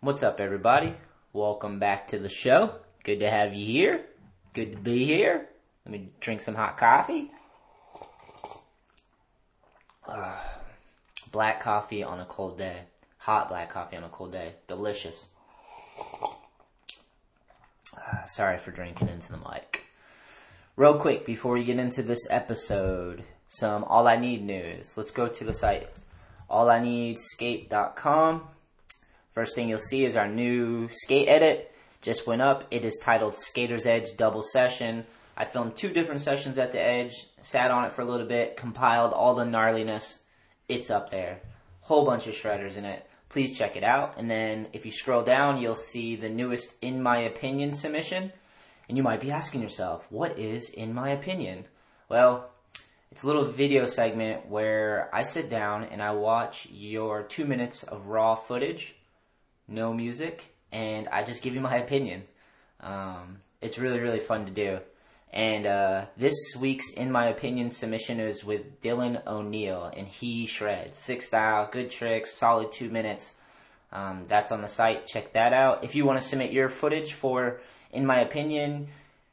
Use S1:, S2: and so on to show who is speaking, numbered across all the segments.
S1: What's up, everybody? Welcome back to the show. Good to have you here. Good to be here. Let me drink some hot coffee. Ah, black coffee on a cold day. Hot black coffee on a cold day. Delicious. Ah, sorry for drinking into the mic. Real quick, before we get into this episode, some All I Need news. Let's go to the site. allineedscape.com. First thing you'll see is our new skate edit. Just went up. It is titled Skater's Edge Double Session. I filmed two different sessions at the edge, sat on it for a little bit, compiled all the gnarliness. It's up there. Whole bunch of shredders in it. Please check it out. And then if you scroll down, you'll see the newest In My Opinion submission. And you might be asking yourself, what is In My Opinion? Well, it's a little video segment where I sit down and I watch your two minutes of raw footage no music, and I just give you my opinion. Um, it's really, really fun to do. And uh, this week's In My Opinion submission is with Dylan O'Neill, and he shreds. Six style, good tricks, solid two minutes. Um, that's on the site. Check that out. If you want to submit your footage for In My Opinion,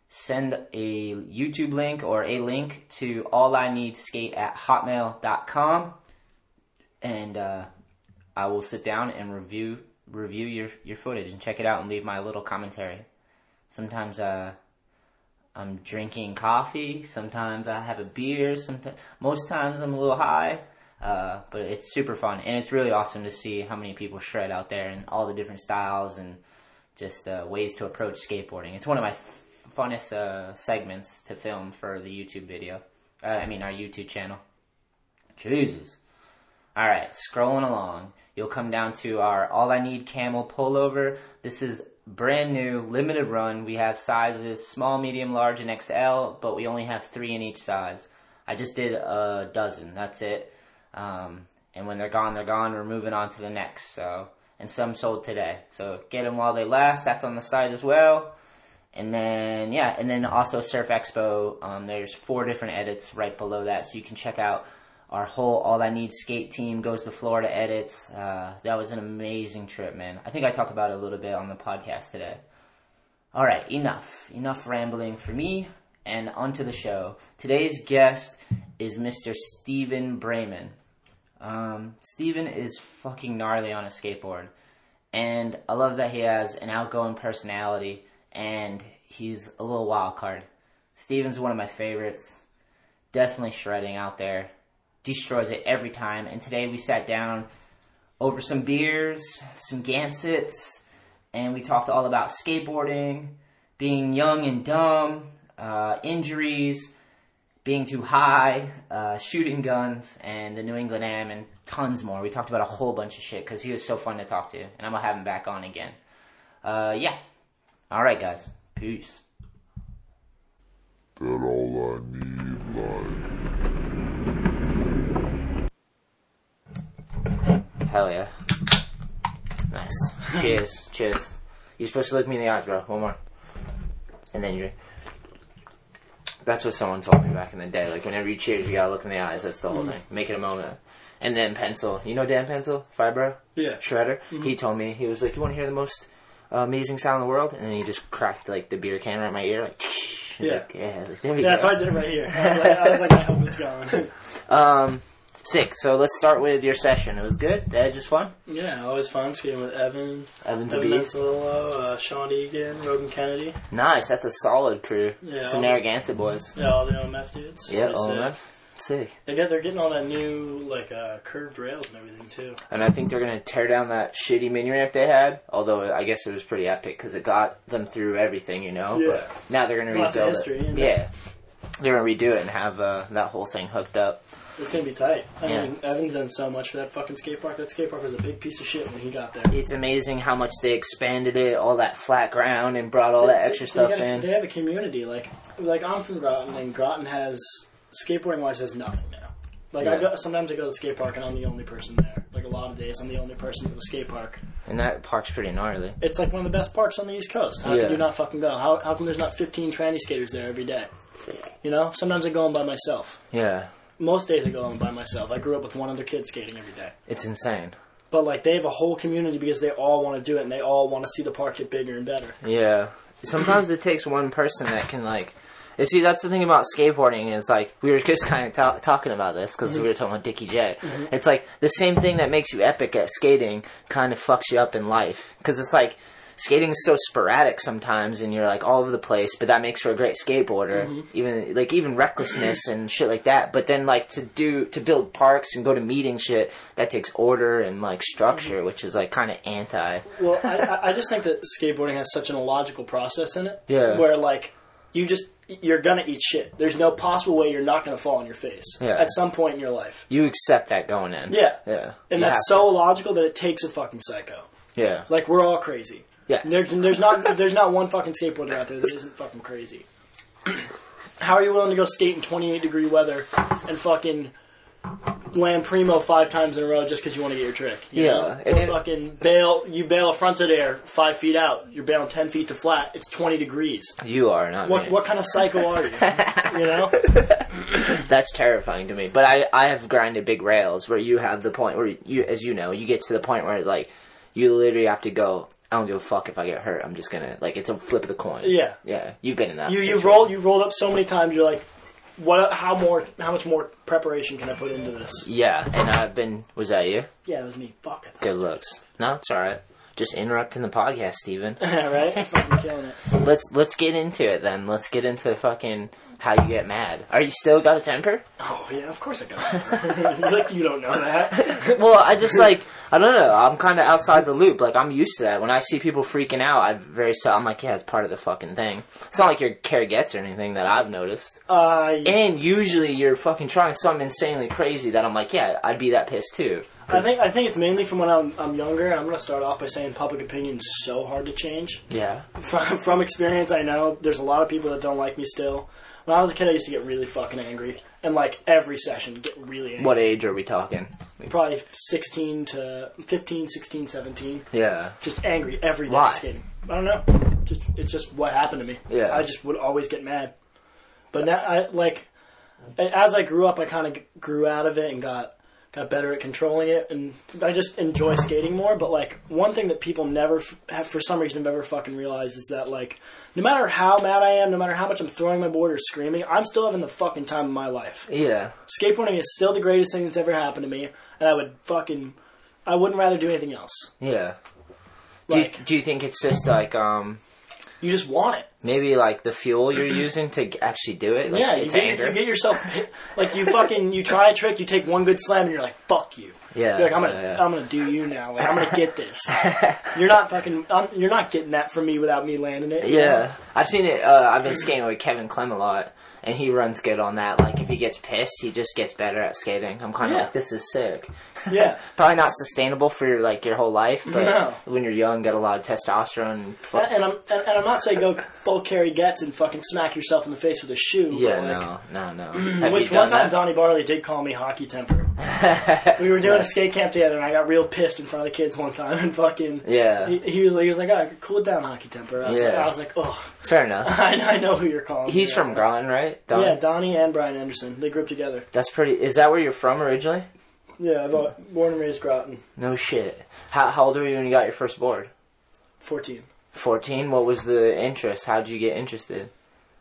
S1: send a YouTube link or a link to all I need skate at hotmail.com. And uh, I will sit down and review review your your footage and check it out and leave my little commentary. Sometimes uh, I'm drinking coffee. Sometimes I have a beer. Sometimes most times I'm a little high. Uh, but it's super fun and it's really awesome to see how many people shred out there and all the different styles and just uh, ways to approach skateboarding. It's one of my f- funnest uh, segments to film for the YouTube video. Uh, I mean our YouTube channel. Jesus. All right, scrolling along, you'll come down to our All I Need Camel Pullover. This is brand new, limited run. We have sizes small, medium, large, and XL, but we only have three in each size. I just did a dozen. That's it. Um, and when they're gone, they're gone. We're moving on to the next. So, and some sold today. So get them while they last. That's on the site as well. And then yeah, and then also Surf Expo. Um, there's four different edits right below that, so you can check out our whole All I Need Skate team goes to Florida edits. Uh, that was an amazing trip, man. I think I talk about it a little bit on the podcast today. All right, enough, enough rambling for me, and onto the show. Today's guest is Mr. Steven Brayman. Um, Steven is fucking gnarly on a skateboard. And I love that he has an outgoing personality and he's a little wild card. Steven's one of my favorites. Definitely shredding out there. Destroys it every time. And today we sat down over some beers, some Gansets, and we talked all about skateboarding, being young and dumb, uh, injuries, being too high, uh, shooting guns, and the New England Am, and tons more. We talked about a whole bunch of shit because he was so fun to talk to, and I'm gonna have him back on again. Uh, yeah. All right, guys. Peace.
S2: that all I need life.
S1: Hell yeah. Nice. Cheers. Cheers. You're supposed to look me in the eyes, bro. One more. And then you drink. That's what someone told me back in the day. Like, whenever you cheers, you gotta look in the eyes. That's the whole
S3: Mm.
S1: thing. Make it a moment. And then Pencil. You know Dan Pencil? Fibro?
S3: Yeah. Mm-hmm.
S1: Shredder? He told me, he was like, you wanna hear the most uh, amazing sound in the world? And then he just cracked, like, the beer can right in my ear. Like, I was
S3: Yeah.
S1: Like, yeah. I was like, there we
S3: Yeah,
S1: go.
S3: that's why I did it right here. I was like, I, was like, I hope it's going.
S1: Um, sick. So let's start with your session. It was good. The edge was fun.
S3: yeah, always fun skating with Evan,
S1: Evans
S3: Evan
S1: Bees.
S3: Manzillo, uh, Sean Egan, Rogan Kennedy.
S1: Nice. That's a solid crew.
S3: Yeah,
S1: Some
S3: I was-
S1: Narragansett boys.
S3: Yeah, all the OMF dudes.
S1: Yeah,
S3: Pretty
S1: all
S3: sick.
S1: that. Sick.
S3: They got, they're getting all that new like uh, curved rails and everything too.
S1: And I think they're gonna tear down that shitty mini ramp they had. Although I guess it was pretty epic because it got them through everything, you know.
S3: Yeah.
S1: But now they're gonna
S3: Lots of
S1: rebuild
S3: history,
S1: it.
S3: you know?
S1: Yeah. They're gonna redo it and have uh, that whole thing hooked up.
S3: It's gonna be tight. I
S1: Yeah.
S3: mean, Evan's done so much for that fucking skate park. That skate park was a big piece of shit when he got there.
S1: It's amazing how much they expanded it, all that flat ground, and brought all that extra
S3: They-
S1: stuff
S3: they got a-
S1: in.
S3: They have a community. Like, like I'm from Groton, and Groton has skateboarding wise has nothing now. Like
S1: Yeah.
S3: I go, sometimes I go to the skate park and I'm the only person there. Like a lot of days I'm the only person at the skate park.
S1: And that park's pretty gnarly.
S3: It's like one of the best parks on the East Coast. How
S1: Yeah.
S3: can you not fucking go? How, how come there's not 15 tranny skaters there every day? You know, sometimes I go in by myself.
S1: Yeah.
S3: Most days I go in by myself. I grew up with one other kid skating every day.
S1: It's insane.
S3: But like they have a whole community because they all want to do it and they all want to see the park get bigger and better.
S1: Yeah. Sometimes it takes one person that can like. And see, that's the thing about skateboarding is like we were just kind of ta- talking about this because we were talking about Dickie J. It's like the same thing that makes you epic at skating kind of fucks you up in life because it's like skating is so sporadic sometimes and you're like all over the place, but that makes for a great skateboarder. Even like even recklessness and shit like that. But then like to do to build parks and go to meeting shit that takes order and like structure, which is like kind of anti.
S3: Well, I- I, I just think that skateboarding has such an illogical process in it.
S1: Yeah.
S3: Where like you just you're gonna eat shit. There's no possible way you're not gonna fall on your face
S1: Yeah.
S3: at some point in your life.
S1: You accept that going in.
S3: Yeah.
S1: Yeah.
S3: And
S1: You
S3: that's
S1: have
S3: so illogical that it takes a fucking psycho.
S1: to. Yeah.
S3: Like we're all crazy.
S1: Yeah.
S3: There's, there's not there's not one fucking skateboarder out there that isn't fucking crazy. How are you willing to go skate in 28 degree weather and fucking land primo five times in a row just because you want to get your trick? you
S1: Yeah,
S3: know?
S1: and
S3: Or
S1: it-
S3: fucking bail you bail a fronted air five feet out. You're bailing 10 feet to flat. It's 20 degrees.
S1: You are not
S3: What
S1: me.
S3: what kind of psycho are you? you know.
S1: That's terrifying to me. But I I have grinded big rails where you have the point where you as you know you get to the point where like you literally have to go. I don't give a fuck if I get hurt. I'm just gonna like it's a flip of the coin.
S3: Yeah.
S1: Yeah. You've been in that.
S3: You you
S1: situation.
S3: roll you rolled up so many times. You're like, what? How more? How much more preparation can I put into this?
S1: Yeah. And I've been. Was that you?
S3: Yeah, it was me. Fuck. I thought.
S1: Good looks. No, it's all right. Just interrupting the podcast, Steven.
S3: Yeah, right? Fucking killing it.
S1: let's let's get into it then. Let's get into fucking how you get mad. Are you still got a temper?
S3: Oh, yeah, of course I got it. like, you don't know that.
S1: Well, I just like I don't know. I'm kind of outside the loop. Like I'm used to that. When I see people freaking out, I very so I'm like, yeah, it's part of the fucking thing. It's not like you're Care Gets or anything that I've noticed.
S3: Uh,
S1: And usually you're fucking trying something insanely crazy that I'm like, yeah, I'd be that pissed too.
S3: I think I think it's mainly from when I'm, I'm younger. and I'm going to start off by saying public opinion's so hard to change.
S1: Yeah.
S3: From, from experience, I know there's a lot of people that don't like me still. When I was a kid, I used to get really fucking angry. And, like, every session, get really angry.
S1: What age are we talking?
S3: Probably 16 to 15, 16, 17.
S1: Yeah.
S3: Just angry every day
S1: Why?
S3: skating. I don't know. Just, it's just what happened to me.
S1: Yeah.
S3: I just would always get mad. But now, I like as I grew up, I kind of grew out of it and got got better at controlling it, and I just enjoy skating more. But like one thing that people never f- have for some reason have ever fucking realized is that like no matter how mad I am, no matter how much I'm throwing my board or screaming, I'm still having the fucking time of my life.
S1: Yeah.
S3: Skateboarding is still the greatest thing that's ever happened to me, and I would fucking I wouldn't rather do anything else.
S1: Yeah. Do you,
S3: Like
S1: do you think it's just like um
S3: you just want it.
S1: maybe like the fuel you're using to g- actually do it? Like,
S3: Yeah, you
S1: it's
S3: get,
S1: anger.
S3: you get yourself like you fucking you try a trick, you take one good slam, and you're like, "Fuck you."
S1: Yeah,
S3: You're like, "I'm gonna,
S1: yeah, yeah.
S3: I'm gonna do you now. Like, I'm gonna get this." you're not fucking. I'm, you're not getting that from me without me landing it.
S1: Yeah, I've seen it. Uh, I've been skating with Kevin Clem a lot, and he runs good on that. Like if he gets pissed, he just gets better at skating. I'm kind of
S3: Yeah.
S1: like, this is sick.
S3: Yeah.
S1: Probably not sustainable for your, like your whole life, but
S3: No. Uh,
S1: when you're young, got a lot of testosterone. And fu-
S3: And I'm and, and I'm not saying go full carry gets and fucking smack yourself in the face with a shoe.
S1: yeah,
S3: but, like,
S1: no, no, no. Have
S3: Which
S1: you
S3: one
S1: done
S3: time
S1: that?
S3: Donnie Barley did call me hockey temper. we were doing a skate camp together, and I got real pissed in front of the kids one time, and fucking
S1: Yeah.
S3: He, he was like, he was like, "Ah, cool it down, hockey temper." I was like,
S1: Yeah.
S3: I was like, "Oh,
S1: Fair enough.
S3: I, I know who you're calling."
S1: He's
S3: Yeah.
S1: from Garland, right? Don?
S3: Yeah, Donnie and Brian Anderson. They grew up together.
S1: That's pretty. Is that where you're from originally?
S3: Yeah, I've al- born and raised Groton.
S1: No shit. How, how old were you when you got your first board?
S3: 14.
S1: Fourteen. What was the interest? How did you get interested?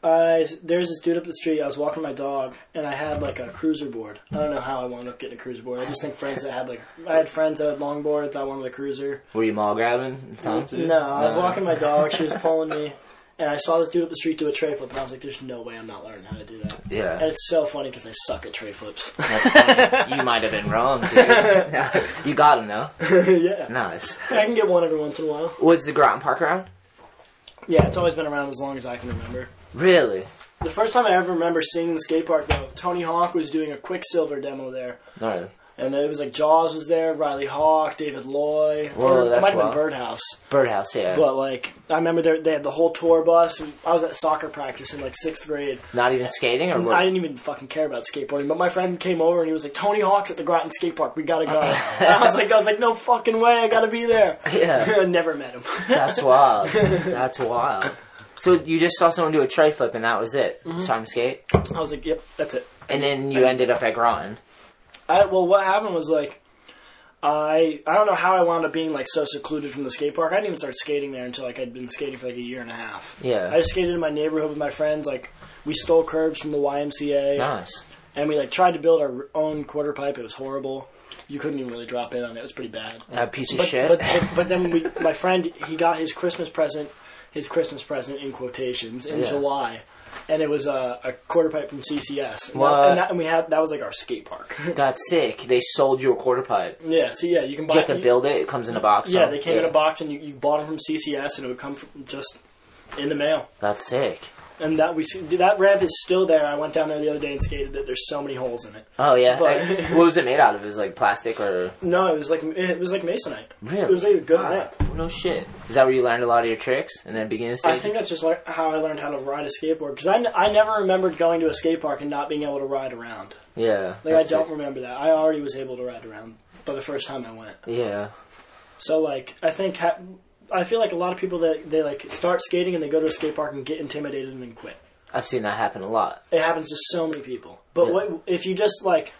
S3: I, there was this dude up the street. I was walking my dog, and I had like a cruiser board. I don't know how I wound up getting a cruiser board. I just think friends that had like I had friends that had longboards. I wanted a cruiser.
S1: Were you mall grabbing? something?
S3: No, I was walking my dog. She was pulling me, and I saw this dude up the street do a tray flip, and I was like, "There's no way I'm not learning how to do that."
S1: Yeah.
S3: And it's so funny because I suck at tray flips.
S1: you might have been wrong. Dude. you got him though.
S3: yeah,
S1: Nice.
S3: I can get one every once in a while.
S1: Was the Groton Park around?
S3: Yeah, it's always been around as long as I can remember.
S1: Really?
S3: The first time I ever remember seeing the skate park, though, Tony Hawk was doing a Quicksilver demo there,
S1: No.
S3: and it was like Jaws was there, Riley Hawk, David Loy,
S1: Whoa,
S3: or it
S1: that's
S3: might have been
S1: wild.
S3: Birdhouse.
S1: Birdhouse, yeah.
S3: But like, I remember there, they had the whole tour bus. And I was at soccer practice in like sixth grade.
S1: Not even skating or what?
S3: I didn't even fucking care about skateboarding, but my friend came over and he was like, "Tony Hawk's at the Groton Skate Park. We gotta go." And I was like, "I was like, no fucking way. I gotta be there."
S1: Yeah.
S3: I never met him.
S1: That's wild. That's wild. So you just saw someone do a tray flip and that was it.
S3: Mm-hmm.
S1: Time to skate.
S3: I was like, "Yep, that's it."
S1: And then you ended up at Groton.
S3: I, well, what happened was like, I I don't know how I wound up being like so secluded from the skate park. I didn't even start skating there until like I'd been skating for like a year and a half.
S1: Yeah.
S3: I just skated in my neighborhood with my friends. Like we stole curbs from the YMCA,
S1: Nice.
S3: and we like tried to build our own quarter pipe. It was horrible. You couldn't even really drop in on it. It was pretty bad.
S1: That piece of
S3: But,
S1: shit.
S3: but but but then we, my friend, he got his Christmas present, his Christmas present in quotations in
S1: Yeah.
S3: July, and it was a, a quarter pipe from CCS. And,
S1: What?
S3: That, and, that, and we had that was like our skate park.
S1: That's sick. They sold you a quarter pipe.
S3: yeah, see, yeah, you can buy.
S1: You have to
S3: you-
S1: build it. It comes in a box.
S3: Yeah,
S1: huh?
S3: they came in a box, and you, you bought them from CCS, and it would come from just in the mail.
S1: That's sick.
S3: And that we see- that ramp is still there. I went down there the other day and skated it. There's so many holes in it.
S1: Oh yeah.
S3: But-
S1: Like, what was it made out of? Is like plastic or
S3: No, it was like it was like masonite.
S1: really?
S3: It was like a good
S1: Wow.
S3: ramp.
S1: No shit. Is that where you learned a lot of your tricks and then beginning stage?
S3: I think that's just like how I learned how to ride a skateboard because I, n- I never remembered going to a skate park and not being able to ride around.
S1: yeah.
S3: Like I
S1: that's
S3: don't
S1: it.
S3: remember that. I already was able to ride around by the first time I went.
S1: Yeah.
S3: So like I think ha- I feel like a lot of people that they like start skating and they go to a skate park and get intimidated and then quit.
S1: I've seen that happen a lot.
S3: It happens to so many people. But
S1: Yeah.
S3: what if you just like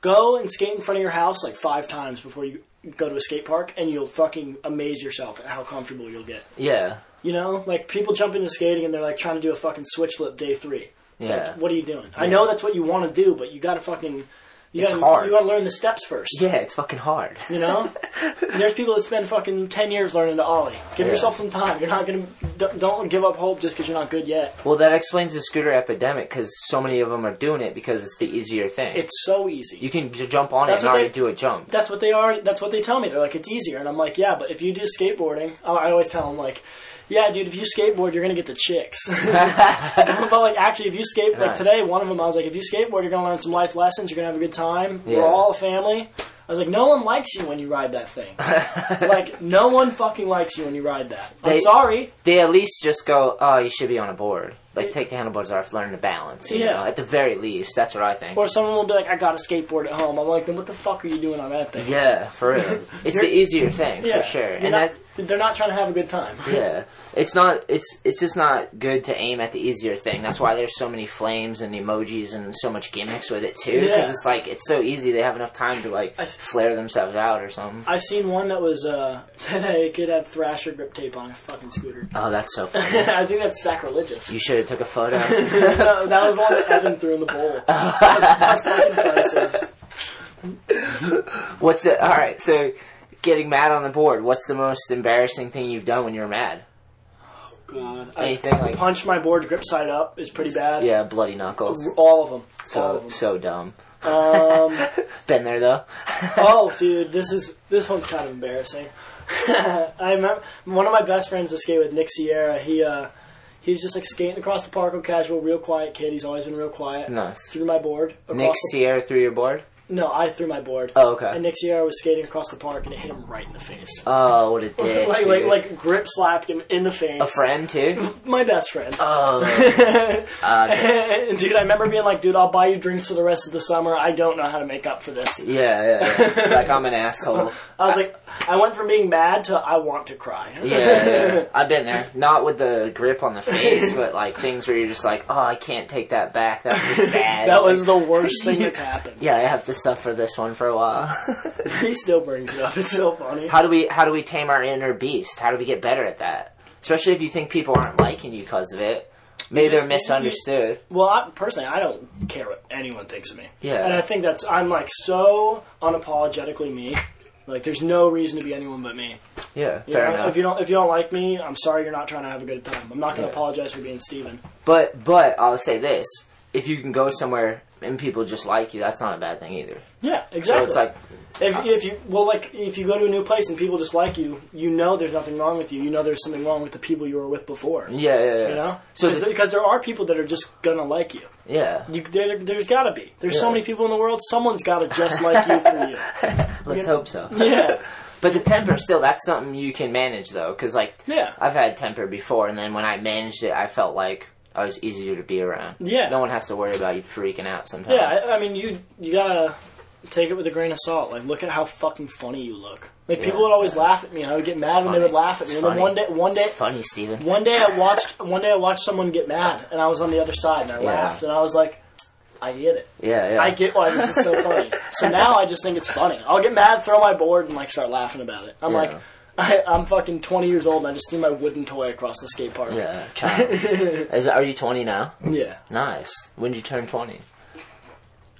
S3: go and skate in front of your house like five times before you go to a skate park and you'll fucking amaze yourself at how comfortable you'll get.
S1: Yeah.
S3: You know, like people jump into skating and they're like trying to do a fucking switch flip day three. It's
S1: Yeah.
S3: like, what are you doing? I know that's what you want to do, but you gotta fucking you
S1: It's
S3: gotta,
S1: hard.
S3: You gotta learn the steps first.
S1: Yeah, it's fucking hard.
S3: You know, there's people that spend fucking ten years learning to ollie. Give
S1: Yeah.
S3: yourself some time. You're not gonna don't, don't give up hope just because you're not good yet.
S1: Well, that explains the scooter epidemic because so many of them are doing it because it's the easier thing.
S3: It's so easy.
S1: you can j- jump on
S3: That's
S1: it and
S3: what
S1: already
S3: they-
S1: do a jump.
S3: that's what they are. That's what they tell me. They're like, it's easier, and I'm like, yeah, but if you do skateboarding, I I always tell them like, yeah, dude, if you skateboard, you're gonna get the chicks. but like, actually, if you skate, like
S1: Nice.
S3: today, one of them, I was like, if you skateboard, you're gonna learn some life lessons. You're gonna have a good time.
S1: Yeah.
S3: We're all a family. I was like, no one likes you when you ride that thing. like, no one fucking likes you when you ride that.
S1: They-
S3: I'm sorry.
S1: They at least just go, oh, you should be on a board. Like, take the handlebars off, learn to balance. You
S3: Yeah.
S1: know? At the very least, that's what I think.
S3: Or someone will be like, I got a skateboard at home. I'm like, then what the fuck are you doing on that thing?
S1: yeah, for real. It's the
S3: You're-
S1: easier thing,
S3: Yeah.
S1: for sure.
S3: You're
S1: And
S3: not-
S1: that's.
S3: they're not trying to have a good time.
S1: Yeah, it's not. It's it's just not good to aim at the easier thing. That's why there's so many flames and emojis and so much gimmicks with it too. Because
S3: Yeah.
S1: it's like it's so easy. They have enough time to like
S3: I-
S1: flare themselves out or something.
S3: I seen one that was uh today. A kid had Thrasher grip tape on a fucking scooter.
S1: Oh, that's so funny.
S3: I think that's sacrilegious.
S1: You should have took a photo.
S3: that that was one that Evan threw in the bowl.
S1: Uh,
S3: That was, that's fucking priceless.
S1: What's the all right? So, getting mad on the board. What's the most embarrassing thing you've done when you're mad?
S3: God,
S1: Anything
S3: I
S1: like
S3: punched my board grip side up is pretty bad.
S1: yeah, bloody knuckles.
S3: all of them. all
S1: So
S3: of
S1: so dumb.
S3: them. Um,
S1: Been there though.
S3: oh, dude, this is this one's kind of embarrassing. I remember one of my best friends to skate with, Nick Sierra. He uh, he was just like skating across the park, real casual, real quiet kid. He's always been real quiet.
S1: nice.
S3: Threw my board. across
S1: Nick
S3: the-
S1: Sierra through your board.
S3: No, I threw my board.
S1: Oh okay.
S3: And Nick Sierra was skating across the park and it hit him right in the face.
S1: Oh what a dick.
S3: like, like,
S1: dude.
S3: like grip slapped him in the face.
S1: a friend too.
S3: My best friend.
S1: Oh, uh,
S3: and dude, I remember being like, dude, I'll buy you drinks for the rest of the summer. I don't know how to make up for this.
S1: yeah, yeah, yeah. Like I'm an asshole.
S3: I was like, I went from being mad to I want to cry.
S1: Yeah, yeah. I've been there. Not with the grip on the face, but like things where you're just like, oh, I can't take that back. That was just bad.
S3: that was the worst thing that's happened.
S1: Yeah, I have to suffer this one for a while.
S3: He still brings it up. It's so funny.
S1: how do we how do we tame our inner beast? How do we get better at that? Especially if you think people aren't liking you because of it. Maybe they're misunderstood.
S3: Well, I, personally, I don't care what anyone thinks of me.
S1: Yeah.
S3: And I think that's, I'm like so unapologetically me. Like, there's no reason to be anyone but me.
S1: Yeah,
S3: You
S1: fair
S3: know,
S1: enough.
S3: If you don't, if you don't like me, I'm sorry. You're not trying to have a good time. I'm not going to
S1: Yeah.
S3: apologize for being Steven.
S1: But but I'll say this: if you can go somewhere and people just like you, that's not a bad thing either.
S3: Yeah, exactly.
S1: So it's like, uh,
S3: if, if you well, like if you go to a new place and people just like you, you know there's nothing wrong with you. You know there's something wrong with the people you were with before.
S1: yeah, yeah, yeah.
S3: You know,
S1: So
S3: Because-
S1: the-
S3: because there are people that are just gonna like you.
S1: yeah.
S3: you there, there's gotta be. There's
S1: Yeah.
S3: so many people in the world. Someone's gotta just like you for you.
S1: Let's
S3: Yeah.
S1: hope so.
S3: Yeah,
S1: But the temper still, that's something you can manage though, because like
S3: Yeah.
S1: I've had temper before, and then when I managed it, I felt like I was easier to be around.
S3: Yeah.
S1: no one has to worry about you freaking out sometimes.
S3: yeah. I, I mean, you you gotta take it with a grain of salt. Like, look at how fucking funny you look. Like people would always laugh at me, and I would get mad when
S1: funny.
S3: they would laugh at
S1: It's
S3: me. and then
S1: funny.
S3: one day, one day,
S1: It's funny, Steven.
S3: One day I watched one day I watched someone get mad and I was on the other side and I laughed and I was like, I get it.
S1: Yeah, yeah.
S3: I get why this is so funny. so now I just think it's funny. I'll get mad, throw my board, and like start laughing about it. I'm
S1: Yeah.
S3: like, I, I'm fucking 20 years old, and I just threw my wooden toy across the skate park.
S1: Yeah, child. Is, are you 20 now?
S3: Yeah.
S1: Nice. When did you turn 20?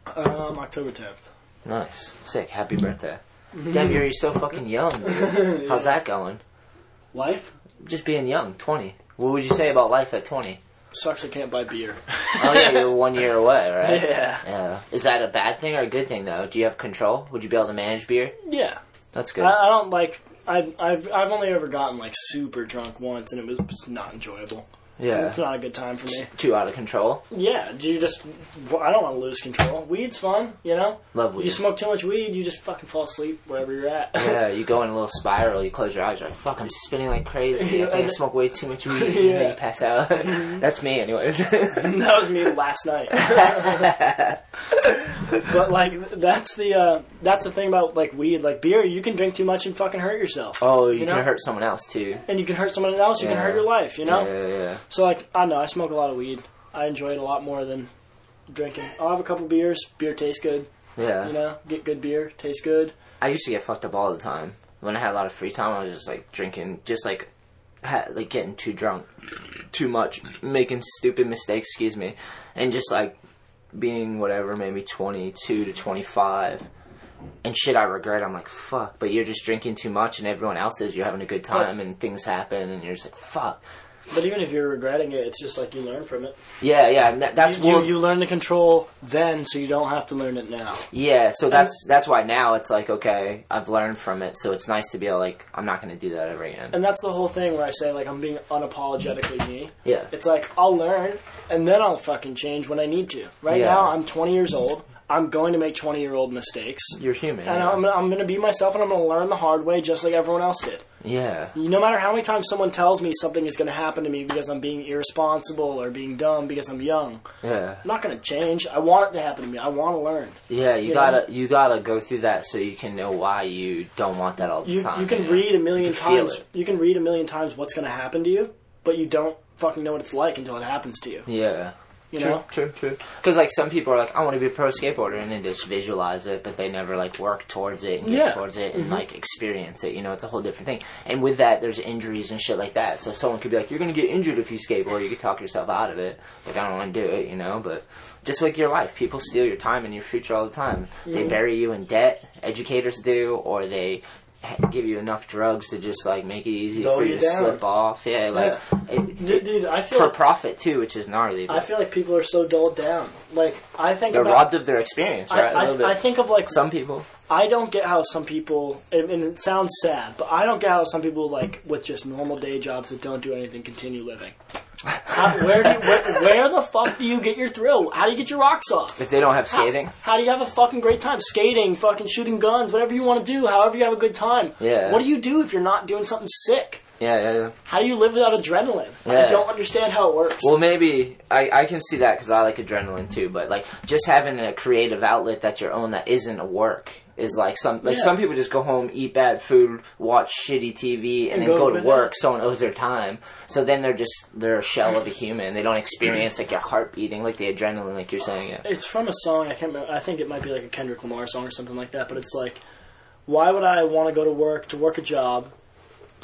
S3: Um, October 10th.
S1: Nice. Sick. Happy birthday. Damn, you're, you're so fucking young. dude. How's that going?
S3: Life
S1: Just being young, 20. What would you say about life at 20?
S3: sucks. I can't buy beer.
S1: Oh, yeah, you're one year away, right?
S3: yeah.
S1: Yeah. Uh, Is that a bad thing or a good thing, though? Do you have control? Would you be able to manage beer?
S3: Yeah.
S1: That's good.
S3: I, I don't like. I, I've I've only ever gotten like super drunk once, and it was it's not enjoyable.
S1: yeah.
S3: It's not a good time for me.
S1: Too out of control.
S3: Yeah, you just. well, I don't want to lose control. Weed's fun, you know.
S1: Love weed.
S3: You smoke too much weed, you just fucking fall asleep wherever you're at.
S1: yeah, you go in a little spiral. You close your eyes. You're like, "Fuck, I'm spinning like crazy. I think I smoke way too much weed, and then
S3: Yeah.
S1: you pass out." That's me, anyways.
S3: that was me last night. but like, that's the uh, that's the thing about like weed, like beer. You can drink too much and fucking hurt yourself,
S1: oh, you,
S3: You
S1: can
S3: know?
S1: hurt someone else too.
S3: and you can hurt someone else. You
S1: Yeah.
S3: can hurt your life, you know.
S1: Yeah, yeah.
S3: So like, I don't know. I smoke a lot of weed. I enjoy it a lot more than drinking. I'll have a couple beers. Beer tastes good.
S1: Yeah.
S3: You know, get good beer. Tastes good.
S1: I used to get fucked up all the time. When I had a lot of free time, I was just like drinking, just like ha- like getting too drunk, too much, making stupid mistakes. Excuse me, and just like being whatever, maybe twenty two to twenty five. And shit, I regret. I'm like, fuck. But you're just drinking too much, and everyone else is. You're having a good time, and things happen, and you're just like, fuck.
S3: But even if you're regretting it, it's just like you learn from it.
S1: Yeah, yeah. and That, that's
S3: You, you,
S1: what-
S3: you learn to control then, so you don't have to learn it now.
S1: Yeah, so that's that's why now it's like, okay, I've learned from it, so it's nice to be like, I'm not gonna do that ever again.
S3: And that's the whole thing where I say like I'm being unapologetically me.
S1: Yeah.
S3: It's like I'll learn and then I'll fucking change when I need to. Right
S1: Yeah.
S3: now I'm 20 years old. I'm going to make 20 year old mistakes.
S1: You're human.
S3: And
S1: yeah.
S3: I'm, I'm going to be myself and I'm going to learn the hard way just like everyone else did.
S1: Yeah.
S3: No matter how many times someone tells me something is going to happen to me because I'm being irresponsible or being dumb because I'm young,
S1: Yeah.
S3: I'm not going to change. I want it to happen to me. I want to learn.
S1: Yeah, you
S3: You
S1: gotta you gotta go through that so you can know why you don't want that all the
S3: You,
S1: time.
S3: you can
S1: know?
S3: read a million
S1: can feel
S3: times.
S1: it.
S3: You can read a million times what's going to happen to you, but you don't fucking know what it's like until it happens to you.
S1: Yeah.
S3: You
S1: True,
S3: know?
S1: true, true. Because like some people are like, I want to be a pro skateboarder, and they just visualize it, but they never like work towards it and
S3: Yeah. Mm-hmm.
S1: get towards it and like experience it. You know, it's a whole different thing. And with that, there's injuries and shit like that. So someone could be like, you're gonna get injured if you skateboard. You could talk yourself out of it. Like I don't want to do it, you know. But just like your life, people steal your time and your future all the time. They bury you in debt. Educators do, or they. ha- Give you enough drugs to just like make it easy
S3: Dull
S1: for
S3: you
S1: you to
S3: down.
S1: slip off, yeah. Like, it,
S3: Dude,
S1: it-
S3: dude, I feel
S1: for
S3: like-
S1: profit too, which is gnarly.
S3: I
S1: but-
S3: feel like people are so dulled down. Like I think
S1: they're
S3: about,
S1: robbed of their experience,
S3: I,
S1: right? A
S3: I,
S1: little bit.
S3: I think of like
S1: some people.
S3: I don't get how some people, and, and it sounds sad, but I don't get how some people like with just normal day jobs that don't do anything continue living. How, where do you, where, where the fuck do you get your thrill? How do you get your rocks off?
S1: If they don't have
S3: How-
S1: skating,
S3: How, do you have a fucking great time? Skating, fucking shooting guns, whatever you want to do. However you have a good time.
S1: Yeah.
S3: What do you do if you're not doing something sick?
S1: yeah, yeah, yeah.
S3: How do you live without adrenaline?
S1: Yeah.
S3: I don't understand how it works.
S1: Well, maybe I, I can see that because I like adrenaline too. But like just having a creative outlet that's your own that isn't a work is like some like
S3: Yeah.
S1: some people just go home, eat bad food, watch shitty TV, and, then go,
S3: go
S1: to
S3: to bed.
S1: work. Someone owes their time, so then they're just they're a shell of a human. They don't experience like your heart beating, like the adrenaline, like you're saying it.
S3: It's from a song. I can't remember. I think it might be like a Kendrick Lamar song or something like that. But it's like, why would I want to go to work to work a job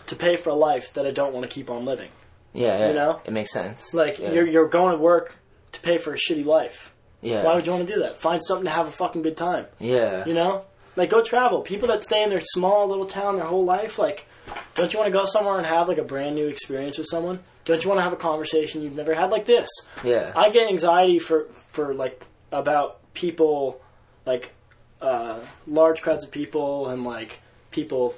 S3: to pay for a life that I don't want to keep on living?
S1: Yeah, yeah.
S3: You know?
S1: it makes sense.
S3: Like
S1: yeah.
S3: you're you're going to work to pay for a shitty life.
S1: yeah,
S3: Why would you want to do that? Find something to have a fucking good time.
S1: yeah,
S3: You know, like go travel. People that stay in their small little town their whole life, like, don't you want to go somewhere and have like a brand new experience with someone? Don't you want to have a conversation you've never had like this?
S1: yeah,
S3: I get anxiety for for like about people like uh, large crowds of people and like people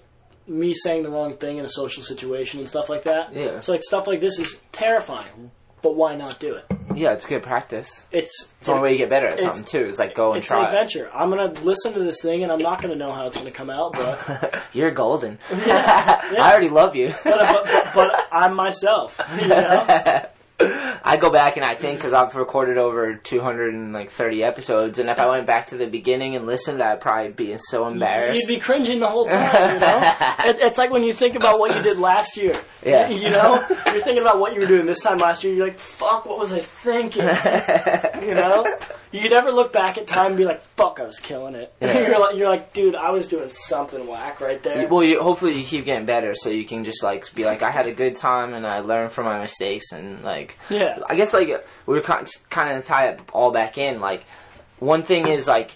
S3: me saying the wrong thing in a social situation and stuff like that.
S1: Yeah.
S3: So like stuff like this is terrifying. But why not do it?
S1: yeah. It's good practice.
S3: It's
S1: It's the only way you get better at
S3: It's-
S1: something too. Is like go and
S3: it's
S1: try.
S3: an
S1: it.
S3: adventure. I'm gonna listen to this thing and I'm not gonna know how it's gonna come out, but
S1: You're golden. I already love you.
S3: but, but, but I'm myself. You know?
S1: I go back and I think because I've recorded over 230 episodes, and if I went back to the beginning and listened, I'd probably be so
S3: You'd
S1: embarrassed.
S3: be cringing the whole time. You know, it, it's like when you think about what you did last year.
S1: Yeah.
S3: You know, you're thinking about what you were doing this time last year. You're like, "Fuck, what was I thinking?" You know, you could never look back at time and be like, "Fuck, I was killing it."
S1: Yeah.
S3: you're like, you're like, dude, I was doing something whack right there.
S1: Well, you, hopefully you keep getting better, so you can just like be like, I had a good time and I learned from my mistakes, and like,
S3: Yeah.
S1: I guess like we were kind kind of tie it all back in. Like, one thing is like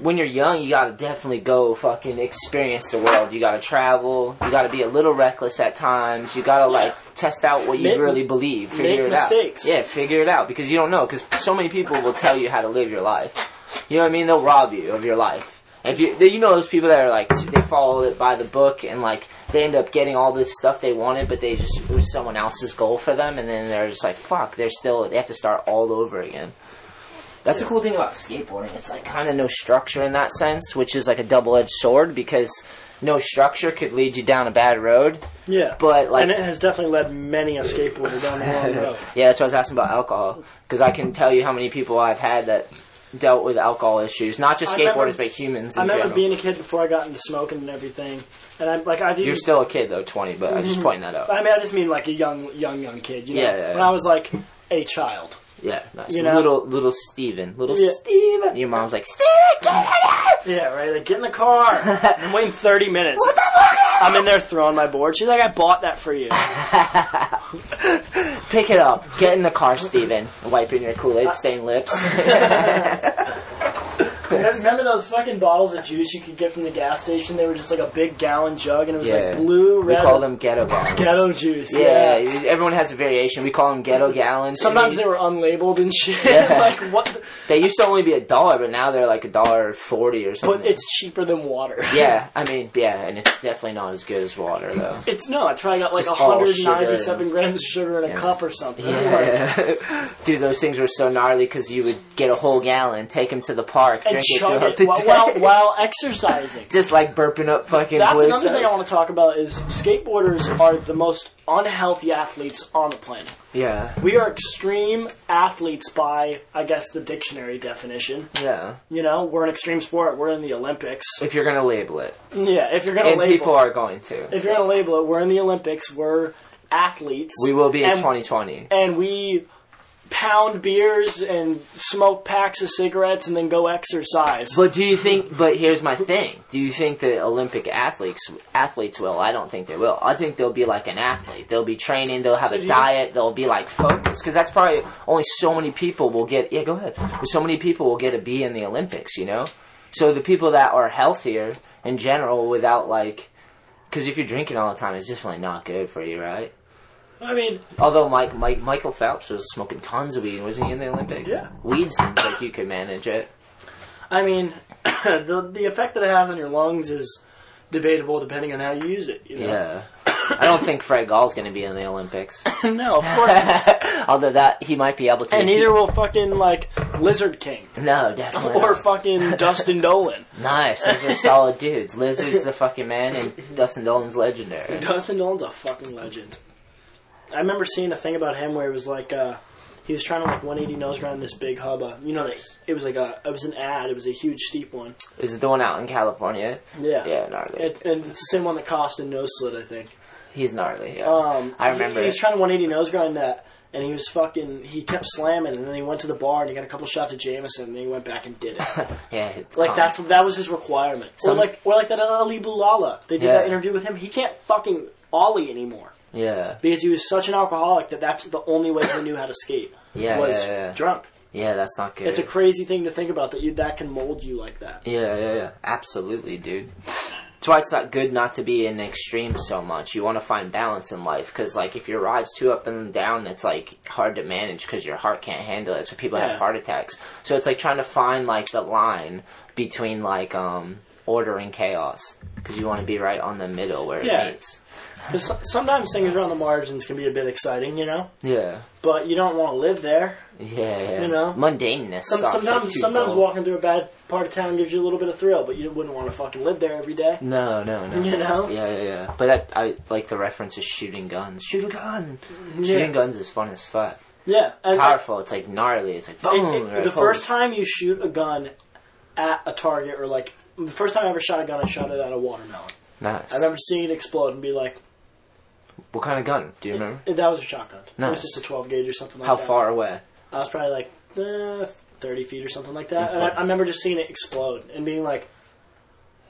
S1: when you're young, you gotta definitely go fucking experience the world. You gotta travel. You gotta be a little reckless at times. You gotta like test out what you
S3: Make-
S1: really believe. Figure it
S3: mistakes.
S1: out. Yeah, figure it out because you don't know. Because so many people will tell you how to live your life. You know what I mean? They'll rob you of your life. If you, you know those people that are like they follow it by the book and like they end up getting all this stuff they wanted, but they just it was someone else's goal for them, and then they're just like fuck. They're still they have to start all over again. That's the cool thing about skateboarding. It's like kind of no structure in that sense, which is like a double edged sword because no structure could lead you down a bad road.
S3: yeah,
S1: But like
S3: and it has definitely led many a skateboarder down the wrong road.
S1: yeah, that's what I was asking about alcohol because I can tell you how many people I've had that dealt with alcohol issues, not just
S3: I remember-
S1: skateboarders, but humans. In
S3: I remember
S1: general.
S3: being a kid before I got into smoking and everything, and I'm like, I've
S1: You're
S3: even
S1: still a kid though, 20, but I'm just
S3: Mm-hmm.
S1: pointing that out.
S3: I mean, I just mean like a young, young, young kid. You know?
S1: Yeah, yeah,
S3: When
S1: yeah.
S3: I was like a child.
S1: Yeah, nice.
S3: You know?
S1: little little Steven. Little
S3: Yeah.
S1: Steven. Your mom's like, Steven, get out!
S3: Yeah, right. Like, get in the car. I'm waiting 30 minutes. What the fuck? I'm in there throwing my board. She's like, I bought that for you.
S1: Pick it up. Get in the car, Steven. Wiping your
S3: Uh,
S1: Kool-Aid stained lips.
S3: Remember those fucking bottles of juice you could get from the gas station? They were just like a big gallon jug, and it was
S1: Yeah.
S3: like blue,
S1: we
S3: red.
S1: call them ghetto gallons.
S3: ghetto juice.
S1: yeah, everyone has a variation. We call them ghetto gallons.
S3: Sometimes
S1: And
S3: they were unlabeled and shit.
S1: Yeah.
S3: like what? the-
S1: they used to only be a dollar, but now they're like a dollar forty or something.
S3: But it's cheaper than water.
S1: yeah, I mean, yeah, and it's definitely not as good as water though.
S3: It's no. It's probably got like
S1: Just all sugar
S3: 197 grams of sugar in a
S1: Yeah.
S3: cup or something. Like,
S1: Yeah. Dude, those things were so gnarly because you would get a whole gallon, take them to the park,
S3: and
S1: drink it
S3: chug
S1: throughout
S3: it
S1: the
S3: while,
S1: day.
S3: while, while exercising.
S1: Just like burping up fucking
S3: That's
S1: blue
S3: another
S1: stuff.
S3: thing I want to talk about is skateboarders are the most unhealthy athletes on the planet.
S1: yeah,
S3: We are extreme athletes by, I guess, the dictionary definition.
S1: yeah.
S3: You know, we're an extreme sport. We're in the Olympics.
S1: If you're gonna label it,
S3: Yeah, if you're gonna
S1: and
S3: label,
S1: people are going to,
S3: if you're gonna label it, we're in the Olympics. We're athletes.
S1: we will be in
S3: and-
S1: 2020.
S3: and we pound beers and smoke packs of cigarettes and then go exercise.
S1: But do you think? But here's my thing. Do you think the Olympic athletes athletes will? I don't think they will. I think they'll be like an athlete. They'll be training. They'll have
S3: So do
S1: a
S3: you-
S1: diet. They'll be like focused because that's probably only so many people will get. Yeah, go ahead. So many people will get a B in the Olympics. You know, so the people that are healthier in general without like. Because if you're drinking all the time, it's definitely not good for you, right?
S3: I mean,
S1: Although Mike, Mike, Michael Phelps was smoking tons of weed, wasn't he in the Olympics?
S3: Yeah.
S1: Weed seems like you could manage it.
S3: I mean, the the effect that it has on your lungs is debatable depending on how you use it. You know?
S1: Yeah. I don't think Fred Gall's going to be in the Olympics.
S3: no, of course. not.
S1: Although that he might be able to.
S3: and neither will fucking like Lizard King
S1: No, definitely.
S3: or
S1: not.
S3: fucking Dustin Dolan.
S1: nice. Those are solid dudes. Lizard's the fucking man, and Dustin Dolan's legendary.
S3: Dustin Dolan's a fucking legend. I remember seeing a thing about him where it was like uh, he was trying to like 180 nose grind this big hubba. You know, that it was like a it was an ad. It was a huge steep one.
S1: Is it the one out in California?
S3: Yeah.
S1: Yeah, gnarly.
S3: And, and it's the same one that cost a nose slit, I think.
S1: He's gnarly. Yeah.
S3: Um,
S1: I remember
S3: He, he was
S1: it.
S3: trying to 180 nose grind that, and he was fucking. He kept slamming, and then he went to the bar and he got a couple shots of Jameson, and then he went back and did it.
S1: yeah. it's
S3: Like
S1: calm.
S3: that's that was his requirement.
S1: Some-
S3: or like or like that Ali Bulala. They did
S1: Yeah.
S3: that interview with him. He can't fucking ollie anymore
S1: Yeah.
S3: because he was such an alcoholic that that's the only way he knew how to skate
S1: Yeah.
S3: was
S1: yeah, yeah.
S3: drunk.
S1: Yeah, that's not good.
S3: It's a crazy thing to think about that you that can mold you like that.
S1: Yeah, yeah, yeah. Absolutely, dude. That's why it's not good not to be in extremes so much. You want to find balance in life because, like, if your ride's too up and down, it's like hard to manage because your heart can't handle it. So people
S3: Yeah.
S1: have heart attacks. So it's like trying to find like the line between like um order and chaos because you want to be right on the middle where
S3: Yeah.
S1: it meets.
S3: Because sometimes things around the margins can be a bit exciting, you know.
S1: Yeah.
S3: But you don't want to live there.
S1: Yeah, yeah.
S3: You know?
S1: mundaneness.
S3: Some,
S1: sucks,
S3: sometimes,
S1: like, too
S3: sometimes
S1: dull.
S3: walking through a bad part of town gives you a little bit of thrill, but you wouldn't want to fucking live there every day.
S1: No, no, no.
S3: You know?
S1: Yeah, yeah, yeah. But that, I like the reference is shooting guns. Shoot a gun. Shooting guns is fun as fuck.
S3: Yeah, and
S1: powerful. It's like gnarly. It's like
S3: it-
S1: boom.
S3: it-
S1: You're like,
S3: the
S1: holy
S3: first time you shoot a gun at a target, or like the first time I ever shot a gun, I shot it at a watermelon.
S1: sh- nice.
S3: I remember seeing it explode and be like,
S1: what kind of gun? Do you remember?
S3: "That was a shotgun. It
S1: Nice.
S3: was just a 12 gauge or something like
S1: How
S3: that."
S1: far away?
S3: I was probably like eh, 30 feet or something like that. And I, I remember just seeing it explode and being like,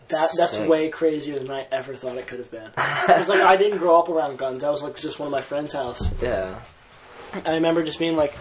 S3: that, that's
S1: Sick.
S3: way crazier than I ever thought it could have been. I was like, I didn't grow up around guns. That was like just one of my friend's house.
S1: Yeah.
S3: And I remember just being like,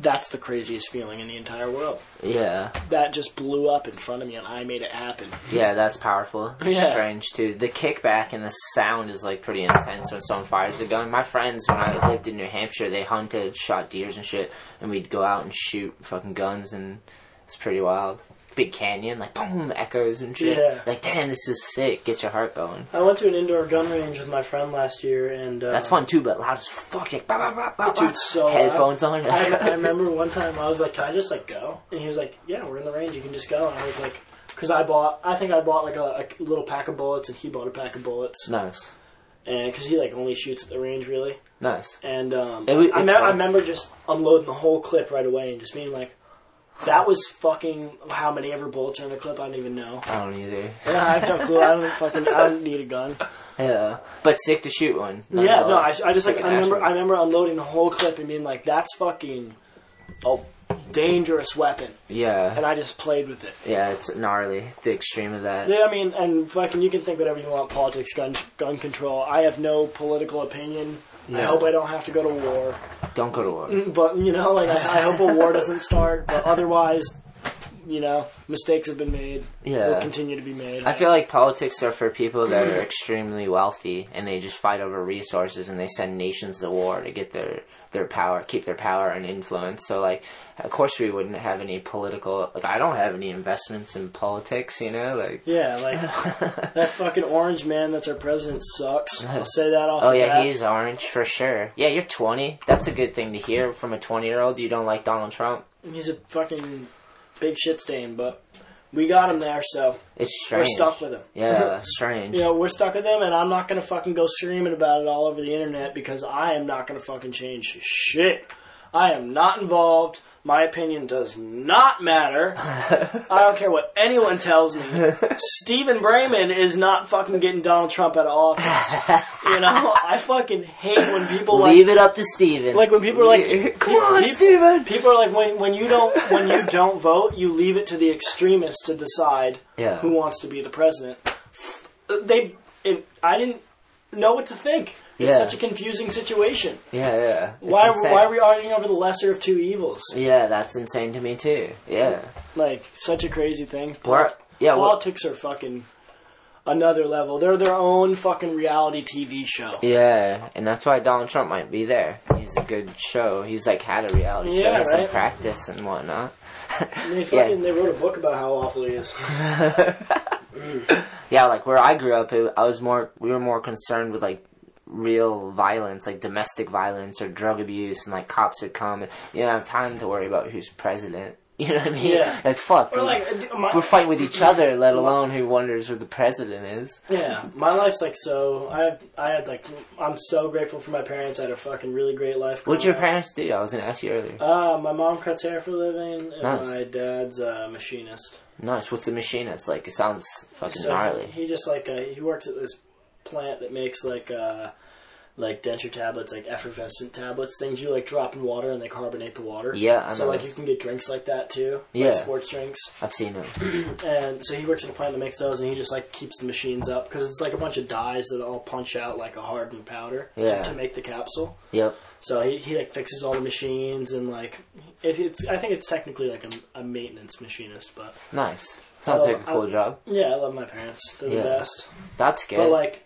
S3: that's the craziest feeling in the entire world.
S1: Yeah.
S3: That just blew up in front of me and I made it happen.
S1: Yeah, that's powerful. It's
S3: Yeah.
S1: strange too. The kickback and the sound is like pretty intense when someone fires a gun. My friends, when I lived in New Hampshire, they hunted, shot deers and shit, and we'd go out and shoot fucking guns, and it's pretty wild. Big canyon, like boom, echoes and shit.
S3: Yeah.
S1: Like damn, this is sick. Get your heart going.
S3: I went to an indoor gun range with my friend last year and. Uh,
S1: That's fun too, but loud as fuck. Like, bah, bah, bah, bah, bah.
S3: Dude, so loud.
S1: headphones on.
S3: I, I remember one time I was like, "Can I just like go?" And he was like, "Yeah, we're in the range. You can just go." And I was like, "Cause I bought, I think I bought like a, a little pack of bullets, and he bought a pack of bullets,
S1: nice,
S3: and because he like only shoots at the range really."
S1: nice.
S3: And um,
S1: It was-
S3: I,
S1: it's
S3: me-
S1: fun.
S3: I remember just unloading the whole clip right away and just being like, "That was fucking how many ever bullets are in a clip? I don't even know.
S1: I don't either.
S3: Yeah, I have no clue. I don't fucking. I don't need a gun.
S1: Yeah, but sick to shoot one.
S3: Yeah, no, I,
S1: nonetheless.
S3: I just like
S1: Freaking
S3: I remember
S1: ass
S3: I remember unloading the whole clip and being like, "That's fucking a dangerous weapon."
S1: Yeah,
S3: and I just played with it.
S1: Yeah, it's gnarly. The extreme of that.
S3: Yeah, I mean, and fucking, you can think whatever you want. Politics, gun, gun control. I have no political opinion. I
S1: Yeah.
S3: hope I don't have to go to war.
S1: Don't go to war.
S3: But you know, like I, I hope a war doesn't start. But otherwise, you know, mistakes have been made. will
S1: Yeah.
S3: continue to be made.
S1: I feel like politics are for people that
S3: Mm.
S1: are extremely wealthy and they just fight over resources and they send nations to war to get their their power, keep their power and influence. So like, of course we wouldn't have any political. Like I don't have any investments in politics. You know, like.
S3: yeah, like that fucking orange man that's our president sucks. I'll say that off.
S1: Oh
S3: the
S1: yeah,
S3: bat.
S1: he's orange for sure. Yeah, you're 20. That's a good thing to hear from a 20 year old. You don't like Donald Trump.
S3: he's a fucking big shit stain, but we got him there, so
S1: It's strange.
S3: we're stuck with him.
S1: Yeah, strange.
S3: you know, we're stuck with them, and I'm not gonna fucking go screaming about it all over the internet because I am not gonna fucking change shit. I am not involved. My opinion does not matter. I don't care what anyone tells me. Stephen Brayman is not fucking getting Donald Trump out of office. you know, I fucking hate when people like
S1: Leave it up to Steven.
S3: like when people are like,
S1: Come on,
S3: people,
S1: Steven!
S3: People are like, when when you don't when you don't vote, you leave it to the extremists to decide
S1: Yeah.
S3: who wants to be the president. They, it, I didn't know what to think. It's
S1: Yeah.
S3: such a confusing situation.
S1: Yeah, yeah. It's
S3: why
S1: insane.
S3: why are we arguing over the lesser of two evils?
S1: Yeah, that's insane to me too. Yeah,
S3: Like such a crazy thing.
S1: Where- yeah, well-
S3: politics are fucking another level. They're their own fucking reality TV show.
S1: yeah, and that's why Donald Trump might be there. He's a good show. He's like had a reality show,
S3: Yeah,
S1: has some
S3: right.
S1: practice and whatnot.
S3: And they fucking they wrote a book about how awful he is.
S1: Yeah, like where I grew up, it, I was more we were more concerned with like real violence, like domestic violence or drug abuse, and like cops would come. And you don't have time to worry about who's president. You know what I mean?
S3: Yeah.
S1: Like fuck.
S3: Or
S1: we-
S3: like, my,
S1: we're fighting with each other, let alone who wonders who the president is.
S3: Yeah, my life's like so. I have, I had like, I'm so grateful for my parents. I had a fucking really great life.
S1: What'd your
S3: growing up.
S1: parents do? I was gonna ask you earlier.
S3: Uh, my mom cuts hair for a living, and
S1: Nice.
S3: my dad's a machinist.
S1: Nice. What's a machinist like? It sounds fucking
S3: So
S1: gnarly.
S3: He just like uh, he works at this plant that makes like uh like denture tablets, like effervescent tablets, things you like drop in water and they carbonate the water.
S1: Yeah, I
S3: so
S1: know
S3: like
S1: this.
S3: you can get drinks like that too.
S1: Yeah.
S3: like sports drinks.
S1: I've seen them.
S3: And so he works at a plant that makes those, and he just like keeps the machines up because it's like a bunch of dyes that all punch out like a hardened powder to-
S1: Yeah.
S3: to make the capsule.
S1: Yep.
S3: So he, he like fixes all the machines and like it, it's I think it's technically like a, a maintenance machinist, but
S1: Nice. Sounds
S3: Oh,
S1: like a cool
S3: I-
S1: job.
S3: yeah, I love my parents. They're
S1: Yeah.
S3: the best.
S1: That's good.
S3: But like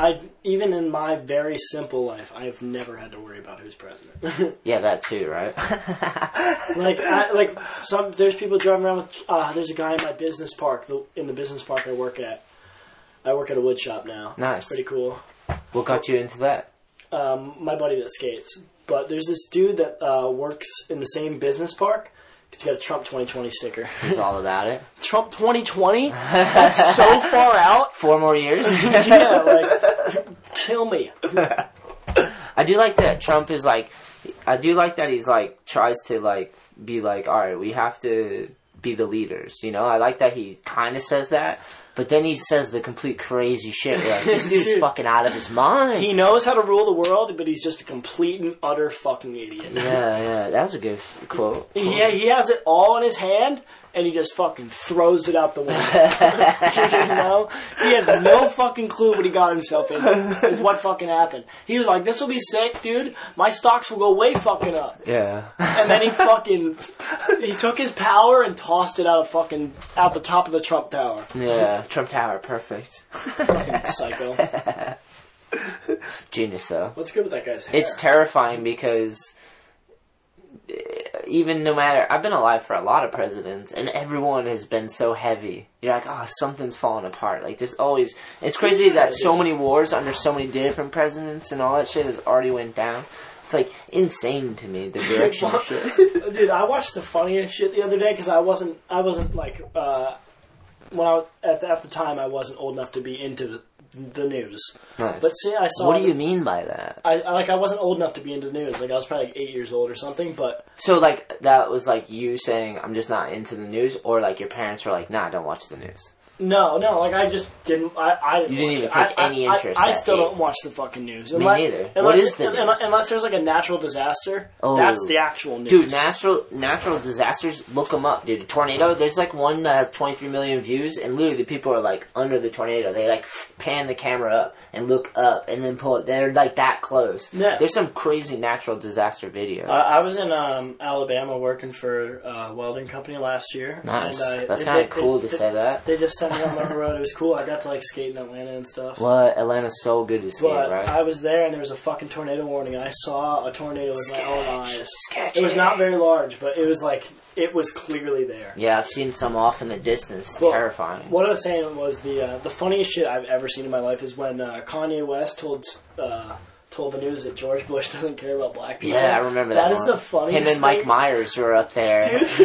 S3: I even in my very simple life, I've never had to worry about who's president.
S1: yeah, that too, right?
S3: like I, like some there's people driving around with uh, there's a guy in my business park the, in the business park I work at. I work at a wood shop now.
S1: Nice.
S3: It's pretty cool.
S1: what got you into that?
S3: um, my buddy that skates. But there's this dude that uh, works in the same business park. He's got a Trump 2020 sticker.
S1: It's all about it.
S3: Trump 2020? That's so far out.
S1: Four more years.
S3: Yeah, like, kill me.
S1: I do like that Trump is like. I do like that he's like tries to like be like, all right, we have to be the leaders. You know, I like that he kind of says that, But then he says the complete crazy shit. We're like, this dude's fucking out of his mind.
S3: He knows how to rule the world, but he's just a complete and utter fucking idiot.
S1: yeah, yeah, that was a good f- quote.
S3: Yeah, he has it all in his hand, and he just fucking throws it out the window. you know, he has no fucking clue what he got himself into. Is what fucking happened. He was like, "This will be sick, dude. My stocks will go way fucking up."
S1: Yeah.
S3: And then he fucking he took his power and tossed it out of fucking out the top of the Trump Tower.
S1: Yeah, Trump Tower, perfect.
S3: Fucking psycho.
S1: Genius though.
S3: What's good with that guy's hair?
S1: It's terrifying because uh, even no matter I've been alive for a lot of presidents and everyone has been so heavy. You're like, oh, something's falling apart. Like there's always it's crazy that so many wars under so many different presidents and all that shit has already went down. It's like insane to me the direction of shit.
S3: Dude, I watched the funniest shit the other day because I wasn't, I wasn't like, uh, when I was, at the, at the time I wasn't old enough to be into the news.
S1: Nice.
S3: But see, I saw.
S1: What do you mean by that?
S3: I, I like I wasn't old enough to be into the news. Like I was probably like eight years old or something. But
S1: So like that was like you saying I'm just not into the news, or like your parents were like, nah, don't watch the news.
S3: no, no, like I just didn't. I, I didn't,
S1: You didn't
S3: watch
S1: even
S3: it.
S1: take
S3: I,
S1: any
S3: I-
S1: interest
S3: I, I
S1: at
S3: still
S1: eight.
S3: don't watch the fucking news.
S1: Me
S3: Unless-
S1: neither. What
S3: Unless,
S1: is the
S3: unless,
S1: news?
S3: unless there's like a natural disaster,
S1: Oh.
S3: that's the actual news.
S1: Dude, natural natural disasters, look them up, dude. Tornado, there's like one that has 23 million views, and literally the people are like under the tornado. They like pan the camera up and look up and then pull it. They're like that close.
S3: Yeah.
S1: There's some crazy natural disaster videos.
S3: I I was in um, Alabama working for a welding company last year.
S1: nice.
S3: And, uh,
S1: That's
S3: they-
S1: kind of
S3: they-
S1: cool
S3: they-
S1: to say that.
S3: They just sent me on the road. It was cool. I got to like skate in Atlanta and stuff.
S1: What? Atlanta's so good to skate,
S3: But
S1: right?
S3: I was there and there was a fucking tornado warning. And I saw a tornado with my own
S1: Sketch.
S3: eyes.
S1: Sketchy.
S3: It was not very large, but it was like it was clearly there.
S1: yeah, I've seen some off in the distance. It's
S3: Well,
S1: Terrifying.
S3: What I was saying was the uh, the funniest shit I've ever seen in my life is when uh, Kanye West told uh, told the news that George Bush doesn't care about black people.
S1: Yeah, I remember that.
S3: That is
S1: one.
S3: the funniest.
S1: Him and Mike
S3: thing.
S1: Myers were up there.
S3: dude,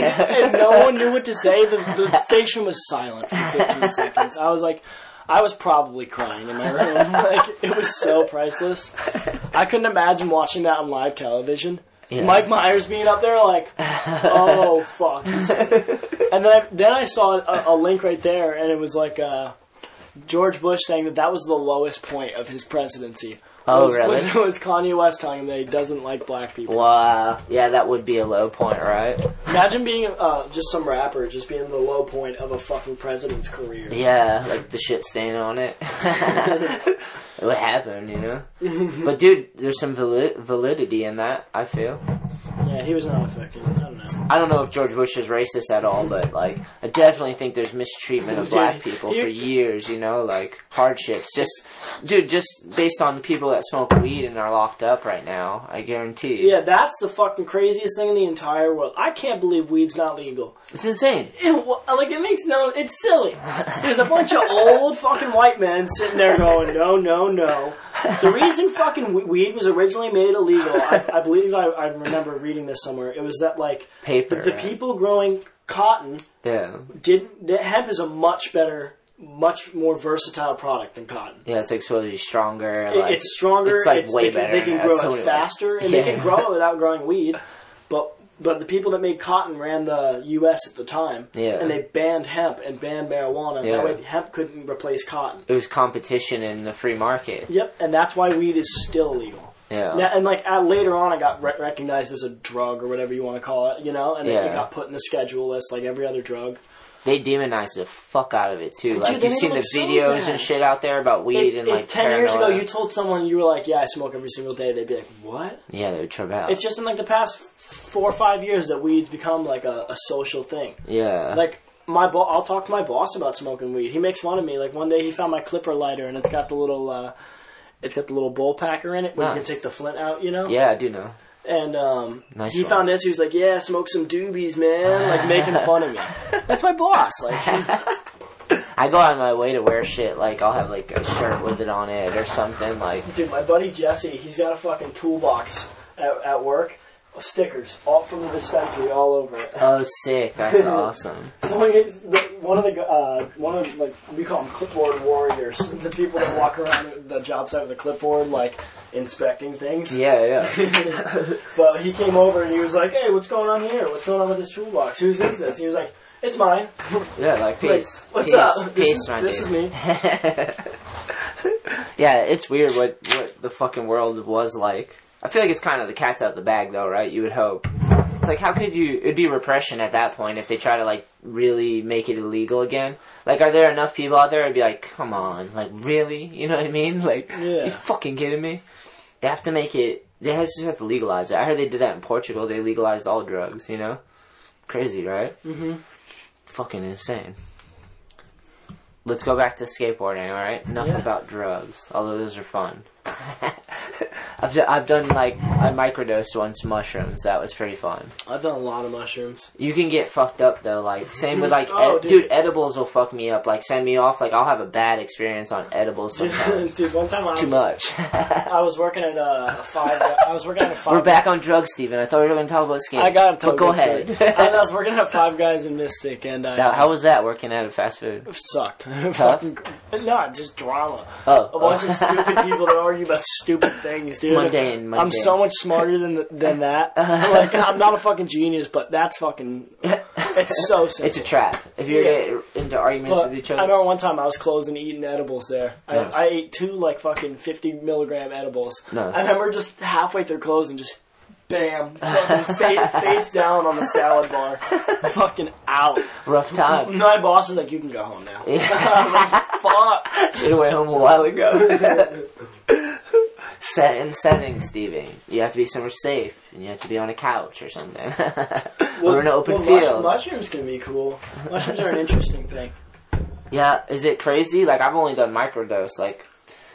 S3: and no one knew what to say. The, the station was silent for 15 seconds. I was like, I was probably crying in my room. Like it was so priceless. I couldn't imagine watching that on live television.
S1: Yeah.
S3: Mike Myers being up there, like, oh fuck. And then I, then I saw a, a link right there, and it was like uh, George Bush saying that that was the lowest point of his presidency.
S1: Oh,
S3: was,
S1: really?
S3: Was, was Kanye West telling him that he doesn't like black people?
S1: Wow. Yeah, that would be a low point, right?
S3: Imagine being uh, just some rapper, just being the low point of a fucking president's career.
S1: Yeah, like the shit stain on it. it would happen, you know. but dude, there's some vali- validity in that. I feel.
S3: Yeah, he was not a fucking. I don't know.
S1: I don't know if George Bush is racist at all, but like, I definitely think there's mistreatment of
S3: Dude,
S1: black people
S3: you-
S1: for years. You know, like hardships. Just, dude, just based on people that smoke weed and are locked up right now. I guarantee.
S3: Yeah, that's the fucking craziest thing in the entire world. I can't believe weed's not legal.
S1: it's insane.
S3: It, wa- like it makes no. It's silly. There's a bunch of old fucking white men sitting there going, no, no, no. The reason fucking we- weed was originally made illegal, I, I believe I, I remember reading this somewhere. It was that like
S1: Paper.
S3: the
S1: right?
S3: people growing cotton
S1: Yeah.
S3: didn't. That hemp is a much better, much more versatile product than cotton.
S1: Yeah, it's exposure stronger.
S3: It-
S1: like,
S3: it's stronger.
S1: It's like
S3: it's-
S1: way
S3: they can,
S1: better.
S3: They can
S1: That's
S3: grow
S1: what it
S3: it
S1: is.
S3: faster, and they
S1: Yeah.
S3: can grow it without growing weed. But but the people that made cotton ran the U.S. at the time,
S1: Yeah.
S3: and they banned hemp and banned marijuana.
S1: Yeah.
S3: That way, hemp couldn't replace cotton.
S1: It was competition in the free market.
S3: Yep, and that's why weed is still illegal.
S1: Yeah.
S3: Now, and like at, later on, it got re- recognized as a drug or whatever you want to call it, you know, and then
S1: Yeah.
S3: it got put in the schedule list like every other drug.
S1: they demonize the fuck out of it too. Like
S3: they
S1: you've
S3: made
S1: seen
S3: it
S1: the
S3: look so
S1: videos
S3: bad.
S1: and shit out there about weed
S3: If,
S1: and
S3: if
S1: like
S3: ten years ago
S1: paranoia.
S3: you told someone you were like, "Yeah, I smoke every single day," they'd be like, "What?"
S1: yeah, they would trip out.
S3: It's just in like the past four or five years that weed's become like a, a social thing.
S1: yeah,
S3: Like my bo- I'll talk to my boss about smoking weed. He makes fun of me. Like one day he found my clipper lighter and it's got the little uh, it's got the little bowl packer in it where you
S1: Nice.
S3: can take the flint out, you know.
S1: yeah, I do know.
S3: And um,
S1: Nice
S3: he
S1: one.
S3: found this. He was like, "Yeah, smoke some doobies, man." Like making fun of me. That's my boss. Like
S1: I go out of my way to wear shit. Like I'll have like a shirt with it on it or something. Like
S3: dude, my buddy Jesse, he's got a fucking toolbox at, at work. Stickers all from the dispensary all over it.
S1: oh sick, that's awesome.
S3: Someone gets the, one of the uh, one of like we call them clipboard warriors, the people that walk around the job site with a clipboard, like inspecting things.
S1: Yeah, yeah.
S3: but he came over and he was like, "Hey, what's going on here? What's going on with this toolbox? Whose is this?" He was like, It's mine.
S1: Yeah, like peace.
S3: Like, what's
S1: peace,
S3: up? This
S1: Peace,
S3: is-
S1: my
S3: this is
S1: dude.
S3: me.
S1: yeah, it's weird what what the fucking world was like. I feel like it's kind of the cat's out of the bag, though, right? You would hope. It's like, how could you? It'd be repression at that point if they try to like really make it illegal again. Like, are there enough people out there? I'd be like, come on, like really? You know what I mean? Like,
S3: Yeah.
S1: you fucking kidding me? They have to make it. They have- just have to legalize it. I heard they did that in Portugal. They legalized all drugs. You know, crazy, right?
S3: Mhm.
S1: Fucking insane. Let's go back to skateboarding. All right, enough
S3: Yeah.
S1: about drugs. Although those are fun. I've, d- I've done like I microdosed once mushrooms. That was pretty fun.
S3: I've done a lot of mushrooms.
S1: You can get fucked up though. Like same with like
S3: Oh,
S1: ed- dude.
S3: dude.
S1: edibles will fuck me up. Like send me off. Like I'll have a bad experience on edibles sometimes.
S3: Dude, one time
S1: Too
S3: I,
S1: much.
S3: I was working at uh, a five. I was working at a 5
S1: We're back on drugs, Steven. I thought we were going to talk about skating.
S3: I got him.
S1: But go ahead.
S3: I was working at Five Guys in Mystic, and I
S1: Now, how was that working at a fast food?
S3: sucked. Fucking, no, just drama.
S1: Oh,
S3: A bunch
S1: oh.
S3: of stupid people that argue about stupid things, dude.
S1: Mundane,
S3: I'm
S1: mundane.
S3: so much smarter than than that. like I'm not a fucking genius, but that's fucking. It's so simple.
S1: it's a trap. If you're
S3: Yeah.
S1: get into arguments
S3: Look,
S1: with each
S3: I
S1: other,
S3: remember one time I was closing eating edibles there. I,
S1: Nice.
S3: I ate two like fucking fifty milligram edibles.
S1: Nice.
S3: I remember just halfway through closing, just bam, fucking face, face down on the salad bar, fucking out.
S1: rough time.
S3: My boss is like, "You can go home now."
S1: Yeah.
S3: I was like, Fuck.
S1: Should have went home a while ago. Set and setting, Stevie. You have to be somewhere safe, and you have to be on a couch or something. We're in an open
S3: well, mush-
S1: field.
S3: mushrooms can be cool. Mushrooms are an interesting thing.
S1: Yeah, is it crazy? Like I've only done microdose. Like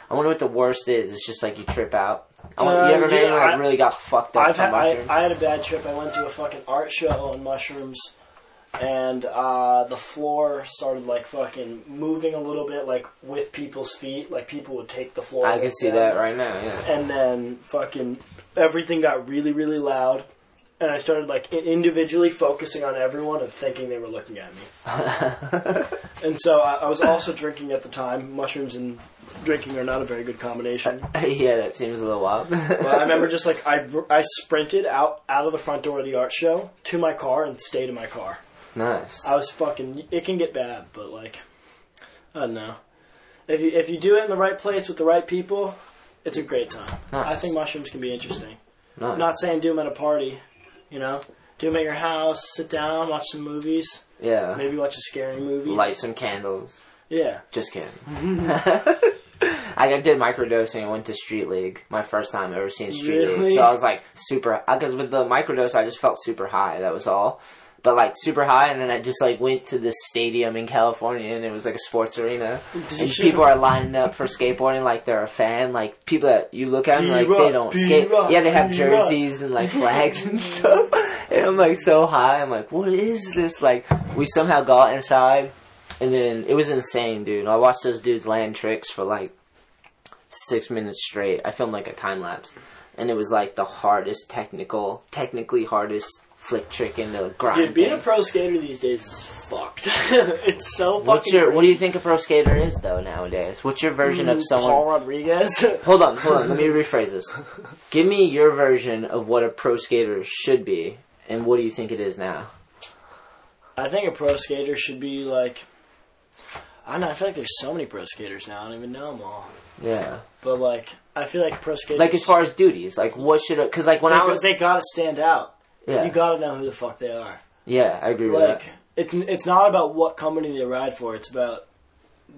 S1: I wonder what the worst is. It's just like you trip out. I wonder,
S3: Uh,
S1: you ever met
S3: yeah,
S1: anyone that
S3: I-
S1: really got fucked up
S3: I've
S1: from
S3: had, I,
S1: mushrooms?
S3: I had a bad trip. I went to a fucking art show on mushrooms, and uh, the floor started like fucking moving a little bit, like with people's feet. Like people would take the floor.
S1: I,
S3: like,
S1: can see
S3: down.
S1: that right now. Yeah.
S3: And then fucking everything got really, really loud. And I started like i- individually focusing on everyone and thinking they were looking at me. and so I, I was also drinking at the time. Mushrooms and drinking are not a very good combination.
S1: yeah, that seems a little wild.
S3: Well, I remember just like I, I sprinted out out of the front door of the art show to my car and stayed in my car.
S1: nice.
S3: I was fucking. It can get bad, but like, I don't know. If you if you do it in the right place with the right people, it's a great time. I
S1: Nice.
S3: think mushrooms can be interesting.
S1: nice.
S3: I'm not saying do them at a party, you know. Do them at your house. Sit down, watch some movies.
S1: yeah.
S3: Maybe watch a scary movie.
S1: Light some candles.
S3: Yeah.
S1: Just kidding. I did microdosing and went to Street League. My first time ever seeing Street League.
S3: Really?
S1: So I was like super, because with the microdose, I just felt super high. That was all. But like super high, and then I just like went to this stadium in California, and it was like a sports arena, and people are lining up for skateboarding like they're a fan. Like people that you look at, and like they
S3: B-Rock,
S1: don't skate.
S3: B-Rock,
S1: Yeah, they have
S3: B-Rock.
S1: jerseys and like flags and stuff. And I'm like so high. I'm like, what is this? Like we somehow got inside. And then it was insane, dude. I watched those dudes land tricks for like six minutes straight. I filmed like a time lapse, and it was like the hardest technical, technically hardest flick trick in the grind.
S3: Dude, being a
S1: thing.
S3: pro skater these days is fucked. it's so fucking. Hmm,
S1: What's your? What
S3: crazy.
S1: do you think a pro skater is though nowadays? What's your version of someone?
S3: Paul Rodriguez.
S1: Hold on, hold on. Let me rephrase this. Give me your version of what a pro skater should be, and what do you think it is now?
S3: I think a pro skater should be like. I don't know. I feel like there's so many pro skaters now. I don't even know them all.
S1: Yeah.
S3: But like, I feel like pro skaters.
S1: Like as far as duties, like what should? Because like when
S3: they,
S1: I was,
S3: they gotta stand out. You
S1: yeah,
S3: gotta know who the fuck they are.
S1: yeah, I agree with that.
S3: Like, it, it's not about what company they ride for. It's about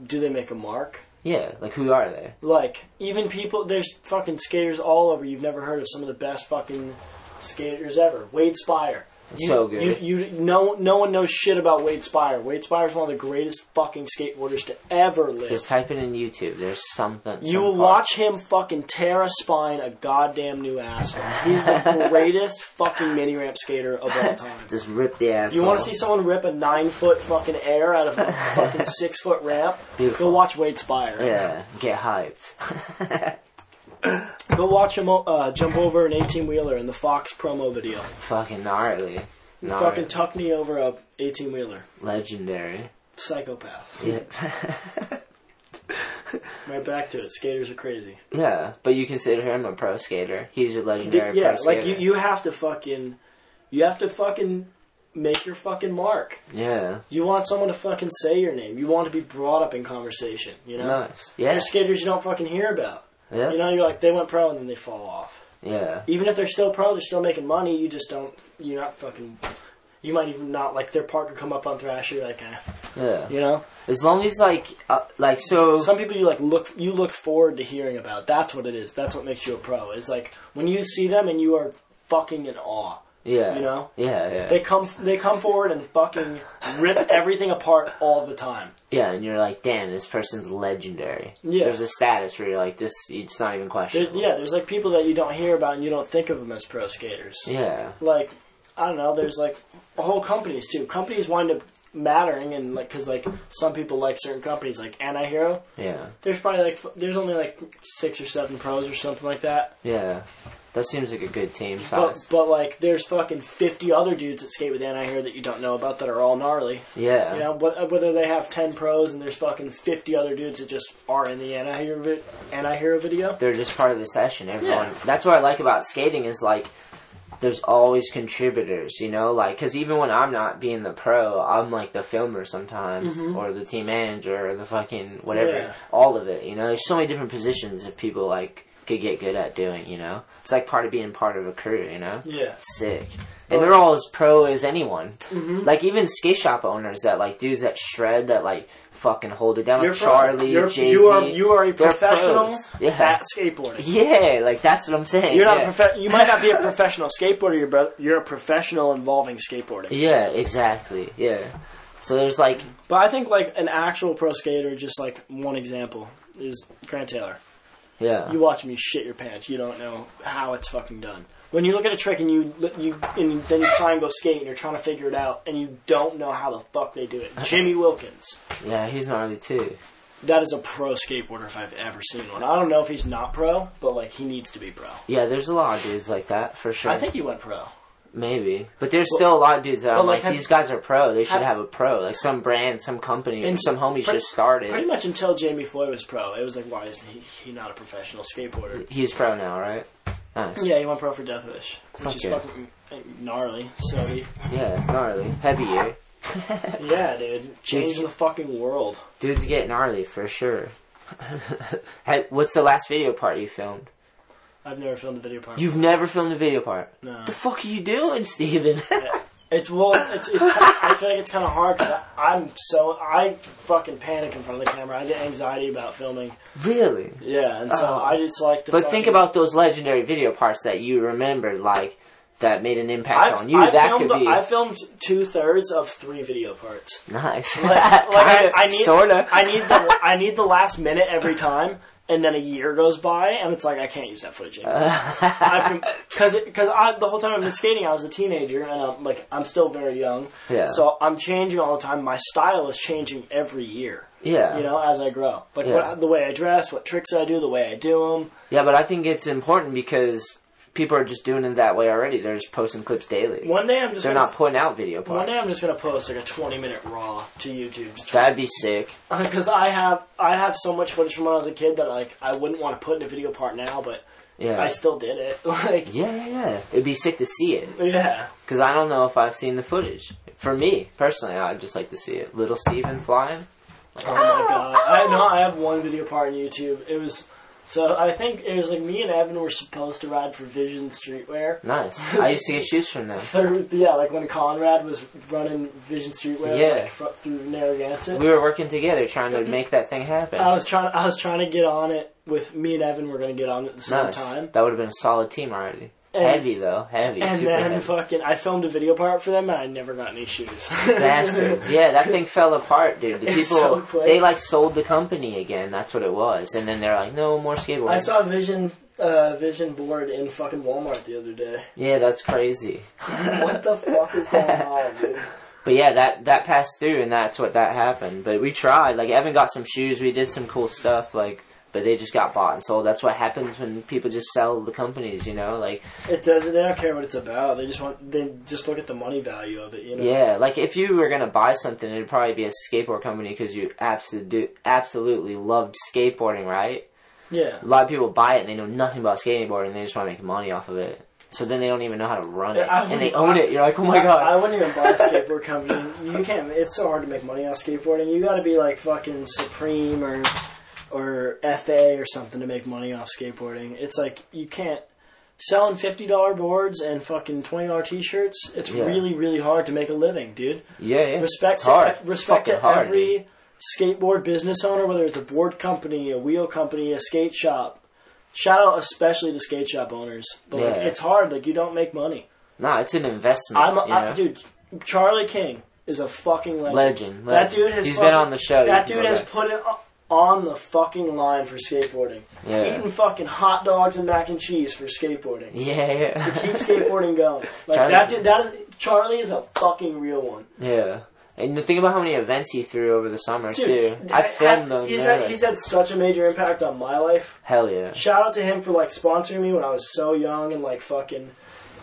S3: do they make a mark.
S1: Yeah, like who are they?
S3: Like, even people, there's fucking skaters all over. You've never heard of some of the best fucking skaters ever. Wade Spire. You,
S1: So good.
S3: You, you, no, no one knows shit about Wade Spire. Wade Spire is one of the greatest fucking skateboarders to ever live.
S1: Just type it in YouTube. There's something.
S3: you
S1: some
S3: will
S1: part.
S3: watch him fucking tear a spine a goddamn new asshole. He's the greatest fucking mini ramp skater of all time.
S1: Just rip the ass.
S3: You want to see someone rip a nine foot fucking air out of a fucking six foot ramp?
S1: Beautiful.
S3: Go watch Wade Spire.
S1: Yeah, get hyped.
S3: Go watch him uh, jump over an eighteen wheeler in the Fox promo video.
S1: Fucking gnarly. Gnarly.
S3: Fucking tuck me over a eighteen wheeler.
S1: Legendary.
S3: Psychopath.
S1: Yeah.
S3: Right back to it. Skaters are crazy.
S1: yeah, but you consider him a pro skater. He's a legendary
S3: yeah,
S1: pro skater.
S3: like you, you have to fucking, you have to fucking make your fucking mark.
S1: Yeah.
S3: You want someone to fucking say your name. You want to be brought up in conversation. You know,
S1: Nice. Yeah.
S3: there's skaters you don't fucking hear about.
S1: Yeah.
S3: You know, you're like they went pro and then they fall off.
S1: yeah.
S3: Even if they're still pro, they're still making money. You just don't. You're not fucking. You might even not like their park could come up on Thrasher. You're like, eh.
S1: Yeah.
S3: you know,
S1: As long as like, uh, like so.
S3: some people you like look you look forward to hearing about. That's what it is. That's what makes you a pro. Is like when you see them and you are fucking in awe.
S1: yeah.
S3: you know?
S1: Yeah. Yeah.
S3: They come they come forward and fucking rip everything apart all the time.
S1: yeah. And you're like, damn, this person's legendary.
S3: Yeah.
S1: There's a status where you're like, this. It's not even
S3: There,
S1: questionable.
S3: yeah, there's like people that you don't hear about and you don't think of them as pro skaters.
S1: Yeah.
S3: Like I don't know. There's like whole companies too. Companies wind up mattering and like because like some people like certain companies like Antihero.
S1: Yeah.
S3: There's probably like f- there's only like six or seven pros or something like that.
S1: Yeah. That seems like a good team
S3: But
S1: size.
S3: but like there's fucking fifty other dudes that skate with Antihero that you don't know about that are all gnarly.
S1: yeah.
S3: You know, wh- whether they have 10 pros and there's fucking 50 other dudes that just are in the anti-hero, vi- anti-hero video.
S1: They're just part of the session. Everyone.
S3: Yeah.
S1: That's what I like about skating is like. There's always contributors, you know, like because even when I'm not being the pro, I'm like the filmer sometimes, or the team manager, or the fucking whatever,
S3: Mm-hmm. Yeah.
S1: all of it, you know. There's so many different positions if people like could get good at doing, you know. It's like part of being part of a crew, you know.
S3: Yeah.
S1: sick. And they're all as pro as anyone.
S3: Mm-hmm.
S1: Like even skate shop owners that like dudes that shred that like fucking hold it down.
S3: You're
S1: Like Charlie,
S3: you're,
S1: JV,
S3: you are you are a
S1: they're
S3: professional
S1: pros. Yeah.
S3: at skateboarding.
S1: yeah, like that's what I'm saying.
S3: You're not
S1: yeah.
S3: a profe- you might not be a professional skateboarder, you're, but you're a professional involving skateboarding.
S1: yeah, exactly. Yeah. So there's like
S3: But I think like an actual pro skater, just like one example is Grant Taylor.
S1: yeah.
S3: You watch me shit your pants. You don't know how it's fucking done. When you look at a trick and you you and then you try and go skate and you're trying to figure it out and you don't know how the fuck they do it. Jimmy Wilkins.
S1: yeah, he's gnarly too.
S3: That is a pro skateboarder if I've ever seen one. I don't know if he's not pro, but like he needs to be pro.
S1: Yeah, there's a lot of dudes like that for sure.
S3: I think he went pro.
S1: maybe, but there's still a lot of dudes that I'm
S3: like,
S1: like,
S3: have-
S1: these guys are pro. They should
S3: have-
S1: have, a pro, like some brand, some company,
S3: And
S1: some homies
S3: pre-
S1: just started.
S3: Pretty much until Jamie Foy was pro, it was like, why isn't he, he not a professional skateboarder?
S1: He's pro now, right? Nice.
S3: Yeah, he went pro for Deathwish, which
S1: Fuck
S3: is
S1: yeah.
S3: fucking gnarly. So he,
S1: Yeah, gnarly. Heavy year.
S3: yeah, dude, changed the fucking world.
S1: Dudes get gnarly for sure. Hey, What's the last video part you filmed?
S3: I've never filmed a video part.
S1: You've never filmed a video part.
S3: no.
S1: The fuck are you doing, Steven?
S3: It's well, it's, it's I feel like it's kind of hard because I'm so I fucking panic in front of the camera. I get anxiety about filming.
S1: really?
S3: Yeah, and so
S1: Oh.
S3: I just like to.
S1: But think
S3: fucking-
S1: about those legendary video parts that you remembered, like, that made an impact
S3: I've-
S1: on you.
S3: I
S1: that
S3: filmed,
S1: could be
S3: I filmed two thirds of three video parts.
S1: nice.
S3: Like, like I, I need,
S1: Sorta.
S3: I need the, I need the last minute every time, and then a year goes by, and it's like I can't use that footage anymore. Because because I the whole time I've been skating, I was a teenager, and I'm like I'm still very young.
S1: Yeah.
S3: So I'm changing all the time. My style is changing every year.
S1: yeah.
S3: you know, as I grow. Like
S1: Yeah.
S3: what, the way I dress, what tricks I do, the way I do them.
S1: Yeah, but I think it's important because people are just doing it that way already. They're just posting clips daily.
S3: One day I'm just
S1: They're
S3: gonna,
S1: not putting out video
S3: One
S1: parts.
S3: day I'm just gonna post like a 20 minute raw to YouTube
S1: That'd be sick.
S3: because Uh, I have I have so much footage from when I was a kid that like I wouldn't want to put in a video part now, but
S1: Yeah.
S3: I still did it. Like
S1: Yeah, yeah, yeah. It'd be sick to see it
S3: yeah,
S1: because I don't know if I've seen the footage. For me personally, I'd just like to see it. Little Steven flying.
S3: oh my god! I know I have one video part on YouTube. It was. So I think it was like me and Evan were supposed to ride for Vision Streetwear.
S1: Nice. I used to get shoes from them.
S3: Through, yeah, like when Conrad was running Vision Streetwear
S1: Yeah.
S3: like, fr- through Narragansett.
S1: We were working together trying to make that thing happen.
S3: I was trying. I was trying to get on it with me and Evan. We're gonna get on it at the same
S1: nice.
S3: time.
S1: That would have been a solid team already.
S3: And-
S1: heavy though, heavy.
S3: And
S1: super
S3: then
S1: heavy.
S3: fucking, I filmed a video part for them, and I never got any shoes.
S1: Bastards. Yeah, that thing fell apart, dude. The people
S3: It's so quick.
S1: they like sold the company again. That's what it was. And then they're like, no more skateboarding.
S3: I saw a vision, uh, vision board in fucking Walmart the other day.
S1: yeah, that's crazy.
S3: What the fuck is going on, dude?
S1: But yeah, that that passed through, and that's what that happened. But we tried. Like Evan got some shoes. We did some cool stuff. Like, but they just got bought and sold. That's what happens when people just sell the companies. You know, like
S3: It doesn't. They don't care what it's about. They just want. They just look at the money value of it. You know.
S1: yeah, like if you were gonna buy something, it'd probably be a skateboard company because you absolutely absolutely loved skateboarding, right?
S3: Yeah.
S1: Oh A lot of people buy it and they know nothing about skateboarding. They just want to make money off of it. So then they don't even know how to run it,
S3: I
S1: and they
S3: wouldn't-
S1: own it. You're like, oh my
S3: I-
S1: god.
S3: I wouldn't even buy a skateboard company. You can't. It's so hard to make money on skateboarding. You got to be like fucking Supreme or or FA or something to make money off skateboarding. It's like you can't selling fifty dollar boards and fucking twenty dollar t shirts. It's
S1: Yeah.
S3: really really hard to make a living, dude.
S1: yeah, yeah.
S3: Respect
S1: It's hard.
S3: To, e- respect
S1: It's fucking
S3: to
S1: hard,
S3: every
S1: dude.
S3: skateboard business owner, whether it's a board company, a wheel company, a skate shop. Shout out especially to skate shop owners. But like,
S1: Yeah.
S3: it's hard. Like you don't make money.
S1: No, it's an investment.
S3: I'm a,
S1: you know?
S3: I, dude. Charlie King is a fucking legend.
S1: Legend,
S3: That
S1: legend.
S3: dude has
S1: He's
S3: fucking-
S1: been on the show.
S3: That
S1: You can
S3: dude
S1: go
S3: has
S1: back.
S3: put it o- on the fucking line for skateboarding.
S1: Yeah.
S3: Eating fucking hot dogs and mac and cheese for skateboarding.
S1: Yeah, yeah.
S3: Keep skateboarding going. Like
S1: Charlie-
S3: that dude. That is Charlie is a fucking real one.
S1: Yeah. And think about how many events he threw over the summer too.
S3: Dude,
S1: I filmed
S3: had-
S1: them.
S3: He's
S1: they're
S3: had,
S1: like,
S3: he's had such a major impact on my life.
S1: Hell yeah.
S3: Shout out to him for like sponsoring me when I was so young and like fucking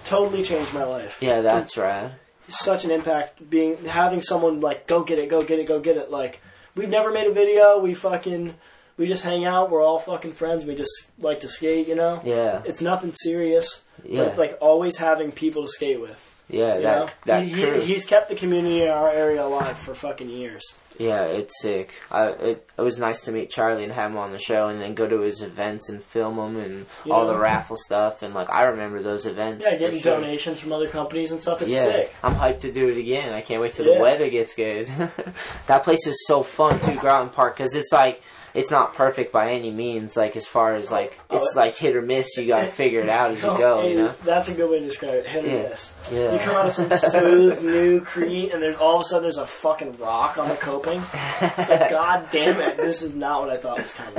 S3: totally changed my life.
S1: Yeah, that's rad.
S3: such an impact being having someone like go get it, go get it, go get it. Like we've never made a video. We fucking we just hang out. We're all fucking friends. We just like to skate. You know,
S1: Yeah,
S3: it's nothing serious.
S1: yeah,
S3: But like always having people to skate with.
S1: yeah.
S3: You know,
S1: That that
S3: he,
S1: crew.
S3: he, he's kept the community in our area alive for fucking years.
S1: yeah, it's sick. I it, it was nice to meet Charlie and have him on the show, and then go to his events and film him and
S3: You
S1: all
S3: know?
S1: the raffle stuff. And like I remember those events.
S3: Yeah,
S1: for
S3: getting
S1: sure.
S3: donations from other companies and stuff. It's
S1: Yeah,
S3: sick.
S1: I'm hyped to do it again. I can't wait till
S3: Yeah.
S1: the weather gets good. that place is so fun too, Groton Park, because it's like it's not perfect by any means. Like as far as like it's
S3: Oh,
S1: like hit or miss. You gotta figure it out as you go.
S3: Hey,
S1: You know.
S3: That's a good way to describe it. Hit or
S1: Yeah.
S3: miss.
S1: Yeah.
S3: You come out of some smooth new creek, and then all of a sudden there's a fucking rock on the coping. It's like, God damn it, this is not what I thought was coming.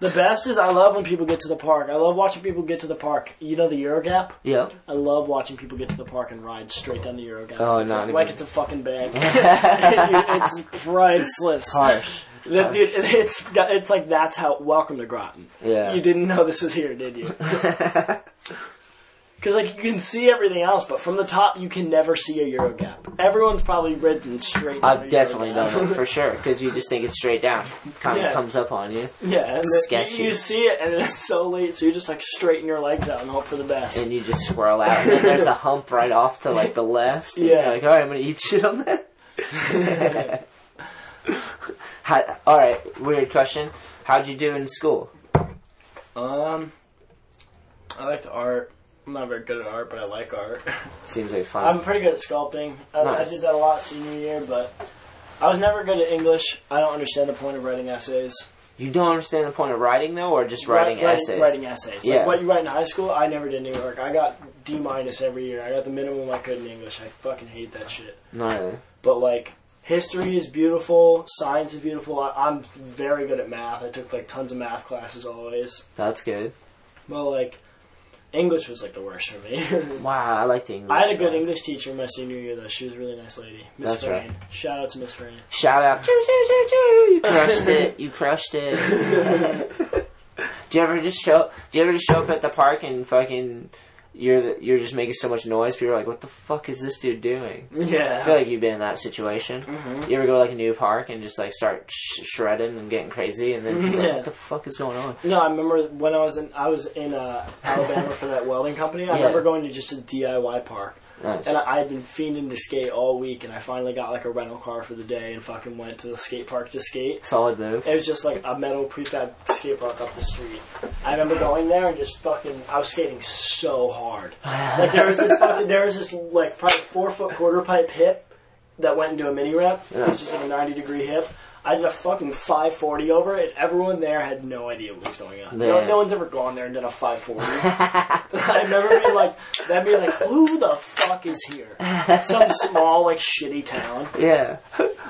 S3: The best is I love when people get to the park. I love watching people get to the park. You know the Euro Gap?
S1: yeah.
S3: I love watching people get to the park and ride straight down the Euro Gap.
S1: Oh,
S3: it's
S1: not
S3: like,
S1: even-
S3: like it's a fucking bag. Dude, it's priceless.
S1: Harsh.
S3: That, dude, it's got- it's like that's how. Welcome to Groton.
S1: Yeah.
S3: You didn't know this was here, did you? Because like you can see everything else, but from the top you can never see a Euro gap. Everyone's probably ridden straight. down a
S1: I've
S3: Euro
S1: definitely
S3: gap.
S1: done it for sure because you just think it's straight down, kind of
S3: Yeah.
S1: comes up on you,
S3: yeah, and then
S1: Sketchy.
S3: You, you see it, and it's so late, so you just like straighten your legs out and hope for the best.
S1: and you just swirl out. And then there's a hump right off to like the left. and you're
S3: Yeah.
S1: like all right, I'm gonna eat shit on that. How, all right, weird question. How'd you do in school?
S3: um, I like art. I'm not very good at art, but I like art.
S1: Seems like fun.
S3: I'm pretty good at sculpting. I,
S1: Nice.
S3: I did that a lot senior year, but I was never good at English. I don't understand the point of writing essays.
S1: you don't understand the point of writing though, or just writing
S3: Write-
S1: essays.
S3: Writing essays.
S1: Yeah.
S3: Like what you write in high school, I never did in New York. I got D minus every year. I got the minimum I could in English. I fucking hate that shit.
S1: No, no.
S3: But like history is beautiful, science is beautiful. I, I'm very good at math. I took like tons of math classes always.
S1: that's good.
S3: But like English was like the worst for me.
S1: Wow, I liked English.
S3: I had a good
S1: class.
S3: English teacher my senior year though. She was a really nice lady, Miss
S1: That's right.
S3: Frain. Shout out to Miss Frain.
S1: Shout out. Choo, choo, choo, choo. You crushed it. You crushed it. do you ever just show? Do you ever just show up at the park and fucking? You're the, you're just making so much noise. People are like, "What the fuck is this dude doing?"
S3: Yeah.
S1: I feel like you've been in that situation. You ever go to, like a new park and just like start sh- shredding and getting crazy, and then people are like,
S3: Yeah.
S1: "What the fuck is going on?"
S3: No, I remember when I was in I was in uh, Alabama for that welding company. I
S1: Yeah.
S3: remember going to just a DIY park,
S1: Nice.
S3: and I, I had been fiending to skate all week, and I finally got like a rental car for the day and fucking went to the skate park to skate.
S1: Solid move.
S3: It was just like a metal prefab skate park up the street. I remember going there and just fucking I was skating so hard. Like there was this fucking there was this like probably four foot quarter pipe hip that went into a mini ramp. It was just like a ninety degree hip. I did a fucking five forty over it. Everyone there had no idea what was going on. No,
S1: Man.
S3: no one's ever gone there and done a five forty. I remember being like that being like, Who the fuck is here? Some small, like shitty town.
S1: Yeah,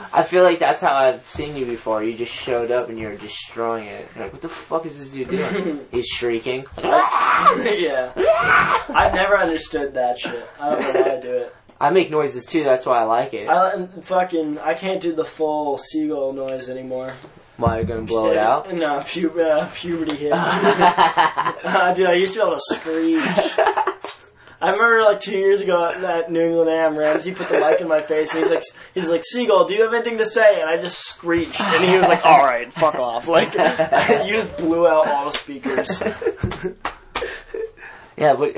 S1: I feel like that's how I've seen you before. You just showed up and you were destroying it. You're like, what the fuck is this dude doing? He's shrieking.
S3: yeah. I never understood that shit. I don't know why I do it.
S1: I make noises too. That's why I like it.
S3: I and fucking I can't do the full seagull noise anymore.
S1: Am I gonna blow it out?
S3: No, pu- uh, puberty hit. uh, dude, I used to be able to screech. I remember like two years ago at that New England Am Ramsey put the mic in my face and he's like he's like Seagull, do you have anything to say? And I just screeched and he was like, All right, fuck off. Like you just blew out all the speakers.
S1: Yeah, but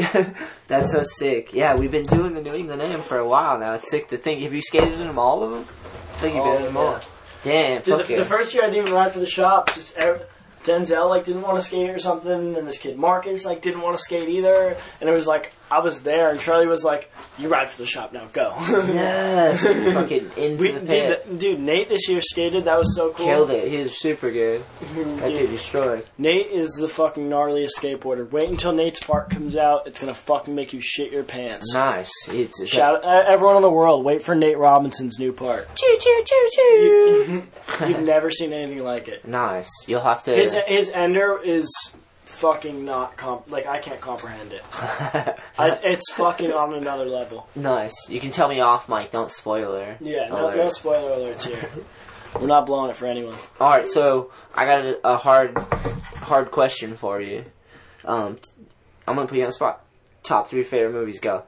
S1: that's so sick. Yeah, we've been doing the New England AM for a while now. It's sick to think. Have you skated in them all of them? I think you've
S3: All
S1: been
S3: of
S1: in them
S3: them,
S1: all. Damn,
S3: Oh, Dude,
S1: fuck
S3: the,
S1: yeah.
S3: the first year I didn't even ride for the shop. Just ev- Denzel like didn't want to skate or something, and this kid Marcus like didn't want to skate either. And it was like I was there, and Charlie was like, "You ride for the shop now, go."
S1: Yes, fucking into
S3: we
S1: the
S3: dude,
S1: pit.
S3: th- dude, Nate this year skated. That was so cool.
S1: Killed it. He was super good. That dude
S3: Dude,
S1: destroyed.
S3: Nate is the fucking gnarliest skateboarder. Wait until Nate's part comes out. It's gonna fucking make you shit your pants.
S1: Nice. It's, it's
S3: Shout uh, everyone in the world. Wait for Nate Robinson's new part.
S1: Choo choo choo choo.
S3: You've never seen anything like it.
S1: Nice. You'll have to.
S3: His his ender is fucking not comp. Like I can't comprehend it. I, it's fucking on another level.
S1: nice. You can tell me off, Mike. Don't spoiler.
S3: Yeah, no, no
S1: alert.
S3: spoiler alerts here. We're not blowing it for anyone.
S1: All right, so I got a, a hard, hard question for you. Um, t- I'm gonna put you on the spot. Top three favorite movies. Go.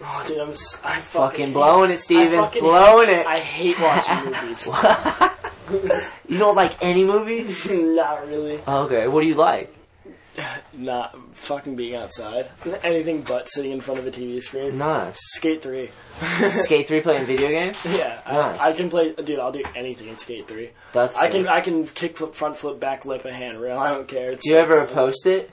S3: Oh, dude, I'm s- I fucking
S1: Fucking blowing it, Steven.
S3: fucking-
S1: blowing it.
S3: I hate watching movies.
S1: you don't like any movies?
S3: not really.
S1: Okay. What do you like?
S3: Not fucking being outside. Anything but sitting in front of a TV screen.
S1: Nice.
S3: Skate three.
S1: Skate three playing video games.
S3: Yeah,
S1: Nice.
S3: I, I can play, dude. I'll do anything in Skate Three.
S1: That's.
S3: I can,
S1: it.
S3: I can kick flip, front flip, back lip, a handrail. I don't care. It's
S1: do you ever post it,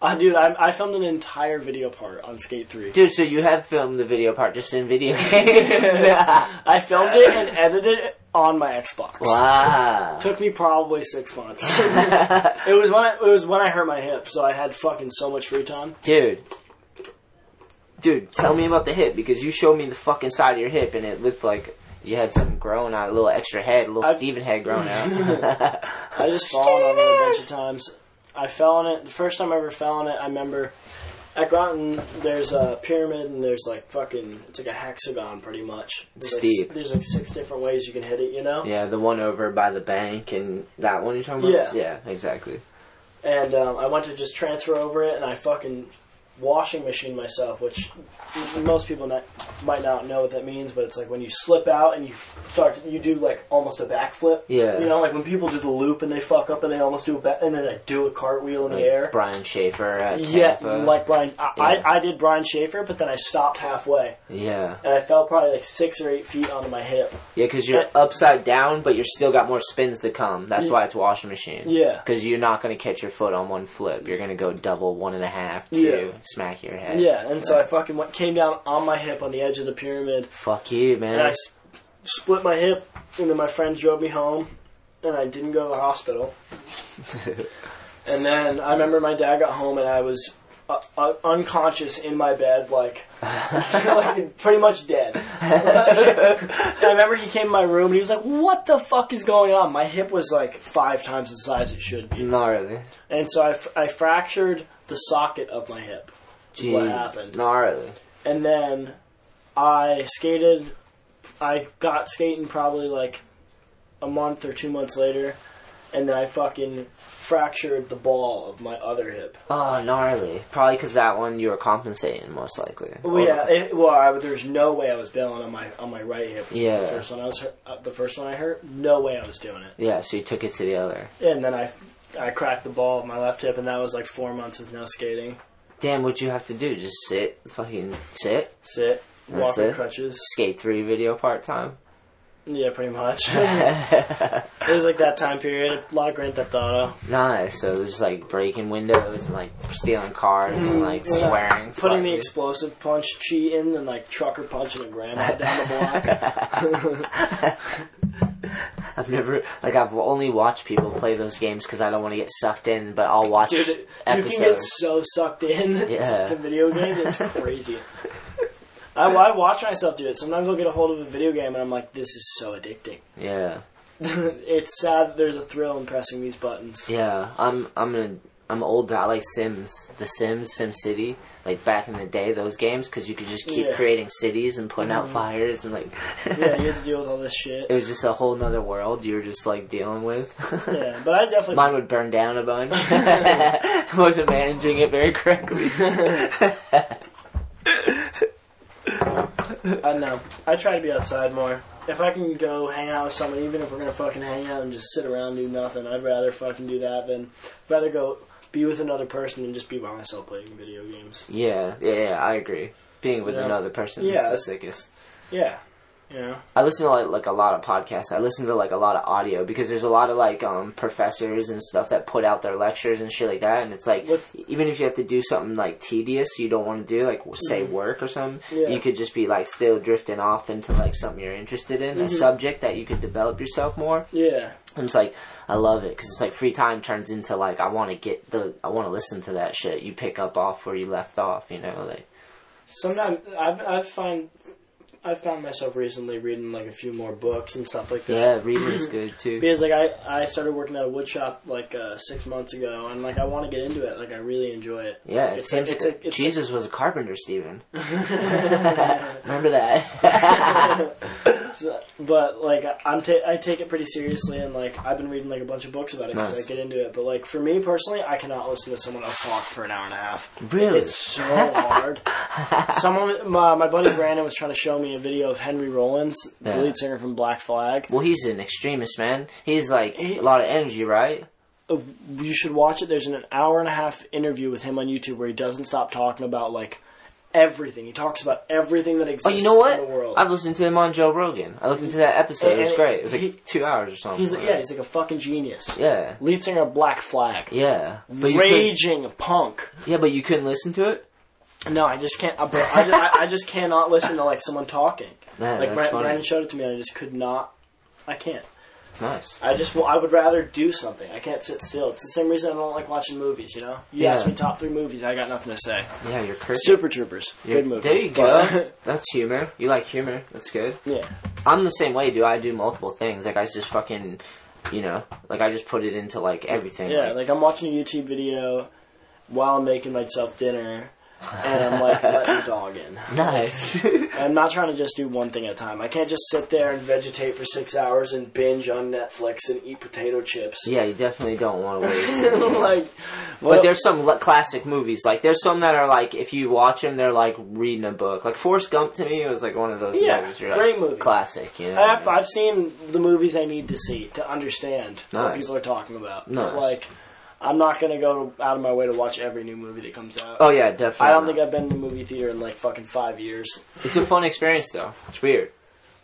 S3: Uh, dude, I, I filmed an entire video part on Skate 3.
S1: dude? So you have filmed the video part just in video games.
S3: I filmed it and edited it on my Xbox.
S1: wow.
S3: Took me probably six months. it was when I, it was when I hurt my hip, so I had fucking so much free time.
S1: Dude. Dude, tell me about the hip because you showed me the fucking side of your hip and it looked like you had something growing out, a little extra head, a little
S3: I've-
S1: Steven head growing out.
S3: I just fallen on it a bunch of times. I fell on it the first time I ever fell on it. I remember at Groton there's a pyramid and there's like fucking it's like a hexagon pretty much. There's like,
S1: Steep.
S3: s- there's like six different ways you can hit it, you know.
S1: yeah, the one over by the bank and that one you're talking about?
S3: Yeah.
S1: Yeah, exactly.
S3: and um, I went to just transfer over it, and I fucking washing machine myself, which m- most people not, might not know what that means, but it's like when you slip out and you start, you do like almost a backflip.
S1: Yeah.
S3: You know, like when people do the loop and they fuck up and they almost do a back, and then they do a cartwheel in
S1: Like
S3: the air.
S1: Brian Schaefer at
S3: yeah,
S1: Tampa.
S3: like Brian. I,
S1: Yeah.
S3: I, I did Brian Schaefer, but then I stopped halfway,
S1: yeah.
S3: and I fell probably like six or eight feet onto my hip.
S1: Yeah, because you're upside down, but you're still got more spins to come. That's why it's washing machine.
S3: Yeah.
S1: Because you're not going to catch your foot on one flip. You're going to go double one and a half, two,
S3: Yeah.
S1: smack your head.
S3: Yeah, and so I fucking went, came down on my hip on the edge of the pyramid,
S1: Fuck you, man.
S3: And I s- split my hip, and then my friends drove me home, and I didn't go to the hospital. and then I remember my dad got home, and I was uh, uh, unconscious in my bed, like, like pretty much dead. I remember he came to my room, and he was like, "What the fuck is going on?" My hip was like five times the size it should be,
S1: Gnarly.
S3: and so I, f- I fractured the socket of my hip.
S1: Jeez.
S3: what happened.
S1: Gnarly.
S3: and then I skated. I got skating probably like a month or two months later, and then I fucking fractured the ball of my other hip.
S1: Oh, gnarly. Probably because that one you were compensating, most likely.
S3: Well, Oh, yeah, it, well, I, there's no way I was bailing on my on my right hip.
S1: Yeah.
S3: the first one I was hurt, uh, the first one I hurt. No way I was doing it.
S1: Yeah, so you took it to the other.
S3: And then I I cracked the ball of my left hip, and that was like four months of no skating.
S1: Damn, what'd you have to do? Just sit? Fucking sit?
S3: Sit,
S1: That's
S3: walk on
S1: it?
S3: crutches.
S1: Skate 3 video part time?
S3: Yeah, pretty much. it was like that time period. A lot of Grand Theft Auto.
S1: Nice. So it was just like breaking windows and like stealing cars and like
S3: Mm-hmm. Yeah.
S1: swearing.
S3: Putting
S1: slightly.
S3: the explosive punch chi in and like trucker punching a grandma down the
S1: I've never, like, I've only watched people play those games because I don't want to get sucked in, but I'll watch
S3: block. Dude,
S1: episodes.
S3: you can get so sucked in
S1: Yeah.
S3: to video games, it's crazy. I, I watch myself do it. Sometimes I'll get a hold of a video game and I'm like, this is so addicting.
S1: yeah.
S3: it's sad that there's a thrill in pressing these buttons.
S1: Yeah, I'm I'm an I'm old. I like Sims, The Sims, Sim City, like back in the day, those games, because you could just keep
S3: Yeah. Mm-hmm.
S1: creating cities and putting out fires and like,
S3: Yeah, you have to deal with all this shit.
S1: it was just a whole nother world you were just like dealing with.
S3: Yeah, but I definitely.
S1: Mine would burn down a bunch. Wasn't managing it very correctly.
S3: I don't know. I try to be outside more. If I can go hang out with someone, even if we're gonna fucking hang out and just sit around and do nothing, I'd rather fucking do that than rather go be with another person and just be by myself playing video games.
S1: Yeah, yeah, yeah, I agree. Being with
S3: Yeah.
S1: another person
S3: Yeah.
S1: is the sickest.
S3: Yeah. You know?
S1: I listen to like, like a lot of podcasts. I listen to like a lot of audio because there's a lot of like um, professors and stuff that put out their lectures and shit like that. And it's like
S3: What's-
S1: even if you have to do something like tedious, you don't want to do like w- say work or something.
S3: Mm-hmm. Yeah.
S1: You could just be like still drifting off into like something you're interested in,
S3: Mm-hmm.
S1: a subject that you could develop yourself more.
S3: Yeah.
S1: And it's like I love it because it's like free time turns into like I want to get the I want to listen to that shit. You pick up off where you left off, you know. Like
S3: Sometimes I've I've find I've found myself recently reading like a few more books and stuff like that.
S1: yeah, reading is good too.
S3: Because like I, I started working at a wood shop like uh, six months ago, and like I want to get into it. Like I really enjoy it.
S1: Yeah, it
S3: It's
S1: seems
S3: a- it's a- it's a-
S1: Jesus was a carpenter, Stephen. Remember that?
S3: So- but like I- I'm ta- I take it pretty seriously, and like I've been reading like a bunch of books about it because
S1: Nice.
S3: I get into it. But like for me personally, I cannot listen to someone else talk for an hour and a half.
S1: really?
S3: It's so hard. Someone, my, my buddy Brandon was trying to show me a video of Henry Rollins,
S1: Yeah.
S3: the lead singer from Black Flag.
S1: well, he's an extremist, man. He's like a lot of energy, right?
S3: Uh, You should watch it. There's an hour and a half interview with him on YouTube where he doesn't stop talking about like everything. He talks about everything that exists
S1: Oh, you know
S3: in the world.
S1: what? I've listened to him on Joe Rogan. I looked into that episode.
S3: And-
S1: It was
S3: and
S1: great. It was
S3: he-
S1: like two hours or something.
S3: he's
S1: right?
S3: yeah, he's like a fucking genius.
S1: yeah,
S3: Lead singer of Black Flag.
S1: yeah. But you couldn't-
S3: Raging punk.
S1: yeah, but you couldn't listen to it.
S3: No, I just can't. I, bro, I, ju- I, I just cannot listen to like someone talking.
S1: Man,
S3: like
S1: that's
S3: Brand-
S1: funny.
S3: Brandon showed it to me, and I just could not. I can't.
S1: Nice.
S3: I just well, I would rather do something. I can't sit still. It's the same reason I don't like watching movies. You know, you
S1: Yeah.
S3: ask me top three movies, I got nothing to say.
S1: Yeah, you're cursing.
S3: Super Troopers,
S1: You're-
S3: good movie.
S1: There you
S3: But-
S1: go. That's humor. You like humor. That's good.
S3: yeah,
S1: I'm the same way, dude. I do multiple things. Like I just fucking, you know, like I just put it into like everything.
S3: yeah.
S1: Like,
S3: Like I'm watching a YouTube video while I'm making myself dinner, and I'm like letting the dog in.
S1: nice.
S3: I'm not trying to just do one thing at a time. I can't just sit there and vegetate for six hours and binge on Netflix and eat potato chips.
S1: yeah, you definitely don't want to waste. it.
S3: like,
S1: But there's some le- classic movies. Like there's some that are like if you watch them, they're like reading a book. Like Forrest Gump to me was like one of those
S3: Yeah,
S1: movies. where you're,
S3: great
S1: like,
S3: movie.
S1: Classic. You know. what I
S3: I've,
S1: mean?
S3: I've seen the movies I need to see to understand what
S1: Nice.
S3: people are talking about. But
S1: Nice.
S3: like, I'm not gonna go out of my way to watch every new movie that comes out.
S1: oh yeah, definitely.
S3: I don't think I've been to a movie theater in like fucking five years.
S1: it's a fun experience though. It's weird.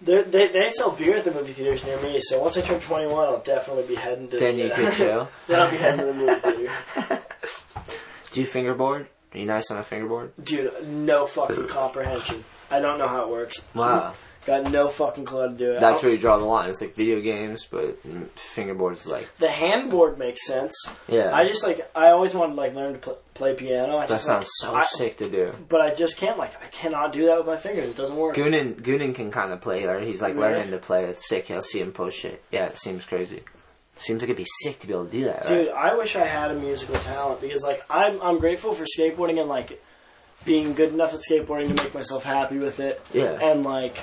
S3: They're, they they sell beer at the movie theaters near me, so once I turn 21, I'll definitely be heading to.
S1: Then you could chill.
S3: then I'll be heading to the movie theater.
S1: Do you fingerboard? Are you nice on a fingerboard?
S3: Dude, no fucking comprehension. I don't know how it works.
S1: Wow.
S3: Got no fucking clue how to do it.
S1: That's
S3: I'll-
S1: where you draw the line. It's like video games, but mm, fingerboards is like
S3: the handboard makes sense.
S1: yeah.
S3: I just like I always wanted to like learn to pl- play piano. I
S1: that
S3: just, like,
S1: sounds so
S3: I-
S1: sick to do.
S3: but I just can't. Like, I cannot do that with my fingers. It doesn't work.
S1: Goonin Goonin can kind of play, or he's like
S3: Really?
S1: learning to play. It's sick. I'll see him post shit. Yeah, it seems crazy. Seems like it'd be sick to be able to do that.
S3: Dude,
S1: right?
S3: I wish I had a musical talent because, like, I'm I'm grateful for skateboarding and like being good enough at skateboarding to make myself happy with it.
S1: Yeah.
S3: and like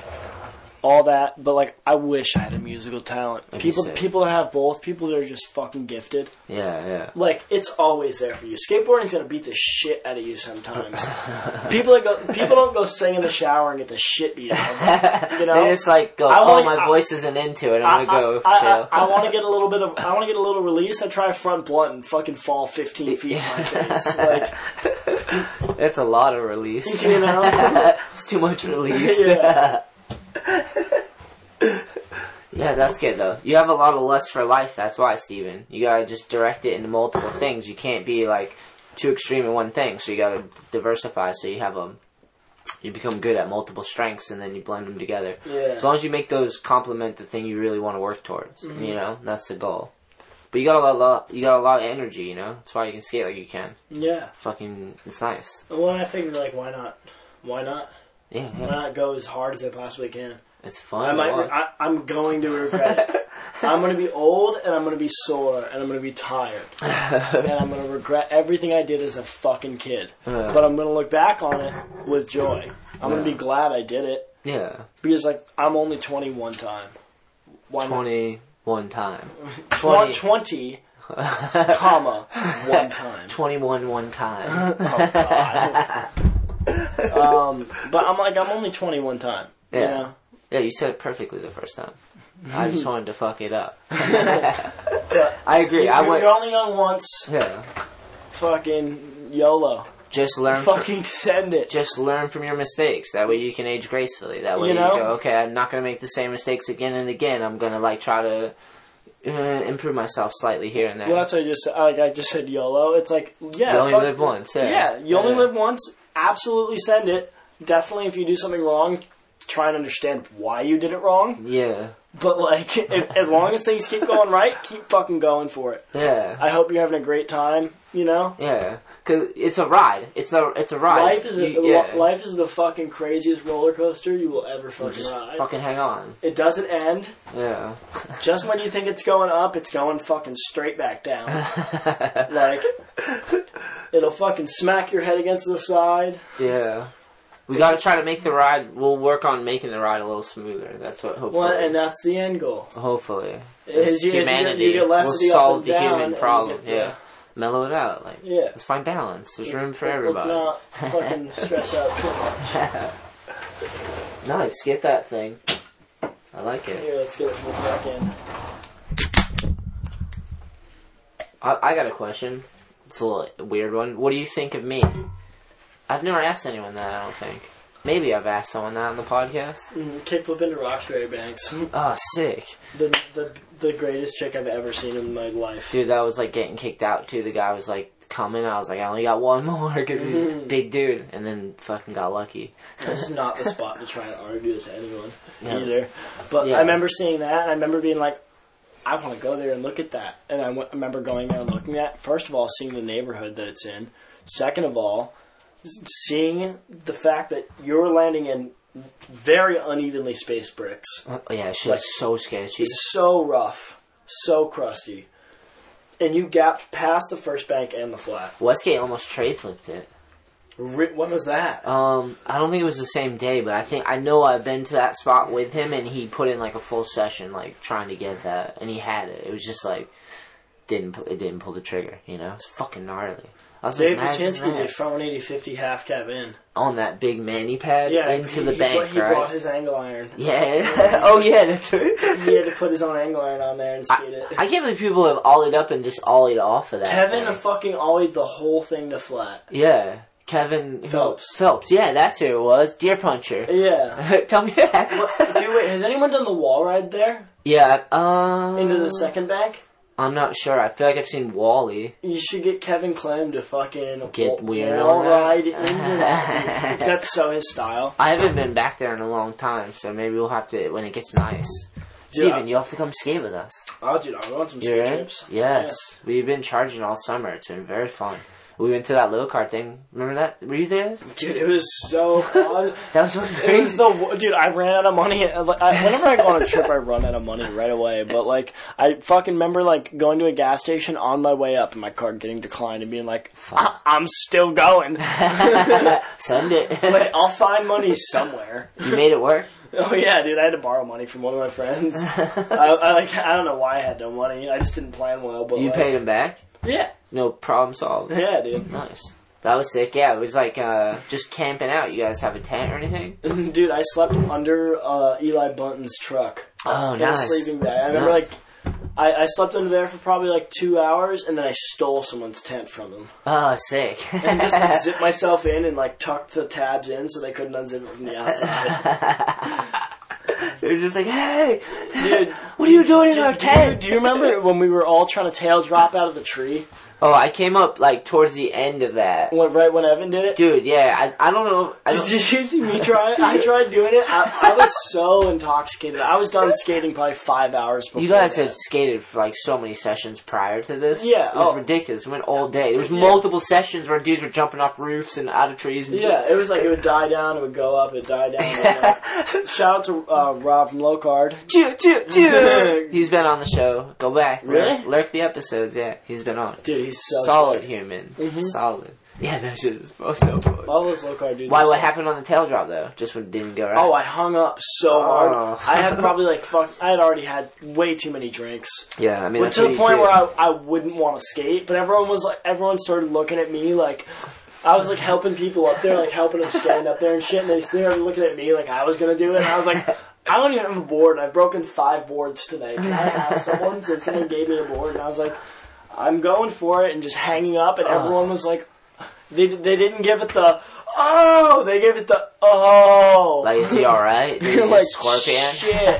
S3: all that. But like, I wish I had a musical talent.
S1: That'd be
S3: people
S1: sick.
S3: people that have both, people that are just fucking gifted.
S1: yeah, yeah.
S3: Like, it's always there for you. Skateboarding's gonna beat the shit out of you sometimes. people that go people don't go sing in the shower and get the shit beat out of them. You know?
S1: they just like go.
S3: I
S1: oh,
S3: wanna-
S1: my
S3: I-
S1: voice isn't into it.
S3: I,
S1: I'm gonna go
S3: I,
S1: chill.
S3: want to get a little bit of. I want to get a little release. I try a front blunt and fucking fall fifteen feet in my face. Like,
S1: That's a lot of release.
S3: you know,
S1: it's too much release.
S3: yeah,
S1: Yeah, that's good though. You have a lot of lust for life. That's why, Steven. You gotta just direct it into multiple things. You can't be like too extreme in one thing. So you gotta diversify. So you have a, you become good at multiple strengths, and then you blend them together.
S3: Yeah.
S1: As long as you make those complement the thing you really want to work towards.
S3: Mm-hmm.
S1: You know, that's the goal. But you got a lot, lot. You got a lot of energy. You know, that's why you can skate like you can.
S3: yeah.
S1: Fucking, it's nice.
S3: Well, I figured like, why not? Why not?
S1: Yeah,
S3: Why
S1: yeah.
S3: not go as hard as I possibly can?
S1: it's fun.
S3: I
S1: to
S3: might.
S1: watch.
S3: I, I'm going to regret it. I'm going to be old and I'm going to be sore and I'm going to be tired and I'm going to regret everything I did as a fucking kid.
S1: Yeah.
S3: But I'm going to look back on it with joy. I'm going to be glad I did it
S1: yeah,
S3: because like I'm only 21 time. Why not?
S1: twenty one time.
S3: Twen- 20, comma, one time.
S1: 21 one time.
S3: Oh, God. um, but I'm like, I'm only 21 time.
S1: Yeah.
S3: You know?
S1: Yeah, you said it perfectly the first time. I just wanted to fuck it up. I agree. I
S3: You're
S1: went.
S3: you're only young once.
S1: Yeah.
S3: Fucking YOLO.
S1: Just learn. from-
S3: Fucking send it.
S1: just learn from your mistakes. That way you can age gracefully. That way
S3: You
S1: you,
S3: know?
S1: go, okay, I'm not gonna make the same mistakes again and again. I'm gonna like try to uh, improve myself slightly here and there.
S3: Well, that's what I just said. Like I just said, YOLO. It's like, yeah,
S1: you only
S3: fuck-
S1: live once. Yeah,
S3: Yeah, you only
S1: Yeah.
S3: live once. Absolutely send it. Definitely, if you do something wrong, try and understand why you did it wrong.
S1: Yeah,
S3: But like, if, as long as things keep going right, keep fucking going for it.
S1: yeah,
S3: I hope you're having a great time. You know,
S1: yeah. Cause it's a ride. It's a it's a ride.
S3: life is a,
S1: You- yeah.
S3: life is the fucking craziest roller coaster you will ever fucking
S1: Just
S3: ride.
S1: fucking hang on.
S3: It doesn't end.
S1: Yeah.
S3: Just when you think it's going up, it's going fucking straight back down. Like, it'll fucking smack your head against the side.
S1: yeah. We gotta try to make the ride. We'll work on making the ride a little smoother. That's what hopefully.
S3: Well, and that's the end goal.
S1: hopefully, It's
S3: Is you- is you get-
S1: humanity
S3: you get less
S1: will
S3: of the up
S1: solve
S3: and
S1: the
S3: down and
S1: human
S3: you
S1: problem.
S3: get the-
S1: Yeah. mellow it out. Like,
S3: Yeah.
S1: let's find balance. There's room for
S3: Let's
S1: everybody.
S3: not fucking stress out too much.
S1: nice, get that thing. I like it.
S3: Here, let's get it from the back end.
S1: I, I got a question. It's a little weird one. What do you think of me? I've never asked anyone that. I don't think. Maybe I've asked someone that on the podcast.
S3: Mm, Kicked up into Roxbury Banks.
S1: Oh, sick,
S3: the, the the greatest chick I've ever seen in my life.
S1: dude. That was like getting kicked out too. The guy was like coming. I was like, I only got one more because he's
S3: Mm-hmm.
S1: a big dude, and then fucking got lucky.
S3: This is not the spot to try and argue with anyone
S1: Yeah.
S3: either. But
S1: Yeah.
S3: I remember seeing that, and I remember being like, I want to go there and look at that. And I w- remember going there and looking at, first of all, seeing the neighborhood that it's in. Second of all, s- seeing the fact that you're landing in very unevenly spaced bricks.
S1: Oh, yeah, she's
S3: Like-
S1: so sketchy.
S3: It's so rough, so crusty. And you gapped past the first bank and the flat.
S1: Westgate almost trade flipped it.
S3: Ri- When was that?
S1: Um, I don't think it was the same day, but I think I know I've been to that spot with him, and he put in like a full session, like trying to get that, and he had it. It was just like didn't pu- it didn't pull the trigger, you know? It's fucking gnarly. I was
S3: Dave
S1: like, imagine
S3: Patinsky
S1: that.
S3: did front 180 50 half cab in.
S1: on that big manny pad into
S3: he-
S1: the
S3: he
S1: bank,
S3: brought- He
S1: right?
S3: brought his angle iron.
S1: yeah. oh yeah, that's right.
S3: He had to put his own angle iron on there and skate it.
S1: I can't believe people have ollied up and just ollied off of that.
S3: Kevin
S1: thing.
S3: fucking ollied the whole thing to flat.
S1: yeah, Kevin
S3: Phelps.
S1: Phelps, yeah, that's who it was. Deer puncher.
S3: Yeah.
S1: Tell me that.
S3: What, dude, wait, has anyone done the wall ride there
S1: Yeah, um.
S3: into the second bank?
S1: I'm not sure. I feel like I've seen Wally.
S3: You should get Kevin Clem to fucking
S1: Get
S3: wall,
S1: weird
S3: wall
S1: on that.
S3: ride into that. Dude. That's so his style.
S1: I haven't been back there in a long time, so maybe we'll have to when it gets nice. Steven, you'll have to come skate with us.
S3: Oh, dude, I want some
S1: You're
S3: skate
S1: in?
S3: trips.
S1: Yes. We've been charging all summer. It's been very fun. We went to that low car thing. Remember that? Were you there?
S3: Yeah. Dude, it was so fun.
S1: That was so
S3: It was
S1: crazy.
S3: the wo- dude. I ran out of money. I- I- Whenever I go on a trip, I run out of money right away. But like, I fucking remember like going to a gas station on my way up, and my card getting declined, and being like, I- "I'm still going.
S1: Send it.
S3: I'll find money somewhere."
S1: you made it work.
S3: Oh yeah, dude. I had to borrow money from one of my friends. I, I like, I don't know why I had no money. I just didn't plan well. But
S1: You
S3: like,
S1: paid him back.
S3: Yeah,
S1: No problem solved.
S3: yeah, dude.
S1: Nice. That was sick. Yeah, it was like uh, just camping out. You guys have a tent or anything?
S3: dude, I slept under uh, Eli Bunton's truck.
S1: Oh,
S3: Uh, in
S1: nice.
S3: a sleeping bag. I remember
S1: Nice.
S3: like I, I slept under there for probably like two hours, and then I stole someone's tent from them
S1: Oh, sick.
S3: and just like, zipped myself in and like tucked the tabs in so they couldn't unzip it from the outside.
S1: They're just like, hey,
S3: Dude,
S1: what are you doing in
S3: do-
S1: our
S3: do you-
S1: tent?
S3: Do you remember when we were all trying to tail drop out of the tree?
S1: Oh, I came up like towards the end of that,
S3: When, right when Evan did it.
S1: dude. Yeah, I, I don't know. I
S3: Did
S1: don't,
S3: you see me try it? I tried doing it. I, I was so intoxicated. I was done skating probably five hours before.
S1: you guys
S3: that.
S1: had skated for like so many sessions prior to this.
S3: Yeah,
S1: it was
S3: oh.
S1: ridiculous. We went all day. There was
S3: Yeah.
S1: multiple sessions where dudes were jumping off roofs and out of trees. And
S3: Yeah, it was like it would die down, it would go up, it would die down. it would go up. Shout out to uh, Rob from Locard.
S1: Choo, choo, choo. He's been on the show. Go back.
S3: Really?
S1: Lurk, lurk the episodes. Yeah, he's been on.
S3: Dude, he's so Mm-hmm.
S1: Solid
S3: sick.
S1: human. Solid. Yeah, that shit is so good.
S3: All those low card dudes.
S1: Why?
S3: are
S1: What
S3: so-
S1: happened on the tail drop though? Just when it didn't go right.
S3: Oh, I hung up so hard.
S1: Oh.
S3: I had probably like fuck. I had already had way too many drinks.
S1: yeah. I mean,
S3: But
S1: that's
S3: to the
S1: what you
S3: point
S1: do.
S3: where I, I wouldn't want to skate. But everyone was like, everyone started looking at me like. I was like helping people up there, like helping them stand up there and shit, and they started looking at me like I was gonna do it. And I was like, I don't even have a board. I've broken five boards tonight. Can I have someone's? And someone gave me a board, and I was like, I'm going for it and just hanging up, and everyone was like, they they didn't give it the oh, they gave it the oh.
S1: Like, is he alright? Is he
S3: Like,
S1: scorpion?
S3: shit.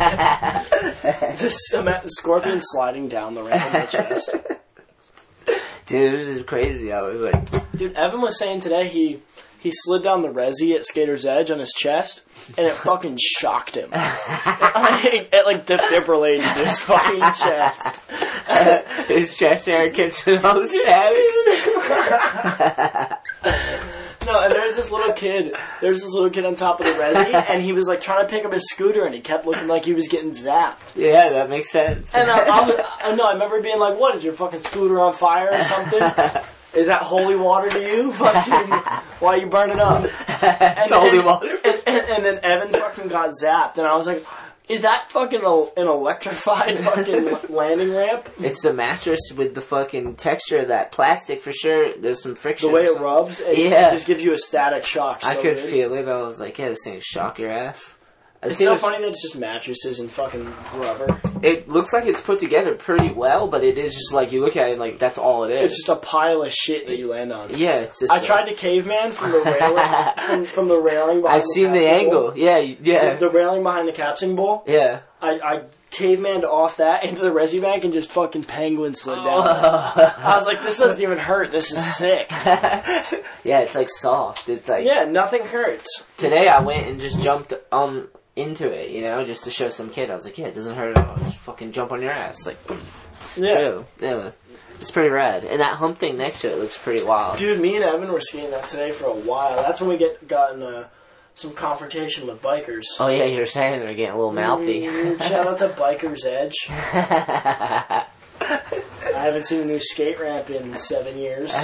S3: Just ima- scorpion sliding down the ramp in the chest.
S1: Dude, this is crazy. I was like,
S3: Dude, Evan was saying today he he slid down the resi at Skater's Edge on his chest, and it fucking shocked him. it, like defibrillated his fucking chest.
S1: his chest hair kitchen all static.
S3: No, and there's this little kid. There's this little kid on top of the resi, and he was like trying to pick up his scooter, and he kept looking like he was getting zapped.
S1: Yeah, that makes sense.
S3: And uh, I, I, was, I know I remember being like, "What is your fucking scooter on fire or something? is that holy water to you? Fucking, why you burn it up?"
S1: it's
S3: and-
S1: holy water.
S3: And, and, and then Evan fucking got zapped, and I was like, "Is that fucking el- an electrified fucking landing ramp?
S1: It's the mattress with the fucking texture of that plastic for sure. There's some friction.
S3: The way
S1: or
S3: it
S1: something.
S3: rubs, it
S1: Yeah.
S3: just gives you a static shock."
S1: I
S3: so
S1: could
S3: good.
S1: feel it. I was like, yeah, this thing shock your ass. I
S3: It's
S1: think
S3: so
S1: it was-
S3: funny that it's just mattresses and fucking rubber.
S1: It looks like it's put together pretty well, but it is just like you look at it like that's all it is.
S3: It's just a pile of shit that you land on.
S1: yeah, it's just.
S3: I tried to caveman from the railing. from, from the railing. behind
S1: I've seen the
S3: capsule.
S1: angle. Yeah, you- yeah,
S3: the railing behind the capsing bowl.
S1: yeah.
S3: I, I cavemaned off that into the resi bank and just fucking penguin slid down. I was like, this doesn't even hurt. This is sick.
S1: yeah, it's like soft. It's like
S3: yeah, nothing hurts.
S1: today I went and just jumped um into it, you know, just to show some kid. I was like, yeah, it doesn't hurt at all. Just fucking jump on your ass, like
S3: Yeah.
S1: true. Yeah, it's pretty rad. And that hump thing next to it looks pretty wild.
S3: Dude, me and Evan were skiing that today for a while. That's when we get gotten uh, some confrontation with bikers.
S1: Oh yeah, you were saying they're getting a little mouthy.
S3: Mm, Shout out to Biker's Edge. I haven't seen a new skate ramp in seven years.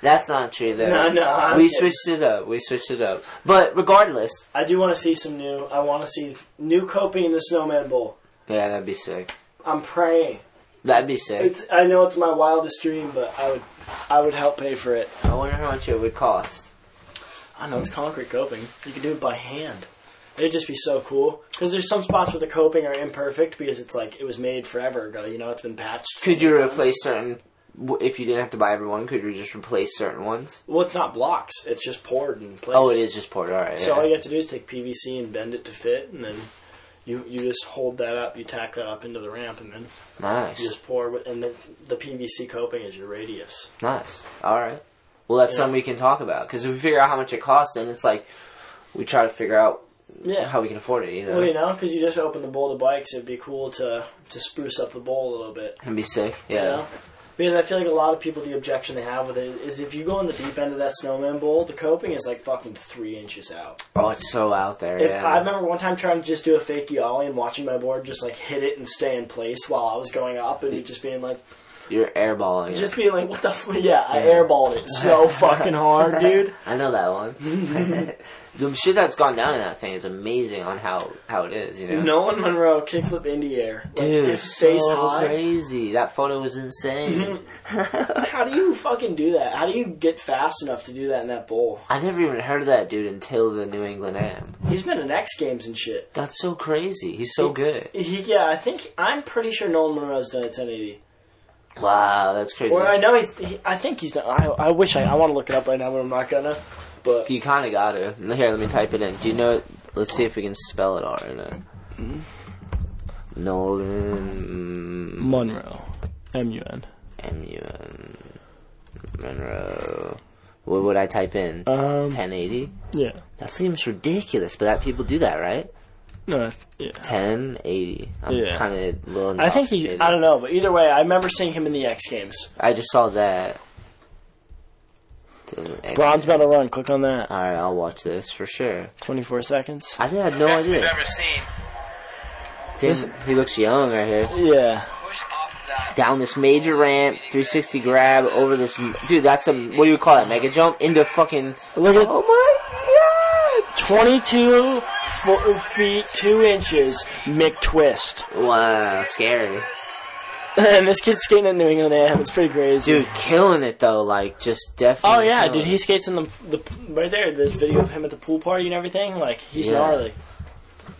S1: That's not true though.
S3: No, no, I'm
S1: we
S3: kidding.
S1: switched it up. We switched it up. But regardless,
S3: I do want to see some new. I want to see new coping in the Snowman Bowl.
S1: yeah, that'd be sick.
S3: I'm praying.
S1: That'd be sick.
S3: It's, I know it's my wildest dream, but I would, I would help pay for it.
S1: I wonder how much it would cost.
S3: I know it's concrete coping. You could do it by hand. It'd just be so cool because there's some spots where the coping are imperfect because it's like it was made forever ago. You know, it's been patched.
S1: Could you
S3: so many times.
S1: replace certain? w- If you didn't have to buy everyone, could you just replace certain ones?
S3: Well, it's not blocks. It's just poured in place.
S1: Oh, it is just poured. All right.
S3: So all
S1: yeah.
S3: you have to do is take PVC and bend it to fit, and then you you just hold that up. You tack that up into the ramp, and then
S1: nice.
S3: you just pour. with- And the the PVC coping is your radius.
S1: Nice. All right. Well, that's
S3: Yeah.
S1: something we can talk about because if we figure out how much it costs, then it's like we try to figure out
S3: Yeah.
S1: how we can afford it. You know,
S3: Well, you know, because you just open the bowl to bikes, it'd be cool to to spruce up the bowl a little bit.
S1: it'd be sick.
S3: You
S1: Yeah.
S3: know? Because I feel like a lot of people, the objection they have with it is if you go in the deep end of that snowman bowl, the coping is like fucking three inches out.
S1: Oh, it's so out there.
S3: If
S1: yeah.
S3: I remember one time trying to just do a fake ollie and watching my board just like hit it and stay in place while I was going up and just being like,
S1: You're airballing. it.
S3: just being like, what the f-? Yeah, I airballed it so fucking hard, dude.
S1: I know that one. the shit that's gone down in that thing is amazing on how how it is. You know.
S3: Nolan Monroe kickflip in the air, like
S1: Dude,
S3: his face
S1: so
S3: high.
S1: crazy. That photo was insane.
S3: How do you fucking do that? How do you get fast enough to do that in that bowl?
S1: I never even heard of that dude until the New England Am.
S3: He's been in X Games and shit.
S1: That's so crazy. He's so good.
S3: He, yeah, I think I'm pretty sure Nolan Monroe's done a 1080.
S1: Wow, that's crazy.
S3: Or I know he's. He, I think he's done. I, I wish I. I want to look it up right now, but I'm not gonna. But
S1: You kind of got to. Here, let me type it in. Do you know? Let's see if we can spell it all right now.
S3: Mm-hmm.
S1: Nolan
S3: Monroe, M U N.
S1: M U N Monroe. What would I type in?
S3: Um.
S1: 1080.
S3: Yeah.
S1: That seems ridiculous, but that people do that, right?
S3: No. Yeah.
S1: 1080. I'm
S3: Yeah.
S1: kind of a little.
S3: I think he.
S1: intoxicated.
S3: I don't know, but either way, I remember seeing him in the X Games.
S1: I just saw that. Doesn't actually-
S3: Bronze medal run. Click on that.
S1: All right, I'll watch this for sure.
S3: 24 seconds.
S1: I did had no
S4: best we've
S1: idea.
S4: ever seen.
S1: Damn, he looks young right here.
S3: Yeah.
S4: Push off that.
S1: down this major ramp, 360 grab over this. Dude, that's a what do you call that? Mega jump into fucking.
S3: Look at
S1: Oh my
S3: 22 fo- feet 2 inches McTwist.
S1: god! Wow, scary.
S3: and this kid's skating at New England AM. It's pretty crazy.
S1: Dude, killing it though. Like just
S3: Oh
S1: definitely.
S3: yeah,
S1: killing
S3: dude,
S1: it.
S3: he skates in the the right there. There's video of him at the pool party and everything. Like he's
S1: Yeah.
S3: gnarly.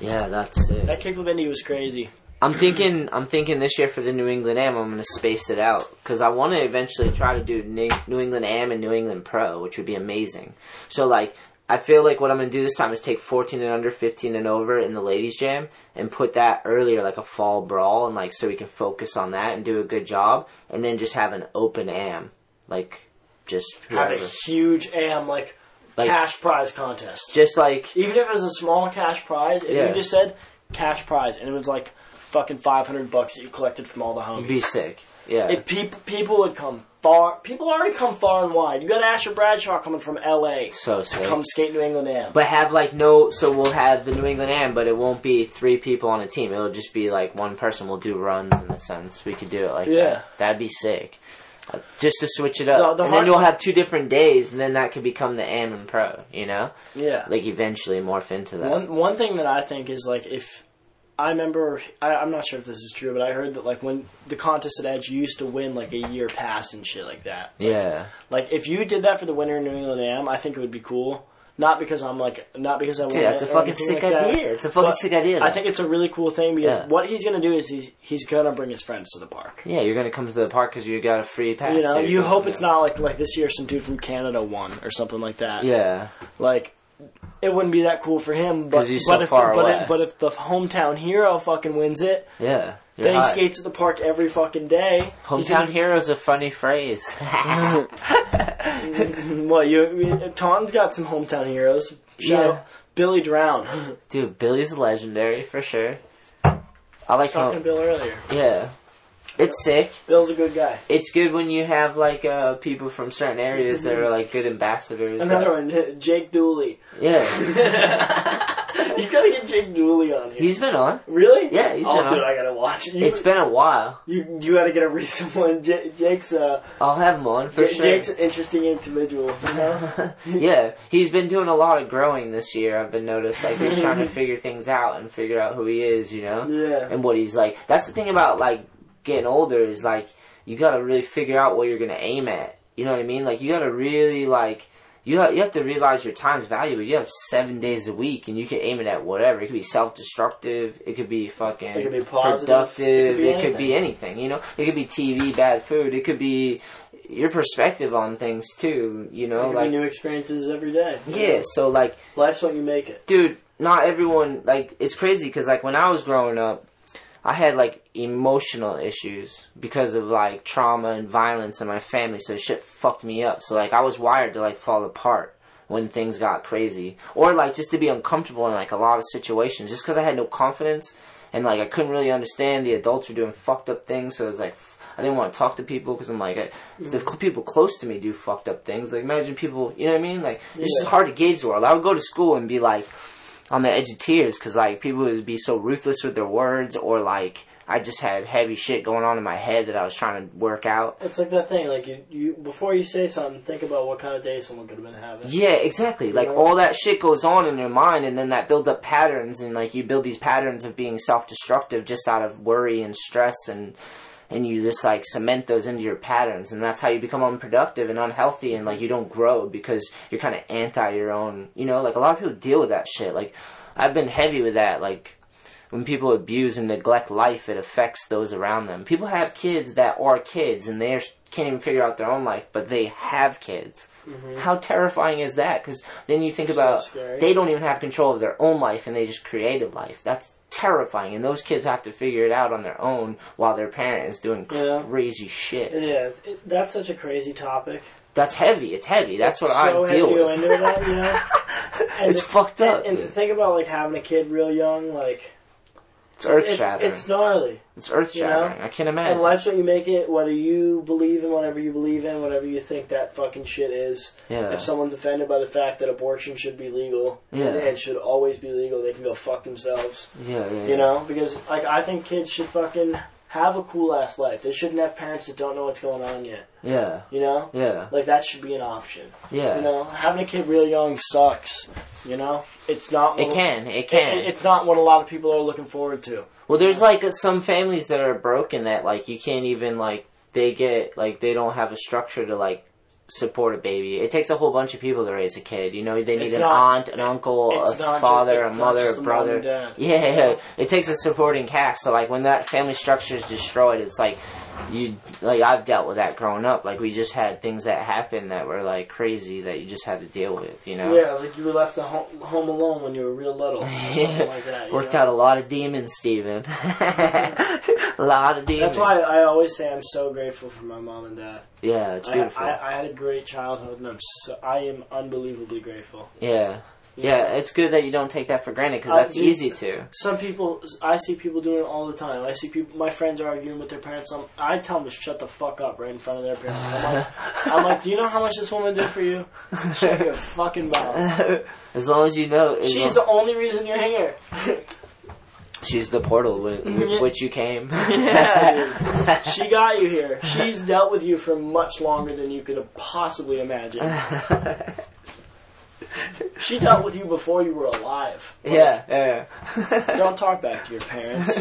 S1: Yeah, that's it.
S3: That kick with Indy was crazy.
S1: I'm thinking. I'm thinking this year for the New England Am, I'm going to space it out because I want to eventually try to do New New England Am and New England Pro, which would be amazing. So like, I feel like what I'm going to do this time is take 14 and under, 15 and over in the ladies' jam, and put that earlier, like a fall brawl, and like so we can focus on that and do a good job, and then just have an open Am, like just
S3: Have a
S1: whoever.
S3: huge am like,
S1: Like-
S3: cash prize contest.
S1: just like
S3: Even if it was a small cash prize, if
S1: Yeah.
S3: you just said cash prize and it was like fucking five hundred bucks that you collected from all the homies,
S1: be sick. Yeah,
S3: If people people would come far. People already come far and wide. You got Asher Bradshaw coming from L.A.
S1: so sick.
S3: Come skate New England Am.
S1: But have like no, so we'll have the New England Am, but it won't be three people on a team. It'll just be like one person will do runs in a sense. We could do it like
S3: Yeah.
S1: that. That'd be sick. Uh, Just to switch it up,
S3: The- the
S1: and then
S3: hard-
S1: you'll have two different days, and then that could become the Am and Pro. You know,
S3: yeah.
S1: like eventually morph into that.
S3: One one thing that I think is like if I remember, I, I'm not sure if this is true, but I heard that like when the contest at Edge, you used to win like a year pass and shit like that.
S1: yeah,
S3: Like if you did that for the winner in New England Am, I think it would be cool. Not because I'm like, not because I want.
S1: dude, that's a
S3: it or
S1: fucking
S3: anything
S1: sick
S3: like that,
S1: idea. It's a fucking
S3: but
S1: sick idea.
S3: I
S1: though.
S3: think it's a really cool thing because
S1: Yeah.
S3: what he's gonna do is he's he's gonna bring his friends to the park.
S1: yeah, you're gonna come to the park because you got a free pass.
S3: You know,
S1: so
S3: you
S1: you're
S3: hope
S1: gonna-
S3: it's not like like this year some dude from Canada won or something like that.
S1: Yeah,
S3: Like, it wouldn't be that cool for him. But
S1: 'Cause he's so
S3: but if
S1: far
S3: but,
S1: away.
S3: If, but if the hometown hero fucking wins it,
S1: yeah. You're
S3: then he
S1: hot.
S3: skates at the park every fucking day. He's
S1: Hometown
S3: gonna-
S1: hero's a funny phrase.
S3: Well, you Taunton got some hometown heroes. Shout
S1: Yeah.
S3: out Billy Drown.
S1: Dude, Billy's legendary for sure. I like
S3: Talking to
S1: how
S3: Bill earlier.
S1: yeah, it's sick.
S3: Bill's a good guy.
S1: It's good when you have like uh, people from certain areas that are like good ambassadors.
S3: Another
S1: that-
S3: one, Jake Dooley.
S1: yeah.
S3: you gotta get Jake Dooley on here.
S1: He's been on.
S3: really?
S1: Yeah, he's
S3: oh,
S1: been
S3: dude,
S1: on.
S3: I gotta watch it. You,
S1: It's been a while.
S3: you, you gotta get a recent one. J- Jake's uh,
S1: I'll have him on for
S3: J-
S1: sure.
S3: Jake's an interesting individual. You know?
S1: yeah, he's been doing a lot of growing this year. I've been noticed like he's trying to figure things out and figure out who he is, you know,
S3: Yeah.
S1: and what he's like. That's the thing about like getting older is like you got to really figure out what you're gonna aim at. You know what I mean? Like you got to really like you ha- you have to realize your time's valuable. You have seven days a week, and you can aim it at whatever. It could be self destructive. It could be fucking.
S3: It could be positive.
S1: productive. It
S3: It
S1: could be anything. You know, it could be TV, bad food. It could be your perspective on things too. You know,
S3: Give me
S1: like
S3: new experiences every day.
S1: yeah, so like,
S3: Life's what you make it.
S1: dude, not everyone like it's crazy because like when I was growing up, I had like emotional issues because of like trauma and violence in my family, so shit fucked me up. So like I was wired to like fall apart when things got crazy, or like just to be uncomfortable in like a lot of situations, just because I had no confidence and like I couldn't really understand the adults were doing fucked up things. So it was like f- I didn't want to talk to people because I'm like I, if the cl- people close to me do fucked up things. Like imagine people, you know what I mean? Like it's just
S3: Yeah.
S1: hard to gauge the world. I would go to school and be like on the edge of tears because like people would be so ruthless with their words or like I just had heavy shit going on in my head that I was trying to work out.
S3: It's like that thing. Like you, you before you say something, think about what kind of day someone could have been having.
S1: Yeah, exactly. Like
S3: Yeah.
S1: all that shit goes on in your mind, and then that builds up patterns, and like you build these patterns of being self-destructive just out of worry and stress, and and you just like cement those into your patterns, and that's how you become unproductive and unhealthy, and like you don't grow because you're kind of anti your own. You know, like a lot of people deal with that shit. Like I've been heavy with that. Like when people abuse and neglect life, it affects those around them. People have kids that are kids and they are, can't even figure out their own life, but they have kids. How terrifying is that? Because then you think about
S3: Mm-hmm. scary.
S1: they don't even have control of their own life and they just create a life. That's terrifying, and those kids have to figure it out on their own while their parent is doing
S3: Yeah.
S1: crazy shit.
S3: Yeah, it, that's such a crazy topic.
S1: That's heavy. It's heavy. That's what
S3: so
S1: I
S3: heavy
S1: deal
S3: to go
S1: with.
S3: into that, you know? And
S1: It's
S3: to-
S1: fucked up,
S3: And, and to
S1: dude.
S3: think about like having a kid real young, like
S1: It's earth
S3: it's,
S1: shattering.
S3: it's
S1: It's,
S3: gnarly.
S1: earth shattering.
S3: you know?
S1: I can't
S3: And
S1: imagine.
S3: life's what you make it. Whether you believe in whatever you believe in, whatever you think that fucking shit is.
S1: yeah.
S3: If someone's offended by the fact that abortion should be legal
S1: Yeah.
S3: and, and should always be legal, they can go fuck themselves.
S1: yeah, yeah, yeah.
S3: You know, because like I think kids should fucking have a cool ass life. They shouldn't have parents that don't know what's going on yet.
S1: Yeah,
S3: You know,
S1: yeah,
S3: like that should be an option.
S1: yeah.
S3: You know, having a kid real young sucks. You know, it's not.
S1: It
S3: what-
S1: can. It can.
S3: it- It's not what a lot of people are looking forward to.
S1: Well, there's like some families that are broken that like you can't even like they get like they don't have a structure to like support a baby. It takes a whole bunch of people to raise a kid. You know, they need
S3: It's
S1: an
S3: not-
S1: aunt, an uncle, a
S3: it's not ju-
S1: father,
S3: it's
S1: a
S3: not
S1: mother,
S3: just
S1: a
S3: the mom
S1: brother.
S3: and dad.
S1: Yeah, it takes a supporting cast. So like when that family structure is destroyed, it's like you like I've dealt with that growing up. Like we just had things that happened that were like crazy that you just had to deal with. You know.
S3: Yeah, it was like you were left at home, home alone when you were real little. or Something like that. you
S1: Worked
S3: know?
S1: out a lot of demons, Steven. a lot of demons.
S3: That's why I always say I'm so grateful for my mom and dad.
S1: Yeah, it's
S3: I,
S1: beautiful.
S3: I, I had a great childhood, and I'm so, I am unbelievably grateful.
S1: yeah.
S3: You
S1: Yeah,
S3: know?
S1: it's good that you don't take that for granted because
S3: Uh,
S1: that's
S3: dude,
S1: easy to.
S3: Some people, I see people doing it all the time. I see people, my friends are arguing with their parents. i I tell them to shut the fuck up right in front of their parents. I'm like, I'm like, do you know how much this woman did for you? Shut your fucking mouth.
S1: as long as you know, as
S3: She's
S1: long-
S3: the only reason you're here.
S1: she's the portal with, with
S3: Yeah.
S1: which you came.
S3: Yeah, dude. She got you here. She's dealt with you for much longer than you could have possibly imagined. She dealt with you before you were alive.
S1: yeah, yeah.
S3: Don't talk back to your parents.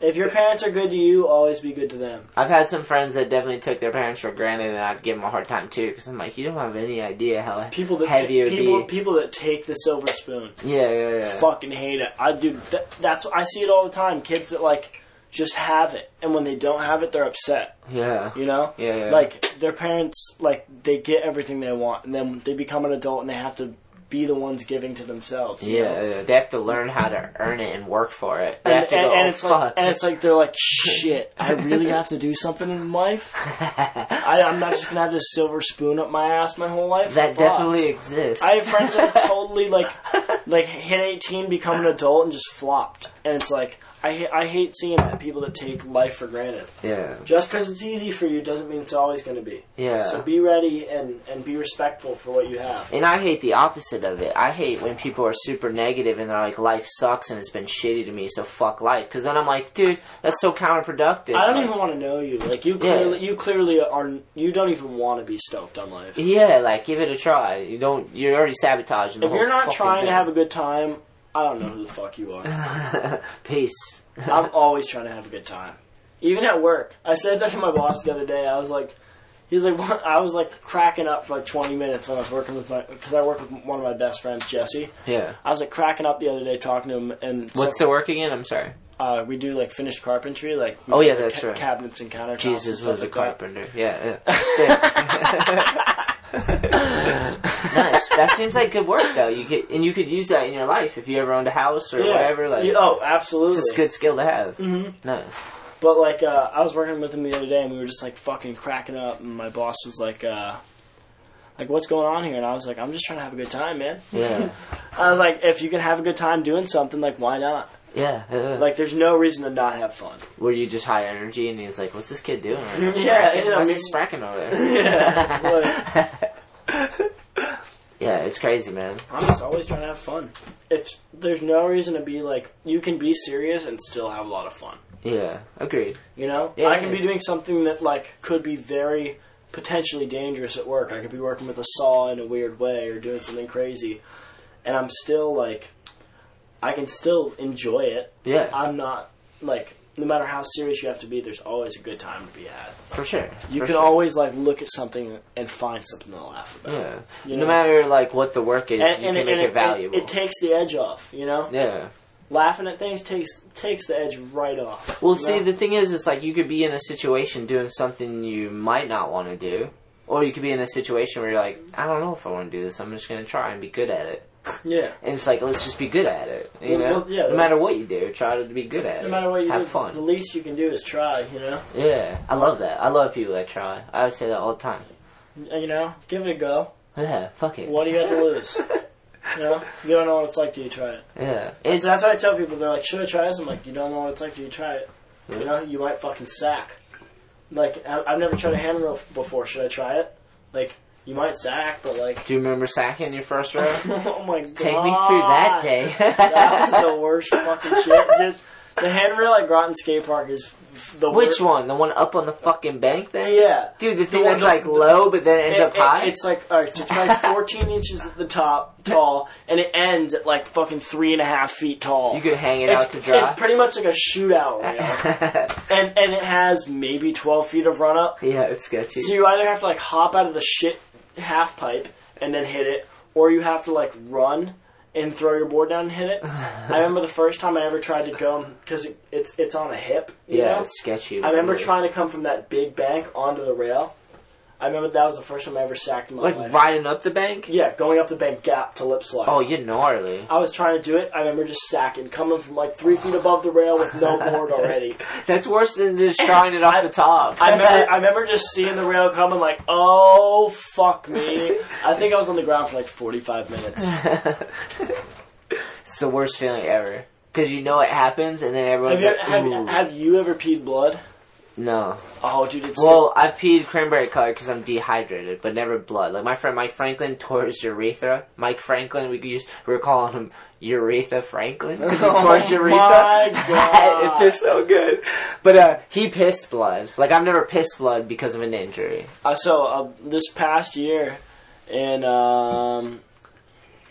S3: If your parents are good to you, always be good to them.
S1: I've had some friends that definitely took their parents for granted, and I'd give them a hard time too because I'm like, you don't have any idea how
S3: People that
S1: heavy
S3: take,
S1: it would
S3: people
S1: be.
S3: people that take the silver spoon
S1: Yeah, yeah, yeah.
S3: fucking hate it. I do. That, that's I see it all the time. Kids that like just have it, and when they don't have it, they're upset.
S1: yeah.
S3: You know,
S1: Yeah, yeah.
S3: like their parents, like they get everything they want, and then they become an adult and they have to be the ones giving to themselves. you know?
S1: Yeah, yeah, they have to learn how to earn it and work for it. They have
S3: And,
S1: to
S3: and-
S1: go,
S3: and it's
S1: "Oh,
S3: like,
S1: fuck.
S3: and it's like they're like, shit, I really have to do something in life. I, I'm not just gonna have this silver spoon up my ass my whole life.
S1: that
S3: Fuck.
S1: definitely exists.
S3: I have friends that have totally like, like hit 18, become an adult, and just flopped. And it's like, I ha- I hate seeing that people that take life for granted.
S1: yeah,
S3: Just because it's easy for you doesn't mean it's always gonna be.
S1: yeah.
S3: So be ready and and be respectful for what you have.
S1: And I hate the opposite of it. I hate when people are super negative and they're like, life sucks and it's been shitty to me, so fuck life. Because then I'm like, dude, that's so counterproductive.
S3: I don't
S1: Like,
S3: even want to know you. Like you
S1: Yeah.
S3: clearly, you clearly are. You don't even want to be stoked on life.
S1: Yeah, like, give it a try. You don't, you're already sabotaging the
S3: If
S1: whole
S3: you're not
S1: fucking
S3: trying to
S1: thing.
S3: have a good time, I don't know who the fuck you are.
S1: Peace.
S3: I'm always trying to have a good time. Even at work. I said that to my boss the other day. I was like, he's like, what? I was like cracking up for like 20 minutes when I was working with my, because I work with one of my best friends, Jesse.
S1: Yeah.
S3: I was like cracking up the other day talking to him, and so,
S1: What's the work again? I'm sorry.
S3: uh, we do like finished carpentry, like we
S1: Oh,
S3: do,
S1: yeah,
S3: like,
S1: that's right.
S3: cabinets and countertops.
S1: Jesus
S3: and
S1: was a
S3: stuff like that.
S1: carpenter. Yeah. yeah. Sick. nice. That seems like good work, though. You could, and you could use that in your life if you ever owned a house or
S3: Yeah.
S1: whatever. Like,
S3: Yeah, oh, absolutely.
S1: it's just a good skill to have. Mm-hmm. Nice.
S3: But like, uh, I was working with him the other day, and we were just like fucking cracking up, and my boss was like, uh, "Like, what's going on here?" And I was like, "I'm just trying to have a good time, man."
S1: Yeah.
S3: I was like, "If you can have a good time doing something, like, why not?
S1: Yeah. yeah.
S3: Like, there's no reason to not have fun."
S1: were you just high energy and he's like, what's this kid doing? Right now?
S3: Yeah,
S1: Spracking?
S3: you know,
S1: what's
S3: I
S1: he
S3: mean-
S1: spracking over there?
S3: Yeah, like,
S1: Yeah, it's crazy, man.
S3: I'm just always trying to have fun. If there's no reason to be like, you can be serious and still have a lot of fun.
S1: Yeah, agreed.
S3: You know,
S1: Yeah,
S3: I can
S1: yeah.
S3: be doing something that like could be very potentially dangerous at work. I could be working with a saw in a weird way or doing something crazy, and I'm still like, I can still enjoy it.
S1: Yeah,
S3: I'm not like. No matter how serious you have to be, there's always a good time to be had.
S1: for sure.
S3: You
S1: for
S3: can
S1: sure.
S3: always like look at something and find something to laugh about.
S1: Yeah.
S3: You
S1: no
S3: know?
S1: matter like what the work is,
S3: And,
S1: you
S3: and
S1: can
S3: it,
S1: make
S3: and
S1: it,
S3: it-
S1: valuable.
S3: It, takes the edge off, you know.
S1: yeah.
S3: Laughing at things takes takes the edge right off.
S1: Well,
S3: you
S1: see,
S3: know?
S1: the thing is, it's like you could be in a situation doing something you might not want to do, or you could be in a situation where you're like, I don't know if I want to do this. I'm just gonna try and be good at it.
S3: yeah.
S1: And it's like, let's just be good at it. You
S3: Well,
S1: know,
S3: well, yeah,
S1: no matter what you do, try to be good at it.
S3: No matter what you
S1: have
S3: do,
S1: fun.
S3: the least you can do is try. You know.
S1: Yeah, I love that. I love people that try. I would say that all the time.
S3: uh, you know, give it a go.
S1: Yeah, fuck it.
S3: What do you have to lose? You know, you don't know what it's like till you try it.
S1: Yeah, it's
S3: So that's what I tell people. They're like, should I try this? I'm like, you don't know what it's like till you try it. You know, you might fucking sack. Like, I- I've never tried a handrail before. Should I try it? Like, you might sack, but like,
S1: Do you remember sacking your first row?
S3: oh my god.
S1: Take me through that day.
S3: that was the worst fucking shit. Just the handrail at Groton Skate Park is f- the
S1: Which
S3: worst.
S1: one? The one up on the fucking bank thing?
S3: Yeah.
S1: Dude, the thing
S3: one
S1: that's like
S3: that-
S1: low but then ends
S3: It-
S1: up
S3: it-
S1: high?
S3: it's like all right, so it's probably 14 inches at the top tall, and it ends at like fucking three and a half feet tall.
S1: you could hang it
S3: it's,
S1: out to dry.
S3: it's pretty much like a shootout rail, and and it has maybe 12 feet of run up.
S1: yeah, it's sketchy.
S3: So you either have to like hop out of the shit half pipe and then hit it, or you have to like run and throw your board down and hit it. I remember the first time I ever tried to go because it, it's it's on a hip. you
S1: Yeah,
S3: know?
S1: it's sketchy.
S3: I remember
S1: It is.
S3: trying to come from that big bank onto the rail. I remember that was the first time I ever sacked in my
S1: like
S3: life.
S1: riding up the bank.
S3: Yeah, going up the bank gap to lip slide.
S1: Oh, you're gnarly.
S3: I was trying to do it. I remember just sacking, coming from like three feet above the rail with no board already.
S1: That's worse than just trying it off the top.
S3: I remember, I remember just seeing the rail coming, like, oh fuck me. I think I was on the ground for like 45 minutes.
S1: it's the worst feeling ever because you know it happens, and then everyone's
S3: Have you,
S1: like,
S3: have,
S1: "Ooh."
S3: have you ever peed blood?
S1: "No."
S3: Oh, dude, it's
S1: Well, I've peed cranberry color because I'm dehydrated, but never blood. Like my friend Mike Franklin tore his urethra. Mike Franklin, we could use we were calling him Urethra Franklin. 'cause he tore his
S3: Oh
S1: urethra.
S3: my God.
S1: it feels so good. But uh, he pissed blood. Like I've never pissed blood because of an injury.
S3: Uh, so uh, this past year, in um,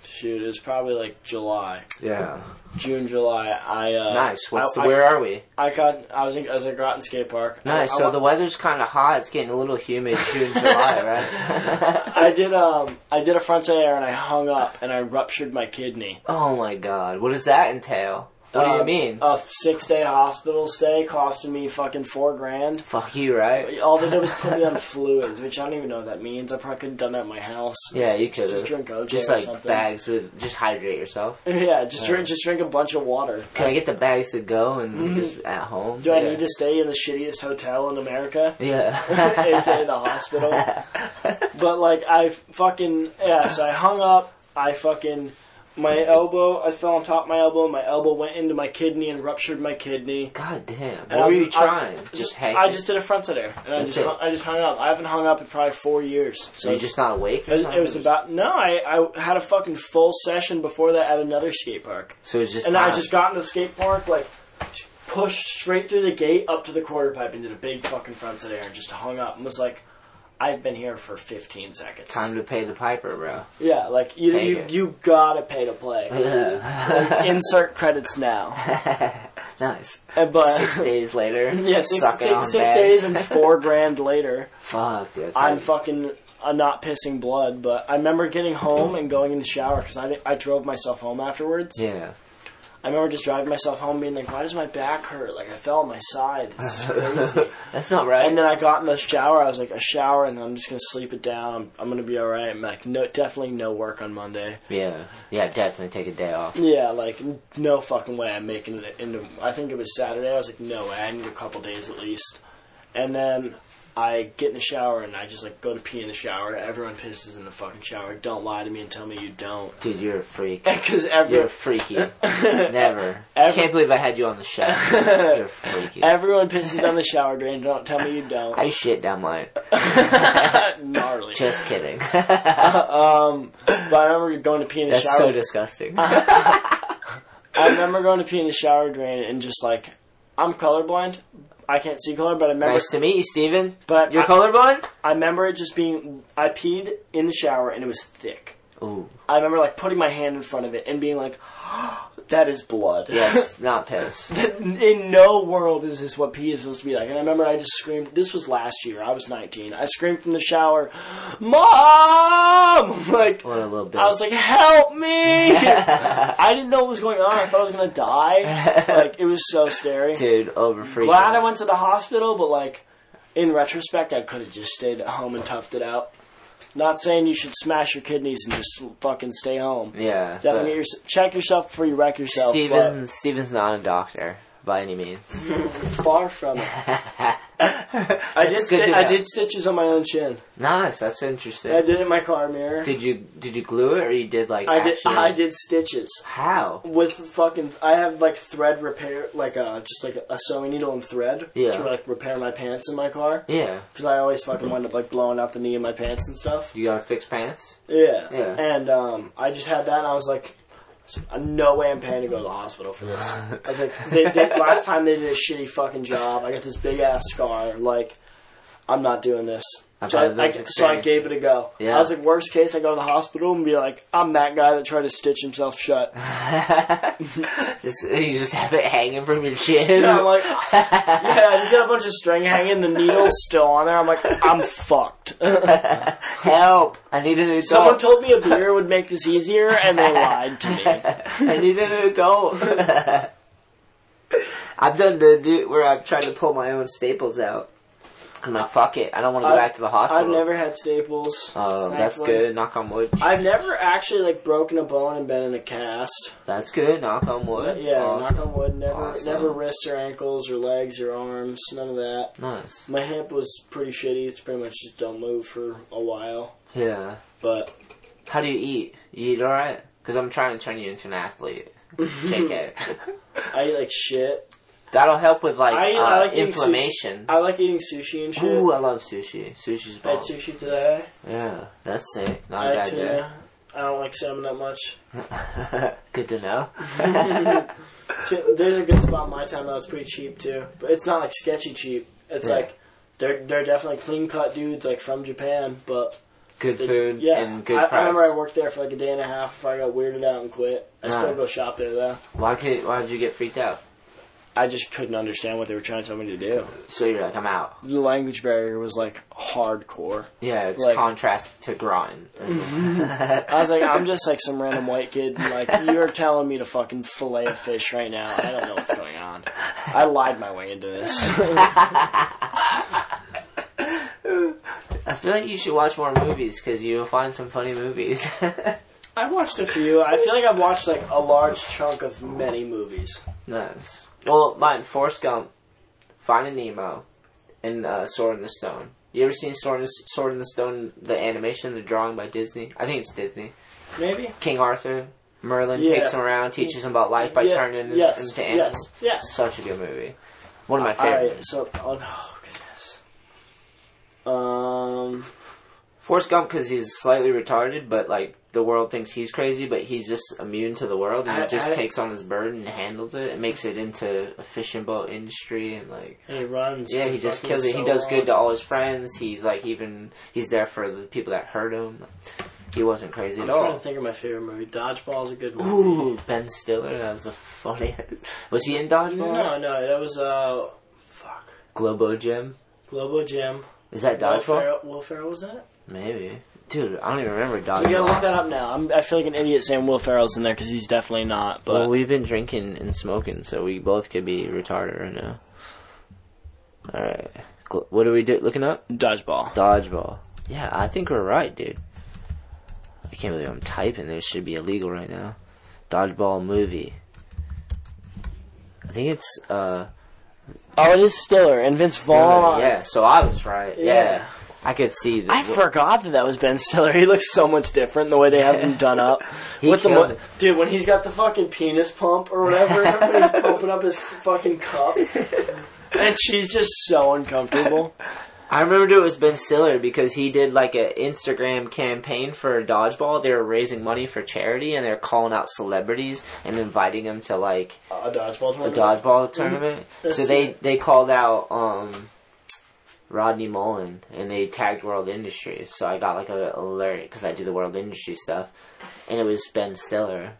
S3: shoot, it was probably like July,
S1: Yeah.
S3: June, July. I uh,
S1: Nice. What's
S3: I,
S1: the, where are we?
S3: I, I got. I was in, I was at Groton Skate Park.
S1: Nice.
S3: I,
S1: so
S3: I,
S1: the weather's kind of hot. It's getting a little humid June, July, right?
S3: I did um I did a frontside air and I hung up and I ruptured my kidney.
S1: oh my god. What does that entail? What do
S3: Uh,
S1: you mean?
S3: A six day hospital stay costing me fucking four grand.
S1: Fuck you, right?
S3: All they did was put me on fluids, which I don't even know what that means. I probably could have done that at my house.
S1: Yeah, you could
S3: Just drink OJ
S1: Just
S3: or
S1: like
S3: something.
S1: bags with just hydrate yourself.
S3: Yeah, just drink just drink a bunch of water.
S1: Can I get the bags to go and just at home?
S3: Mm-hmm. Do I
S1: yeah.
S3: need to stay in the shittiest hotel in America?
S1: Yeah.
S3: AKA the hospital. But like I fucking yeah, so I hung up. I fucking my elbow. I fell on top of my elbow. My elbow went into my kidney and ruptured my kidney.
S1: God damn.
S3: And I
S1: What were
S3: was-
S1: you trying?
S3: I,
S1: just
S3: just
S1: hang.
S3: I just did a front set air, and I
S1: That's
S3: just
S1: it.
S3: hung, I just hung up. I haven't hung up in probably four years.
S1: So you're
S3: it's-
S1: just not awake. Or
S3: it was,
S1: something?
S3: it was about no. I, I had a fucking full session before that at another skate park,
S1: So it's just.
S3: and
S1: time.
S3: I just got into the skate park like just pushed straight through the gate up to the quarter pipe and did a big fucking front set air and just hung up and was like, I've been here for 15 seconds.
S1: time to pay the piper, bro.
S3: Yeah, like you
S1: Take
S3: you,
S1: it.
S3: you gotta pay to play.
S1: Yeah.
S3: Insert credits now.
S1: nice.
S3: And But
S1: Six days later.
S3: yeah, six,
S1: sucking on
S3: six, six
S1: bags.
S3: days and four grand later.
S1: Fuck, dude. that's
S3: I'm
S1: heavy.
S3: fucking uh, not pissing blood, but I remember getting home and going in the shower because I, di- I drove myself home afterwards.
S1: Yeah.
S3: I remember just driving myself home being like, why does my back hurt? Like, I fell on my side. This is crazy.
S1: That's not right.
S3: and uh, then I got in the shower. I was like, a shower, and then I'm just going to sleep it down. I'm, I'm going to be all right. I'm like, no, definitely no work on Monday.
S1: yeah. Yeah, definitely take a day off.
S3: Yeah, like, n- no fucking way I'm making it into. I think it was Saturday. I was like, no way. I need a couple days at least. And then I get in the shower and I just, like, go to pee in the shower. Everyone pisses in the fucking shower. Don't lie to me and tell me you don't.
S1: Dude, you're a freak.
S3: Because
S1: You're
S3: every,
S1: freaky. Never.
S3: Ever-
S1: Can't believe I had you on the show. You're freaky.
S3: everyone pisses down the shower drain. Don't tell me you don't.
S1: I shit down mine.
S3: Gnarly.
S1: Just kidding.
S3: Um, but I remember going to pee in the
S1: That's so
S3: shower.
S1: disgusting.
S3: I remember going to pee in the shower drain and just like, I'm colorblind. I can't see color, but I remember,
S1: nice to meet you, Steven.
S3: but
S1: You're
S3: I,
S1: colorblind?
S3: I remember it just being. I peed in the shower and it was thick.
S1: Ooh.
S3: I remember like putting my hand in front of it and being like, "That is blood."
S1: Yes, not piss.
S3: in no world is this what pee is supposed to be like. And I remember I just screamed. This was last year. I was 19. I screamed from the shower, "Mom!" Like
S1: What a little bit.
S3: I was like, "Help me!" I didn't know what was going on. I thought I was gonna die. Like it was so scary.
S1: Dude, over freaking.
S3: Glad I went to the hospital, but like in retrospect, I could have just stayed at home and toughed it out. Not saying you should smash your kidneys and just fucking stay home.
S1: Yeah.
S3: Definitely
S1: but-
S3: your, check yourself before you wreck yourself.
S1: Steven, Steven's not a doctor by any means.
S3: but far from it. I did
S1: good
S3: sti-
S1: to
S3: I
S1: know.
S3: did stitches on my own chin.
S1: nice, that's interesting.
S3: I did it in my car mirror.
S1: Did you did you glue it or you did like
S3: I did
S1: actually-
S3: I did stitches.
S1: How?
S3: with fucking I have like thread repair like uh just like a sewing needle and thread
S1: Yeah.
S3: to like repair my pants in my car
S1: Yeah.
S3: because I always fucking wind up like blowing out the knee of my pants and stuff.
S1: You got to fix pants?
S3: Yeah.
S1: Yeah.
S3: And um I just had that and I was like no way I'm paying to go to the hospital for this. I was like they, they, last time they did a shitty fucking job. I got this big ass scar like I'm not doing this.
S1: I've
S3: So
S1: had
S3: I, I-
S1: those
S3: so I
S1: experiences.
S3: gave it a go.
S1: Yeah.
S3: I was like, worst case, I go to the hospital and be like, I'm that guy that tried to stitch himself shut.
S1: This- you just have it hanging from your chin.
S3: Yeah, I'm like, yeah, I just got a bunch of string hanging, the needle's still on there. I'm like, I'm fucked.
S1: help! I need an adult.
S3: Someone told me a beer would make this easier, and they lied to me.
S1: I need an adult. I've done the dude where I've tried to pull my own staples out. I'm like, fuck it. I don't want to go
S3: I've-
S1: back to the hospital.
S3: I've never had staples.
S1: Oh, that's
S3: Thankfully.
S1: good. Knock on wood.
S3: I've never actually like broken a bone and been in a cast.
S1: That's good. Knock on wood.
S3: yeah,
S1: Awesome.
S3: knock on wood. Never,
S1: Awesome.
S3: never wrists or ankles or legs or arms. None of that.
S1: Nice.
S3: My hip was pretty shitty. It's pretty much just don't move for a while.
S1: Yeah.
S3: But
S1: How do you eat? You eat all right? Because I'm trying to turn you into an athlete. JK.
S3: I eat like shit.
S1: That'll help with like,
S3: I,
S1: uh,
S3: I like eating
S1: inflammation.
S3: Sushi. I like eating sushi and shit.
S1: Ooh, oh. I love sushi. Sushi's
S3: I had
S1: bomb.
S3: sushi today.
S1: Yeah, that's sick. Not
S3: I
S1: a
S3: had
S1: bad
S3: tuna. I don't like salmon that much.
S1: day. good to know.
S3: Tu- There's a good spot in my town though. It's pretty cheap too, but it's not like sketchy cheap. It's
S1: Yeah.
S3: like they're they're definitely clean cut dudes like from Japan, but
S1: good
S3: They-
S1: food
S3: yeah,
S1: and good
S3: I,
S1: price.
S3: I remember I worked there for like a day and a half before I got weirded out and quit. I still
S1: Nice.
S3: go shop there though.
S1: Why could why did you get freaked out?
S3: I just couldn't understand what they were trying to tell me to do.
S1: So you're like, I'm out.
S3: The language barrier was like hardcore.
S1: Yeah, it's
S3: Like-
S1: contrast to grind.
S3: I was like, I'm just like some random white kid. and, Like you're telling me to fucking fillet a fish right now. I don't know what's going on. I lied my way into this.
S1: I feel like you should watch more movies because you'll find some funny movies.
S3: I've watched a few. I feel like I've watched like a large chunk of many movies.
S1: nice. Well, mine Forrest Gump, Finding Nemo, and uh, Sword in the Stone. You ever seen Sword in, the, Sword in the Stone? The animation, the drawing by Disney. I think it's Disney.
S3: Maybe.
S1: King Arthur. Merlin
S3: Yeah.
S1: takes him around, teaches him about life by
S3: Yeah,
S1: turning him
S3: yes,
S1: into
S3: yes,
S1: animals.
S3: yes.
S1: Such a good movie. One of my
S3: All
S1: favorites.
S3: right. So, oh no, goodness. Um.
S1: Forrest Gump because he's slightly retarded, but like the world thinks he's crazy, but he's just immune to the world and
S3: I-
S1: he just
S3: I-
S1: takes on his burden and handles it and makes it into a fishing boat industry and like
S3: And he runs.
S1: yeah,
S3: for
S1: he just
S3: fucking
S1: kills it.
S3: so
S1: he does good to
S3: long.
S1: all his friends. He's like even he's there for the people that hurt him. He wasn't crazy
S3: I'm
S1: at
S3: trying
S1: all.
S3: to think of my favorite movie. Dodgeball's a good movie.
S1: Ooh, Ben Stiller, that was the funniest. Was he in Dodgeball?
S3: No, no, that was uh, fuck,
S1: Globo Gym.
S3: Globo Gym.
S1: Is that
S3: Will
S1: Dodgeball?
S3: Ferrell, Will Ferrell was in it.
S1: Maybe, dude. I don't even remember
S3: We gotta look
S1: Dodgeball.
S3: that up now. I'm, I feel like an idiot saying Will Ferrell's in there because he's definitely not. But
S1: Well, we've been drinking and smoking, so we both could be retarded right now. Alright. Gl- What are we do- looking up?
S3: Dodgeball.
S1: Dodgeball. Yeah, I think we're right, dude. I can't believe I'm typing. This should be illegal right now. Dodgeball movie. I think it's, uh,
S3: Oh, it is Stiller and Vince Vaughn.
S1: yeah, so I was right. Yeah.
S3: Oh, Yeah.
S1: I could see the
S3: I forgot that that was Ben Stiller. He looks so much different the way they have him done up.
S1: He
S3: With the
S1: killed
S3: mo-
S1: it.
S3: dude, when he's got the fucking penis pump or whatever, when he's pumping up his fucking cup, and she's just so uncomfortable.
S1: I remember it was Ben Stiller because he did like an Instagram campaign for dodgeball. They were raising money for charity and they were calling out celebrities and inviting them to like
S3: A dodgeball
S1: a dodgeball tournament.
S3: Mm-hmm. That's
S1: So they
S3: it.
S1: they called out um, Rodney Mullen and they tagged World Industries. So I got like a alert because I do the World Industry stuff, and it was Ben Stiller,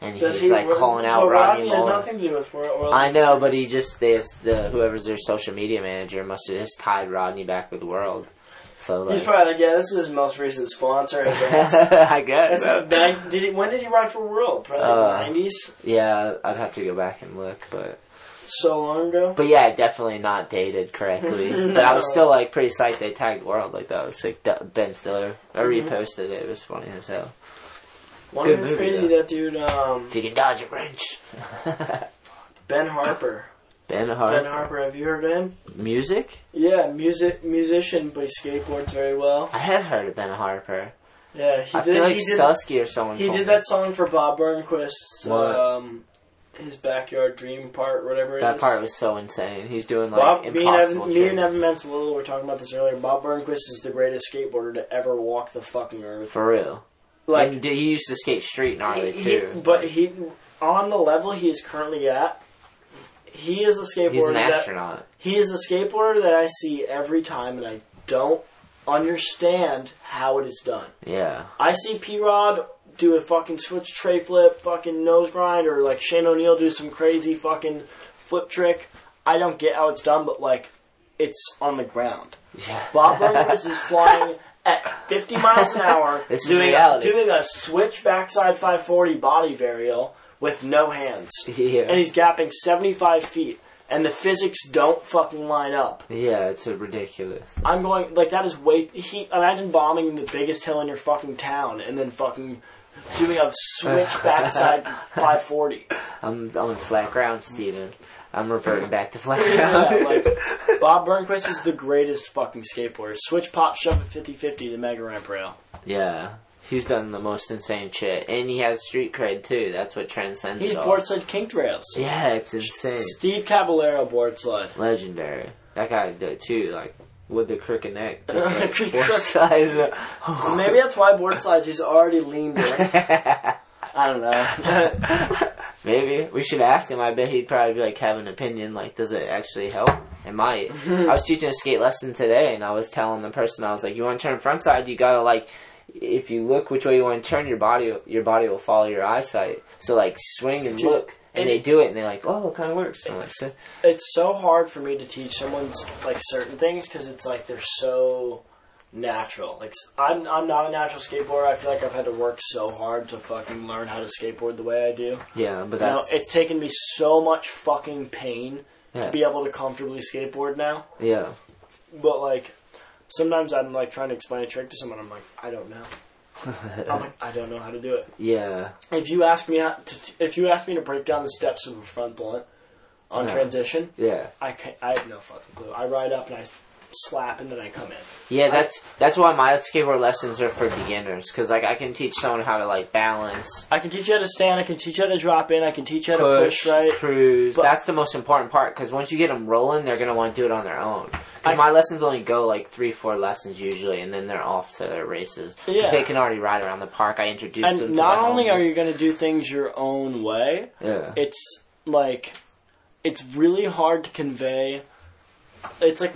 S1: and he's like calling out
S3: well,
S1: Rodney,
S3: has
S1: Mullen.
S3: nothing to do with World. World
S1: I know, but he just they, the whoever's their social media manager must have just tied Rodney back with the world. So like,
S3: He's probably like, yeah, this is his most recent sponsor. I guess.
S1: I guess.
S3: That's a bad- did he, when did he ride for World? Probably
S1: Uh,
S3: nineties.
S1: Yeah, I'd have to go back and look, but
S3: so long ago.
S1: but yeah, definitely not dated correctly. But I was still like pretty psyched they tagged World like that. It's like du- Ben Stiller. I
S3: Mm-hmm.
S1: reposted it. It was funny as hell.
S3: One
S1: good
S3: of it's
S1: movie,
S3: crazy
S1: though.
S3: that dude, um,
S1: If you can dodge a wrench.
S3: Ben Harper.
S1: ben
S3: Ben
S1: Hart.
S3: Harper, have you heard of him?
S1: Music?
S3: Yeah, music musician, but he skateboards very well.
S1: I have heard of Ben Harper.
S3: Yeah, he
S1: I
S3: did.
S1: feel like
S3: he did,
S1: Susky or someone.
S3: he
S1: told
S3: did
S1: me.
S3: that song for Bob Burnquist's
S1: What?
S3: um, his backyard dream part, whatever it is.
S1: That part was so insane. He's doing like
S3: Bob, me and,
S1: impossible
S3: Evan, me and
S1: tricks.
S3: Evan Mansalillo were talking about this earlier. Bob Burnquist is the greatest skateboarder to ever walk the fucking earth.
S1: For real.
S3: Like,
S1: and d- he used to skate street gnarly
S3: he-
S1: too.
S3: he- but he on the level he is currently at, he is the skateboarder.
S1: he's an
S3: that-
S1: astronaut.
S3: he is the skateboarder that I see every time, and I don't understand how it is done.
S1: Yeah.
S3: I see P Rod do a fucking switch tray flip, fucking nose grind, or like Shane O'Neal do some crazy fucking flip trick. I don't get how it's done, but like, it's on the ground.
S1: Yeah.
S3: Bob Burgers is flying at 50 miles an hour,
S1: This is
S3: doing,
S1: reality.
S3: doing a switch backside 540 body varial with no hands.
S1: Yeah.
S3: And he's gapping 75 feet, and the physics don't fucking line up.
S1: yeah, it's a ridiculous.
S3: I'm going like that is way. He imagine bombing the biggest hill in your fucking town and then fucking doing a switch backside 540.
S1: I'm on flat ground, Steven. I'm reverting back to flat
S3: Yeah,
S1: ground.
S3: like Bob Burnquist is the greatest fucking skateboarder. Switch pop shove at 50-50 to mega ramp rail.
S1: yeah. He's done the most insane shit. And he has street cred too. That's what transcends
S3: He's
S1: it all.
S3: board slide kinked rails.
S1: Yeah, it's insane.
S3: Steve Caballero board slide.
S1: Legendary. That guy did it too, like with the crooked neck. Just like
S3: Crooked
S1: four
S3: neck.
S1: sided.
S3: Maybe that's why board slides he's already leaned in. I don't know.
S1: Maybe. We should ask him. I bet he'd probably like have an opinion, like, does it actually help? It might. I was teaching a skate lesson today and I was telling the person, I was like, You wanna turn front side, you gotta like if you look which way you want to turn your body your body will follow your eyesight. So like swing and
S3: Dude,
S1: look. And they do it and they're like, Oh, it kinda works. I'm like, "So-
S3: it's so hard for me to teach someone's like certain things because it's like they're so natural. Like s- I'm, I'm not a natural skateboarder. I feel like I've had to work so hard to fucking learn how to skateboard the way I do.
S1: Yeah, but
S3: Now
S1: that's
S3: it's taken me so much fucking pain
S1: yeah,
S3: to be able to comfortably skateboard now.
S1: yeah.
S3: But like sometimes I'm like trying to explain a trick to someone. I'm like, I don't know. I'm like, I don't know how to do it.
S1: Yeah.
S3: If you ask me how to, if you ask me to break down the steps of a front blunt on
S1: Yeah.
S3: transition,
S1: Yeah.
S3: I can't, I have no fucking clue. I ride up and I slap and then I come in.
S1: Yeah, that's that's why my skateboard lessons are for beginners because like I can teach someone how to like balance,
S3: I can teach you how to stand. I can teach you how to drop in. I can teach you how to
S1: push,
S3: push right.
S1: cruise.
S3: But-
S1: that's the most important part because once you get them rolling, they're gonna want to do it on their own. 'Cause my lessons only go like three, four lessons usually, and then they're off to their races. 'Cause
S3: Yeah.
S1: they can already ride around the park. I introduce them.
S3: And
S1: to
S3: not
S1: my
S3: only are
S1: homies.
S3: you going to do things your own way,
S1: yeah,
S3: it's like it's really hard to convey. It's like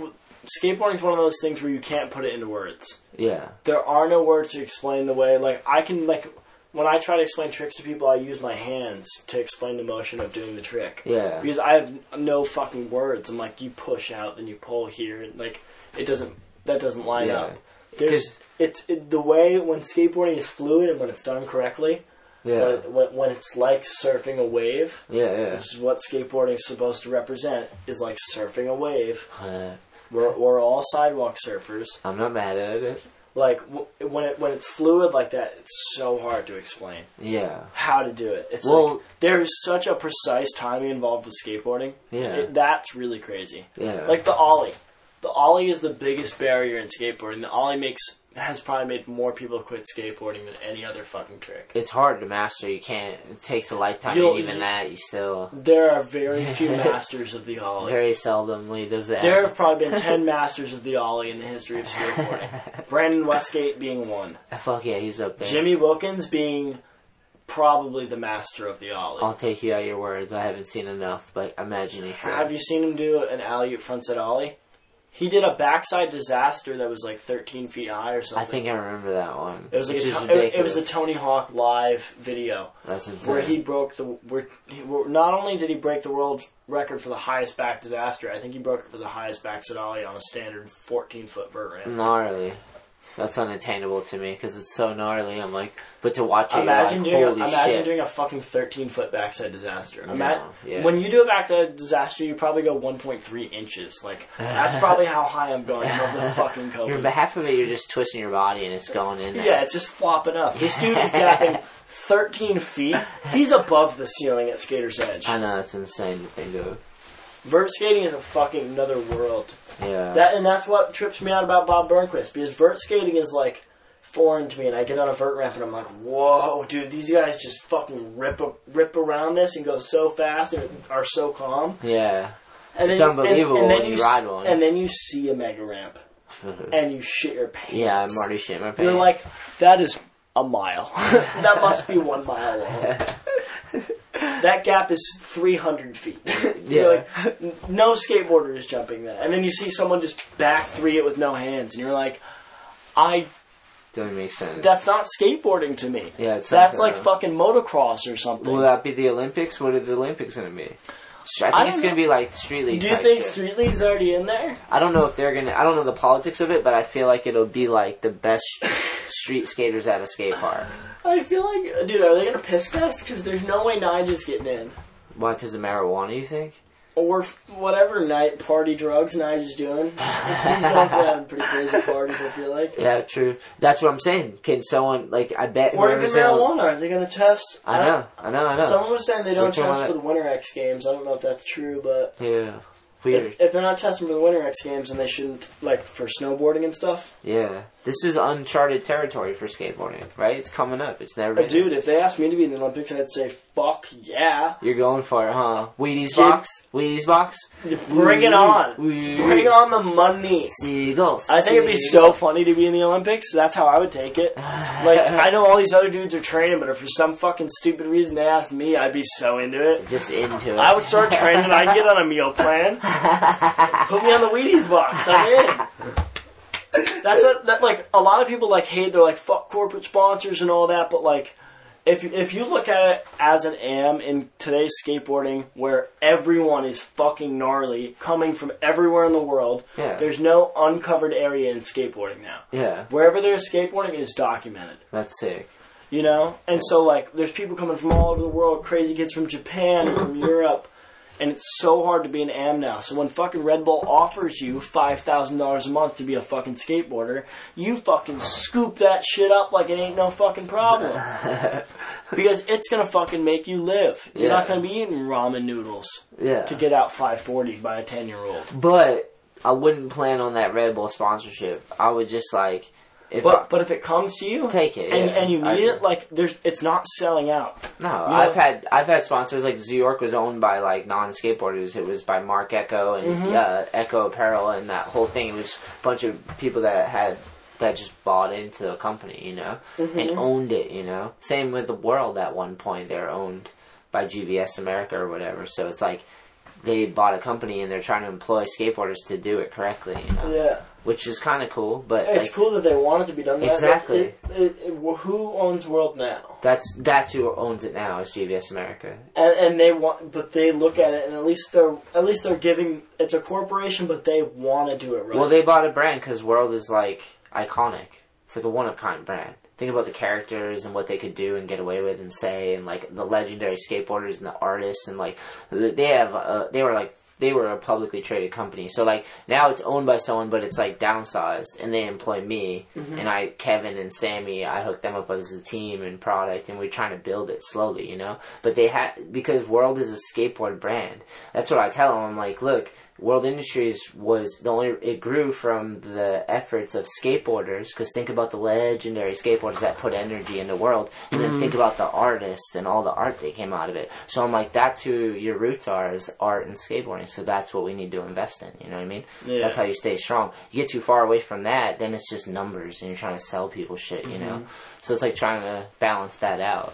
S3: skateboarding is one of those things where you can't put it into words.
S1: yeah,
S3: There are no words to explain the way. Like I can like when I try to explain tricks to people, I use my hands to explain the motion of doing the trick.
S1: yeah,
S3: because I have no fucking words. I'm like, you push out, then you pull here, and like it doesn't that doesn't line
S1: Yeah.
S3: up. There's
S1: 'Cause-
S3: it's it, the way when skateboarding is fluid and when it's done correctly, when,
S1: yeah,
S3: it- when when it's like surfing a wave,
S1: yeah,
S3: which is what skateboarding is supposed to represent, is like surfing a wave.
S1: yeah.
S3: We're we're all sidewalk surfers.
S1: I'm not mad at it.
S3: Like w- when it when it's fluid like that, it's so hard to explain
S1: Yeah,
S3: how to do it. It's
S1: Well-
S3: like there is such a precise timing involved with skateboarding.
S1: Yeah.
S3: It- that's really crazy.
S1: yeah,
S3: Like the ollie, the ollie is the biggest barrier in skateboarding. The ollie makes has probably made more people quit skateboarding than any other fucking trick.
S1: it's hard to master. You can't. It takes a lifetime,
S3: You'll-
S1: and even that, you still.
S3: There are very few masters of the ollie.
S1: Very seldomly does that.
S3: There have probably been ten masters of the ollie in the history of skateboarding. Brandon Westgate being one.
S1: Fuck yeah, he's up there.
S3: Jimmy Wilkins being probably the master of the ollie.
S1: I'll take you out your words. I haven't seen enough, but imagine if
S3: Have you seen him do an alley oop frontside ollie? He did a backside disaster that was like 13 feet high or
S1: I
S3: something.
S1: think I remember that one.
S3: it was like
S1: which
S3: a
S1: is
S3: to- it, it
S1: ridiculous.
S3: was a Tony Hawk live video
S1: That's
S3: where
S1: insane.
S3: he broke the where, he, where not only did he break the world record for the highest back disaster, I think he broke it for the highest backside ollie on a standard 14 foot vert ramp.
S1: Mm. gnarly. That's unattainable to me because it's so gnarly. I'm like, but to watch it, you're like,
S3: Imagine doing a,
S1: holy
S3: imagine
S1: shit.
S3: doing a fucking 13 foot backside disaster. Ima-
S1: No, yeah.
S3: When you do a backside disaster, you probably go 1.3 inches. Like that's probably how high I'm going over the fucking cover.
S1: Your- but half of it, you're just twisting your body and it's going in. There.
S3: Yeah, it's just flopping up. This dude is gapping 13 feet. He's above the ceiling at Skater's Edge.
S1: I know that's insane to think of.
S3: Vert skating is a fucking another world.
S1: Yeah,
S3: That and that's what trips me out about Bob Burnquist because vert skating is like foreign to me. And I get on a vert ramp and I'm like, whoa, dude, these guys just fucking rip a- rip around this and go so fast and are so calm.
S1: yeah,
S3: And
S1: It's
S3: then, and-
S1: unbelievable
S3: and, then
S1: when you
S3: s-
S1: ride one.
S3: And then you see a mega ramp and you shit your pants.
S1: yeah. I'm already shitting my pants.
S3: You're like, that is a mile. that must be one mile long. that gap is 300 feet. You're
S1: Yeah.
S3: like, "N- no skateboarder is jumping that. And then you see someone just back three it with no hands, and you're like, I
S1: Doesn't make sense.
S3: that's not skateboarding to me.
S1: yeah, it's
S3: That's
S1: something
S3: like
S1: else.
S3: fucking motocross or something.
S1: Will that be the Olympics? What are the Olympics going to be? I think
S3: I
S1: it's
S3: don't
S1: going to be like street league.
S3: Do you
S1: type
S3: think
S1: shit.
S3: Street League's already in there?
S1: I don't know if they're gonna. I don't know the politics of it, but I feel like it'll be like the best street skaters at a skate park.
S3: I feel like, dude, are they gonna piss test? Because there's no way Nigel's getting in.
S1: Why? Because of marijuana? You think?
S3: Or f- whatever night party drugs Nigel's doing. He's known for having pretty crazy parties, I feel like.
S1: Yeah, true. That's what I'm saying. Can someone like? I bet.
S3: Or even
S1: whoever's in-
S3: marijuana. Are they gonna test?
S1: I know. I know. I know.
S3: Someone was saying they don't
S1: Which one
S3: test
S1: are
S3: for
S1: they?
S3: the Winter X Games. I don't know if that's true, but
S1: yeah. Weird.
S3: if, if they're not testing for the Winter X Games, then they shouldn't, like, for snowboarding and stuff.
S1: Yeah. This is uncharted territory for skateboarding, right? It's coming up. It's never.
S3: But
S1: been.
S3: dude, if they asked me to be in the Olympics, I'd say, fuck yeah.
S1: You're going for it, huh? Wheaties
S3: Dude.
S1: box. Wheaties box.
S3: Bring it on.
S1: Wheaties.
S3: Bring on the money.
S1: Seagulls.
S3: I think it'd be so funny to be in the Olympics. That's how I would take it. Like, I know all these other dudes are training, but if for some fucking stupid reason they asked me, I'd be so into it.
S1: Just into it.
S3: I would start training, I'd get on a meal plan. Put me on the Wheaties box, I'm in. That's what, that, like, a lot of people, like, hate, they're like, fuck corporate sponsors and all that, but, like, if, if you look at it as an am in today's skateboarding where everyone is fucking gnarly coming from everywhere in the world
S1: Yeah.
S3: there's no uncovered area in skateboarding now
S1: Yeah.
S3: wherever there's skateboarding it is documented
S1: That's sick.
S3: you know and so like there's people coming from all over the world crazy kids from japan from europe and it's so hard to be an am now so when fucking red bull offers you $5000 a month to be a fucking skateboarder you fucking scoop that shit up like it ain't no fucking problem because it's gonna fucking make you live you're not
S1: Yeah.
S3: gonna be eating ramen noodles
S1: Yeah.
S3: to get out 540 by a 10 year old
S1: But I wouldn't plan on that Red Bull sponsorship. I would just like if
S3: but
S1: I,
S3: but if it comes to you
S1: Take it,
S3: and,
S1: yeah.
S3: and you
S1: I
S3: need
S1: agree.
S3: it like there's it's not selling out
S1: no,
S3: you
S1: I've
S3: know-
S1: had I've had sponsors like New York was owned by like non skateboarders. It was by Mark Echo and
S3: Mm-hmm.
S1: uh, Echo Apparel and that whole thing. It was a bunch of people that had that just bought into the company, you know,
S3: Mm-hmm.
S1: and owned it. You know, same with the world at one point. They're owned by GVS America or whatever. So it's like. They bought a company and they're trying to employ skateboarders to do it correctly, you know,
S3: yeah
S1: which is kind of cool. But
S3: It's
S1: like,
S3: cool that they want it to be done. that way.
S1: Exactly.
S3: It- it- it- who owns World now?
S1: That's that's who owns it now is GVS America.
S3: And, and they want, but they look at it, and at least they're at least they're giving. It's a corporation, but they want to do it right.
S1: Well, they bought a brand because World is like iconic. It's like a one of kind brand. Think about the characters and what they could do and get away with and say, and like the legendary skateboarders and the artists and like th- they have uh, they were like they were a publicly traded company. So like now it's owned by someone, but it's like downsized and they employ me and I Kevin and Sammy. I hooked them up as a team and product, and we're trying to build it slowly, you know. But they had because World is a skateboard brand. That's what I tell them. I'm like, look, World Industries was the only it grew from the efforts of skateboarders because think about the legendary skateboarders that put energy into World, and then think about the artists and all the art that came out of it. So I'm like, that's who your roots are is art and skateboarding. So that's what we need to invest in. You know what I mean?
S3: Yeah.
S1: That's how you stay strong. You get too far away from that, then it's just numbers, and you're trying to sell people shit. You know? So it's like trying to balance that out.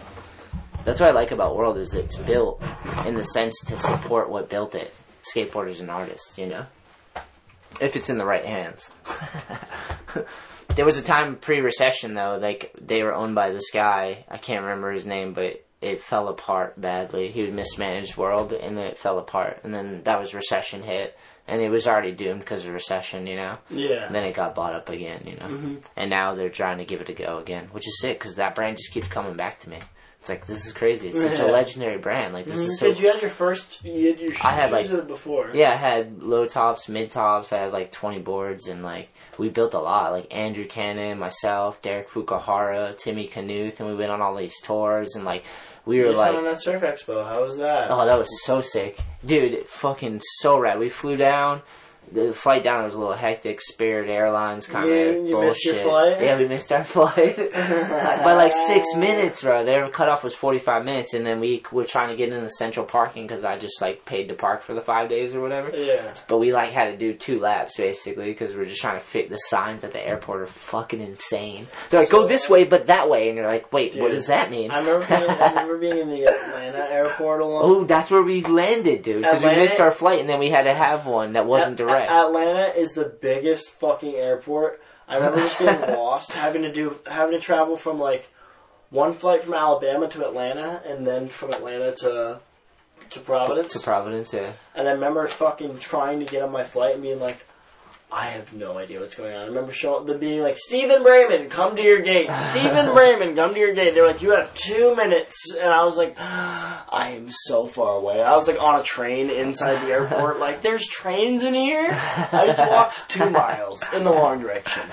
S1: That's what I like about World is it's built in the sense to support what built it, skateboarders and artists, you know. If it's in the right hands. there was a time pre-recession though, like they were owned by this guy. I can't remember his name, but it fell apart badly. He mismanaged World, and then it fell apart, and then that was recession hit, and it was already doomed because of recession, you know.
S3: yeah,
S1: And then it got bought up again, you know. And now they're trying to give it a go again, which is sick because that brand just keeps coming back to me. It's like this is crazy. It's such a
S3: Yeah.
S1: legendary brand. Like this is so.
S3: because Mm-hmm. you had your first, you had your shoes
S1: I had, like-
S3: with it before.
S1: yeah, I had low tops, mid tops. I had like twenty boards, and like we built a lot. Like Andrew Cannon, myself, Derek Fukuhara, Timmy Knuth, and we went on all these tours, and like we were
S3: you
S1: like
S3: went on that surf expo. How was that?
S1: Oh, that was so sick, dude! Fucking so rad. We flew down. The flight down was a little hectic. Spirit Airlines kind
S3: You-
S1: of
S3: you
S1: bullshit.
S3: missed your flight?
S1: Yeah, we missed our flight by like six minutes, bro. Their cutoff was forty-five minutes, and then we were trying to get in the central parking because I just like paid to park for the five days or whatever.
S3: yeah,
S1: But we like had to do two laps basically because we are just trying to fit the signs at the airport are fucking insane. They're like, go this way, but that way, and you're like, wait, what
S3: Dude,
S1: does that mean?
S3: I remember. Being, I remember being in the uh, Atlanta airport alone.
S1: Oh, that's where we landed, dude. Because we
S3: Atlanta- Uh,
S1: missed our flight, and then we had to have one that wasn't
S3: A-
S1: direct.
S3: A- Atlanta is the biggest fucking airport. I remember just getting lost, having to do having to travel from like one flight from Alabama to Atlanta, and then from Atlanta to to Providence.
S1: to Providence. uh, Yeah.
S3: and I remember fucking trying to get on my flight and being like, I have no idea what's going on. I remember showing them being like, Stephen Brayman, come to your gate. Stephen Brayman, come to your gate. They're like, you have two minutes, and I was like, I am so far away. I was like on a train inside the airport. Like, there's trains in here. I just walked two miles in the long direction.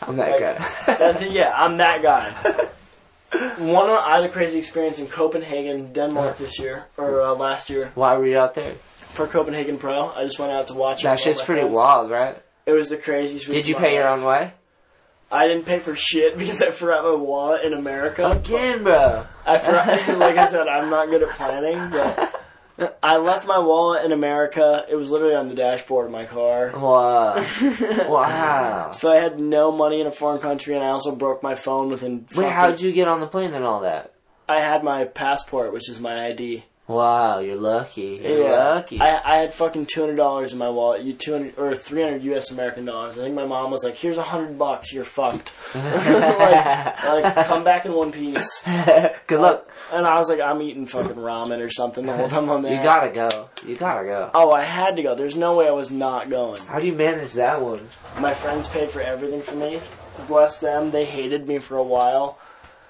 S1: I'm that guy.
S3: And, yeah, I'm that guy. One, I had a crazy experience in Copenhagen, Denmark this year or uh, last year
S1: Why were you out there?
S3: for Copenhagen Pro. I just went out to watch. it
S1: That
S3: with
S1: shit's
S3: my
S1: pretty
S3: friends.
S1: wild, right?
S3: It was the craziest. week
S1: Did you
S3: of my
S1: pay your
S3: life.
S1: own way?
S3: I didn't pay for shit because I forgot my wallet in America.
S1: Again, bro.
S3: I forgot. like I said, I'm not good at planning, but I left my wallet in America. It was literally on the dashboard of my car.
S1: Wow. wow.
S3: So I had no money in a foreign country, and I also broke my phone within.
S1: Wait,
S3: fucking-
S1: how'd you get on the plane and all that?
S3: I had my passport, which is my ID.
S1: Wow, you're lucky. You're lucky.
S3: I, I had fucking two hundred dollars in my wallet. You two hundred or three hundred U.S. American dollars. I think my mom was like, "Here's a hundred bucks. You're fucked. like, like, come back in one piece."
S1: Good luck.
S3: And I was like, "I'm eating fucking ramen or something the whole time I'm there."
S1: You gotta go. You gotta go.
S3: Oh, I had to go. There's no way I was not going.
S1: How do you manage that one?
S3: My friends paid for everything for me. Bless them. They hated me for a while.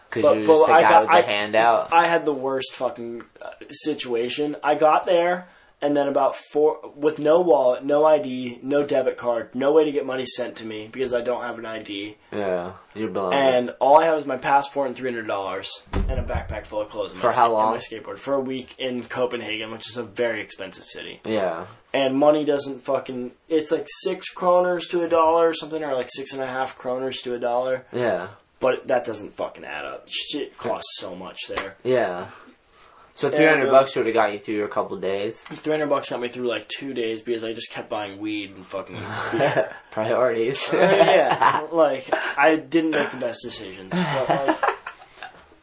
S1: Cause
S3: But-
S1: you're just
S3: but
S1: the
S3: I
S1: guy
S3: got-
S1: with the
S3: I-
S1: handout.
S3: I had the worst fucking uh, situation. I got there, and then about four, with no wallet, no ID, no debit card, no way to get money sent to me because I don't have an ID.
S1: yeah, you're blown.
S3: And all I have is my passport and three hundred dollars and a backpack full of clothes. and my
S1: For how
S3: skate-
S1: long?
S3: and My skateboard for a week in Copenhagen, which is a very expensive city,
S1: yeah,
S3: and money doesn't fucking. It's like six kroners to a dollar or something, or like six and a half kroners to a dollar.
S1: yeah,
S3: But that doesn't fucking add up. Shit costs so much there.
S1: yeah. So 300
S3: bro.
S1: bucks would have got you through a couple days.
S3: 300 bucks got me through like two days because I just kept buying weed and fucking.
S1: Priorities.
S3: Oh, yeah, like I didn't make the best decisions. But, like,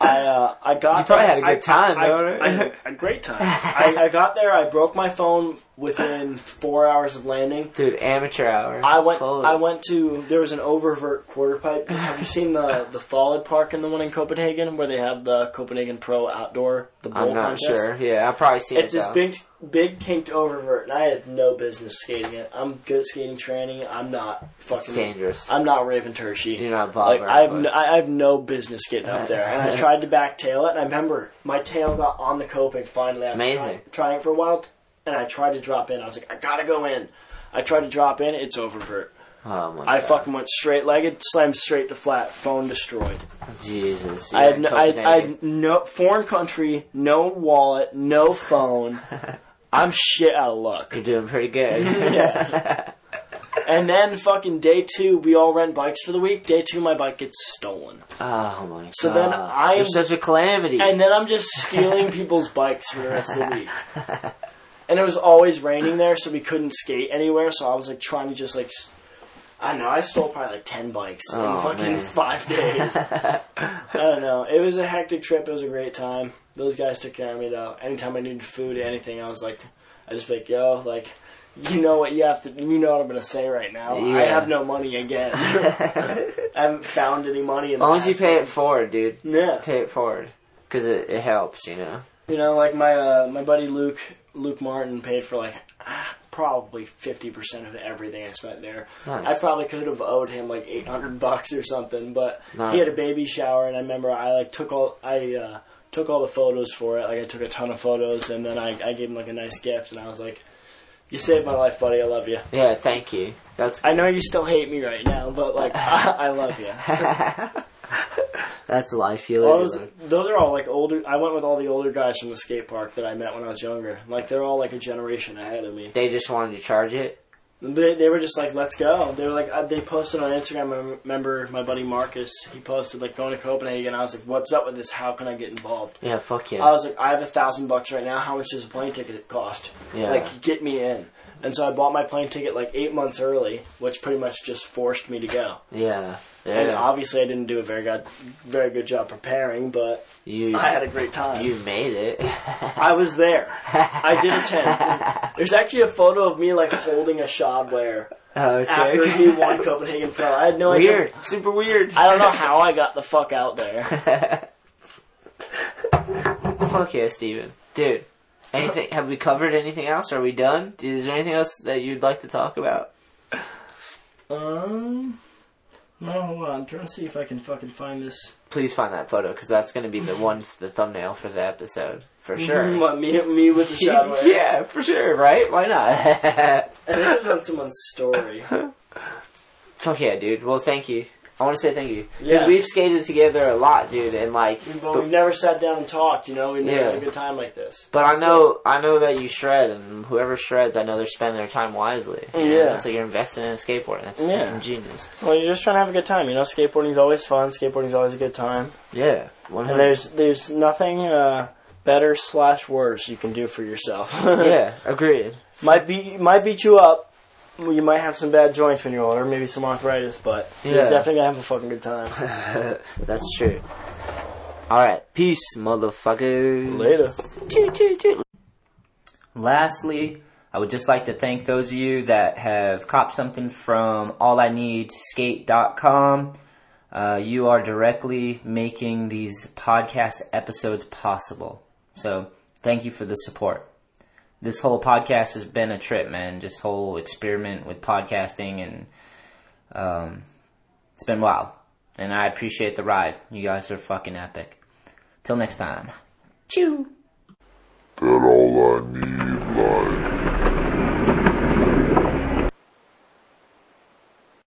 S3: I uh, I got you
S1: probably had a good time,
S3: I,
S1: though,
S3: I,
S1: right?
S3: I- a great time. I, I got there. I broke my phone within four hours of landing.
S1: Dude, amateur hour.
S3: I went.
S1: Full-
S3: I went to. There was an oververt quarter pipe. Have you seen the the Fallid Park in the one in Copenhagen where they have the Copenhagen Pro outdoor the bowl
S1: I'm not
S3: contest?
S1: sure. Yeah, I've probably seen
S3: It's
S1: it.
S3: this
S1: though.
S3: big, big kinked oververt, and I had no business skating it. I'm good at skating tranny. I'm not fucking.
S1: It's dangerous.
S3: I'm not Raven Tershi.
S1: You're not Bob
S3: like I have,
S1: Burns.
S3: no, I have no business getting up there. And I tried to back tail it, and I remember my tail got on the coping finally. After
S1: Amazing.
S3: Trying, trying it for a while, and I tried to drop in. I was like, I gotta go in. I tried to drop in. It's oververt.
S1: Oh my
S3: I
S1: god.
S3: fucking went straight legged, slammed straight to flat, phone destroyed.
S1: Jesus.
S3: I
S1: you're
S3: had, no, I,
S1: Copenhagen.
S3: I had no foreign country, no wallet, no phone. I'm shit out of luck.
S1: You're doing pretty good.
S3: And then fucking day two, we all rent bikes for the week. Day two, my bike gets stolen.
S1: Oh my god.
S3: So then I-
S1: You're such a calamity.
S3: And then I'm just stealing people's bikes for the rest of the week. And it was always raining there, so we couldn't skate anywhere. So I was like trying to just like, s- I don't know. I stole probably like ten bikes
S1: Oh,
S3: in fucking
S1: man.
S3: five days. I don't know. It was a hectic trip. It was a great time. Those guys took care of me though. Anytime I needed food, anything, I was like, I just be like yo, like. You know what you have to. You know what I'm gonna say right now. I
S1: Yeah.
S3: have no money again. I haven't found any money. In
S1: As long as you pay it
S3: it.
S1: forward, dude.
S3: Yeah.
S1: Pay it forward. Because it, it helps, you know.
S3: You know, like my uh, my buddy Luke Luke Martin paid for like ah, probably fifty percent of everything I spent there.
S1: Nice.
S3: I probably could have owed him like eight hundred bucks or something, but
S1: Nice.
S3: he had a baby shower, and I remember I like took all I uh, took all the photos for it. Like I took a ton of photos, and then I, I gave him like a nice gift, and I was like, "You saved my life, buddy. I love you.
S1: Yeah, thank you. That's
S3: I know you still hate me right now, but like I love you."
S1: That's life you
S3: All
S1: live.
S3: those, those are all like older. I went with all the older guys from the skate park that I met when I was younger. Like they're all like a generation ahead of me.
S1: They just wanted to charge it.
S3: They, they were just like, let's go. They were like, uh, they posted on Instagram. I remember my buddy Marcus. He posted like going to Copenhagen. I was like, what's up with this? How can I get involved?
S1: Yeah, fuck yeah.
S3: I was like, I have a thousand bucks right now. How much does a plane ticket cost?
S1: Yeah.
S3: Like, get me in. And so I bought my plane ticket like eight months early, which pretty much just forced me to go.
S1: yeah.
S3: And
S1: Yeah.
S3: obviously, I didn't do a very good, very good job preparing, but
S1: You,
S3: I had a great time.
S1: you made it.
S3: I was there. I did attend. There's actually a photo of me like holding a shod wear
S1: Oh,
S3: after
S1: sick.
S3: he won Copenhagen Pro. I had no idea.
S1: Weird. Super weird.
S3: I don't know how I got the fuck out there.
S1: Fuck yeah, Steven. Dude, anything? Have we covered anything else? Are we done? Is there anything else that you'd like to talk about?
S3: Um, no, hold on. I'm trying to see if I can fucking find this.
S1: Please find that photo because that's going to be the one, the thumbnail for the episode for sure.
S3: Mm, What, me, me with the shadow?
S1: yeah, for sure. Right? Why not?
S3: That's someone's story.
S1: Fuck yeah, dude. Well, thank you. I want to say thank you because
S3: Yeah.
S1: we've skated together a lot, dude, and like.
S3: Well, we've never sat down and talked, you know? We've never had
S1: Yeah.
S3: a good time like this.
S1: But I know, I know that you shred, and whoever shreds, I know they're spending their time wisely. You know,
S3: Yeah.
S1: it's like you're investing in a skateboard. That's
S3: Yeah.
S1: fucking genius.
S3: Well, you're just trying to have a good time, you know? Skateboarding's always fun. Skateboarding's always a good time.
S1: Yeah, one
S3: And there's there's nothing uh, better slash worse you can do for yourself.
S1: yeah, agreed.
S3: might be might beat you up. You might have some bad joints when you're older, maybe some arthritis, but
S1: Yeah.
S3: you're definitely gonna have a fucking good time.
S1: That's true. All right, peace, motherfuckers.
S3: Later.
S1: Choo, choo, choo.
S5: Lastly, I would just like to thank those of you that have copped something from allineedskate.com. Uh, you are directly making these podcast episodes possible. So thank you for the support. This whole podcast has been a trip, man. Just whole experiment with podcasting and um, it's been wild. And I appreciate the ride. You guys are fucking epic. Till next time. Chew.
S2: That all I need life.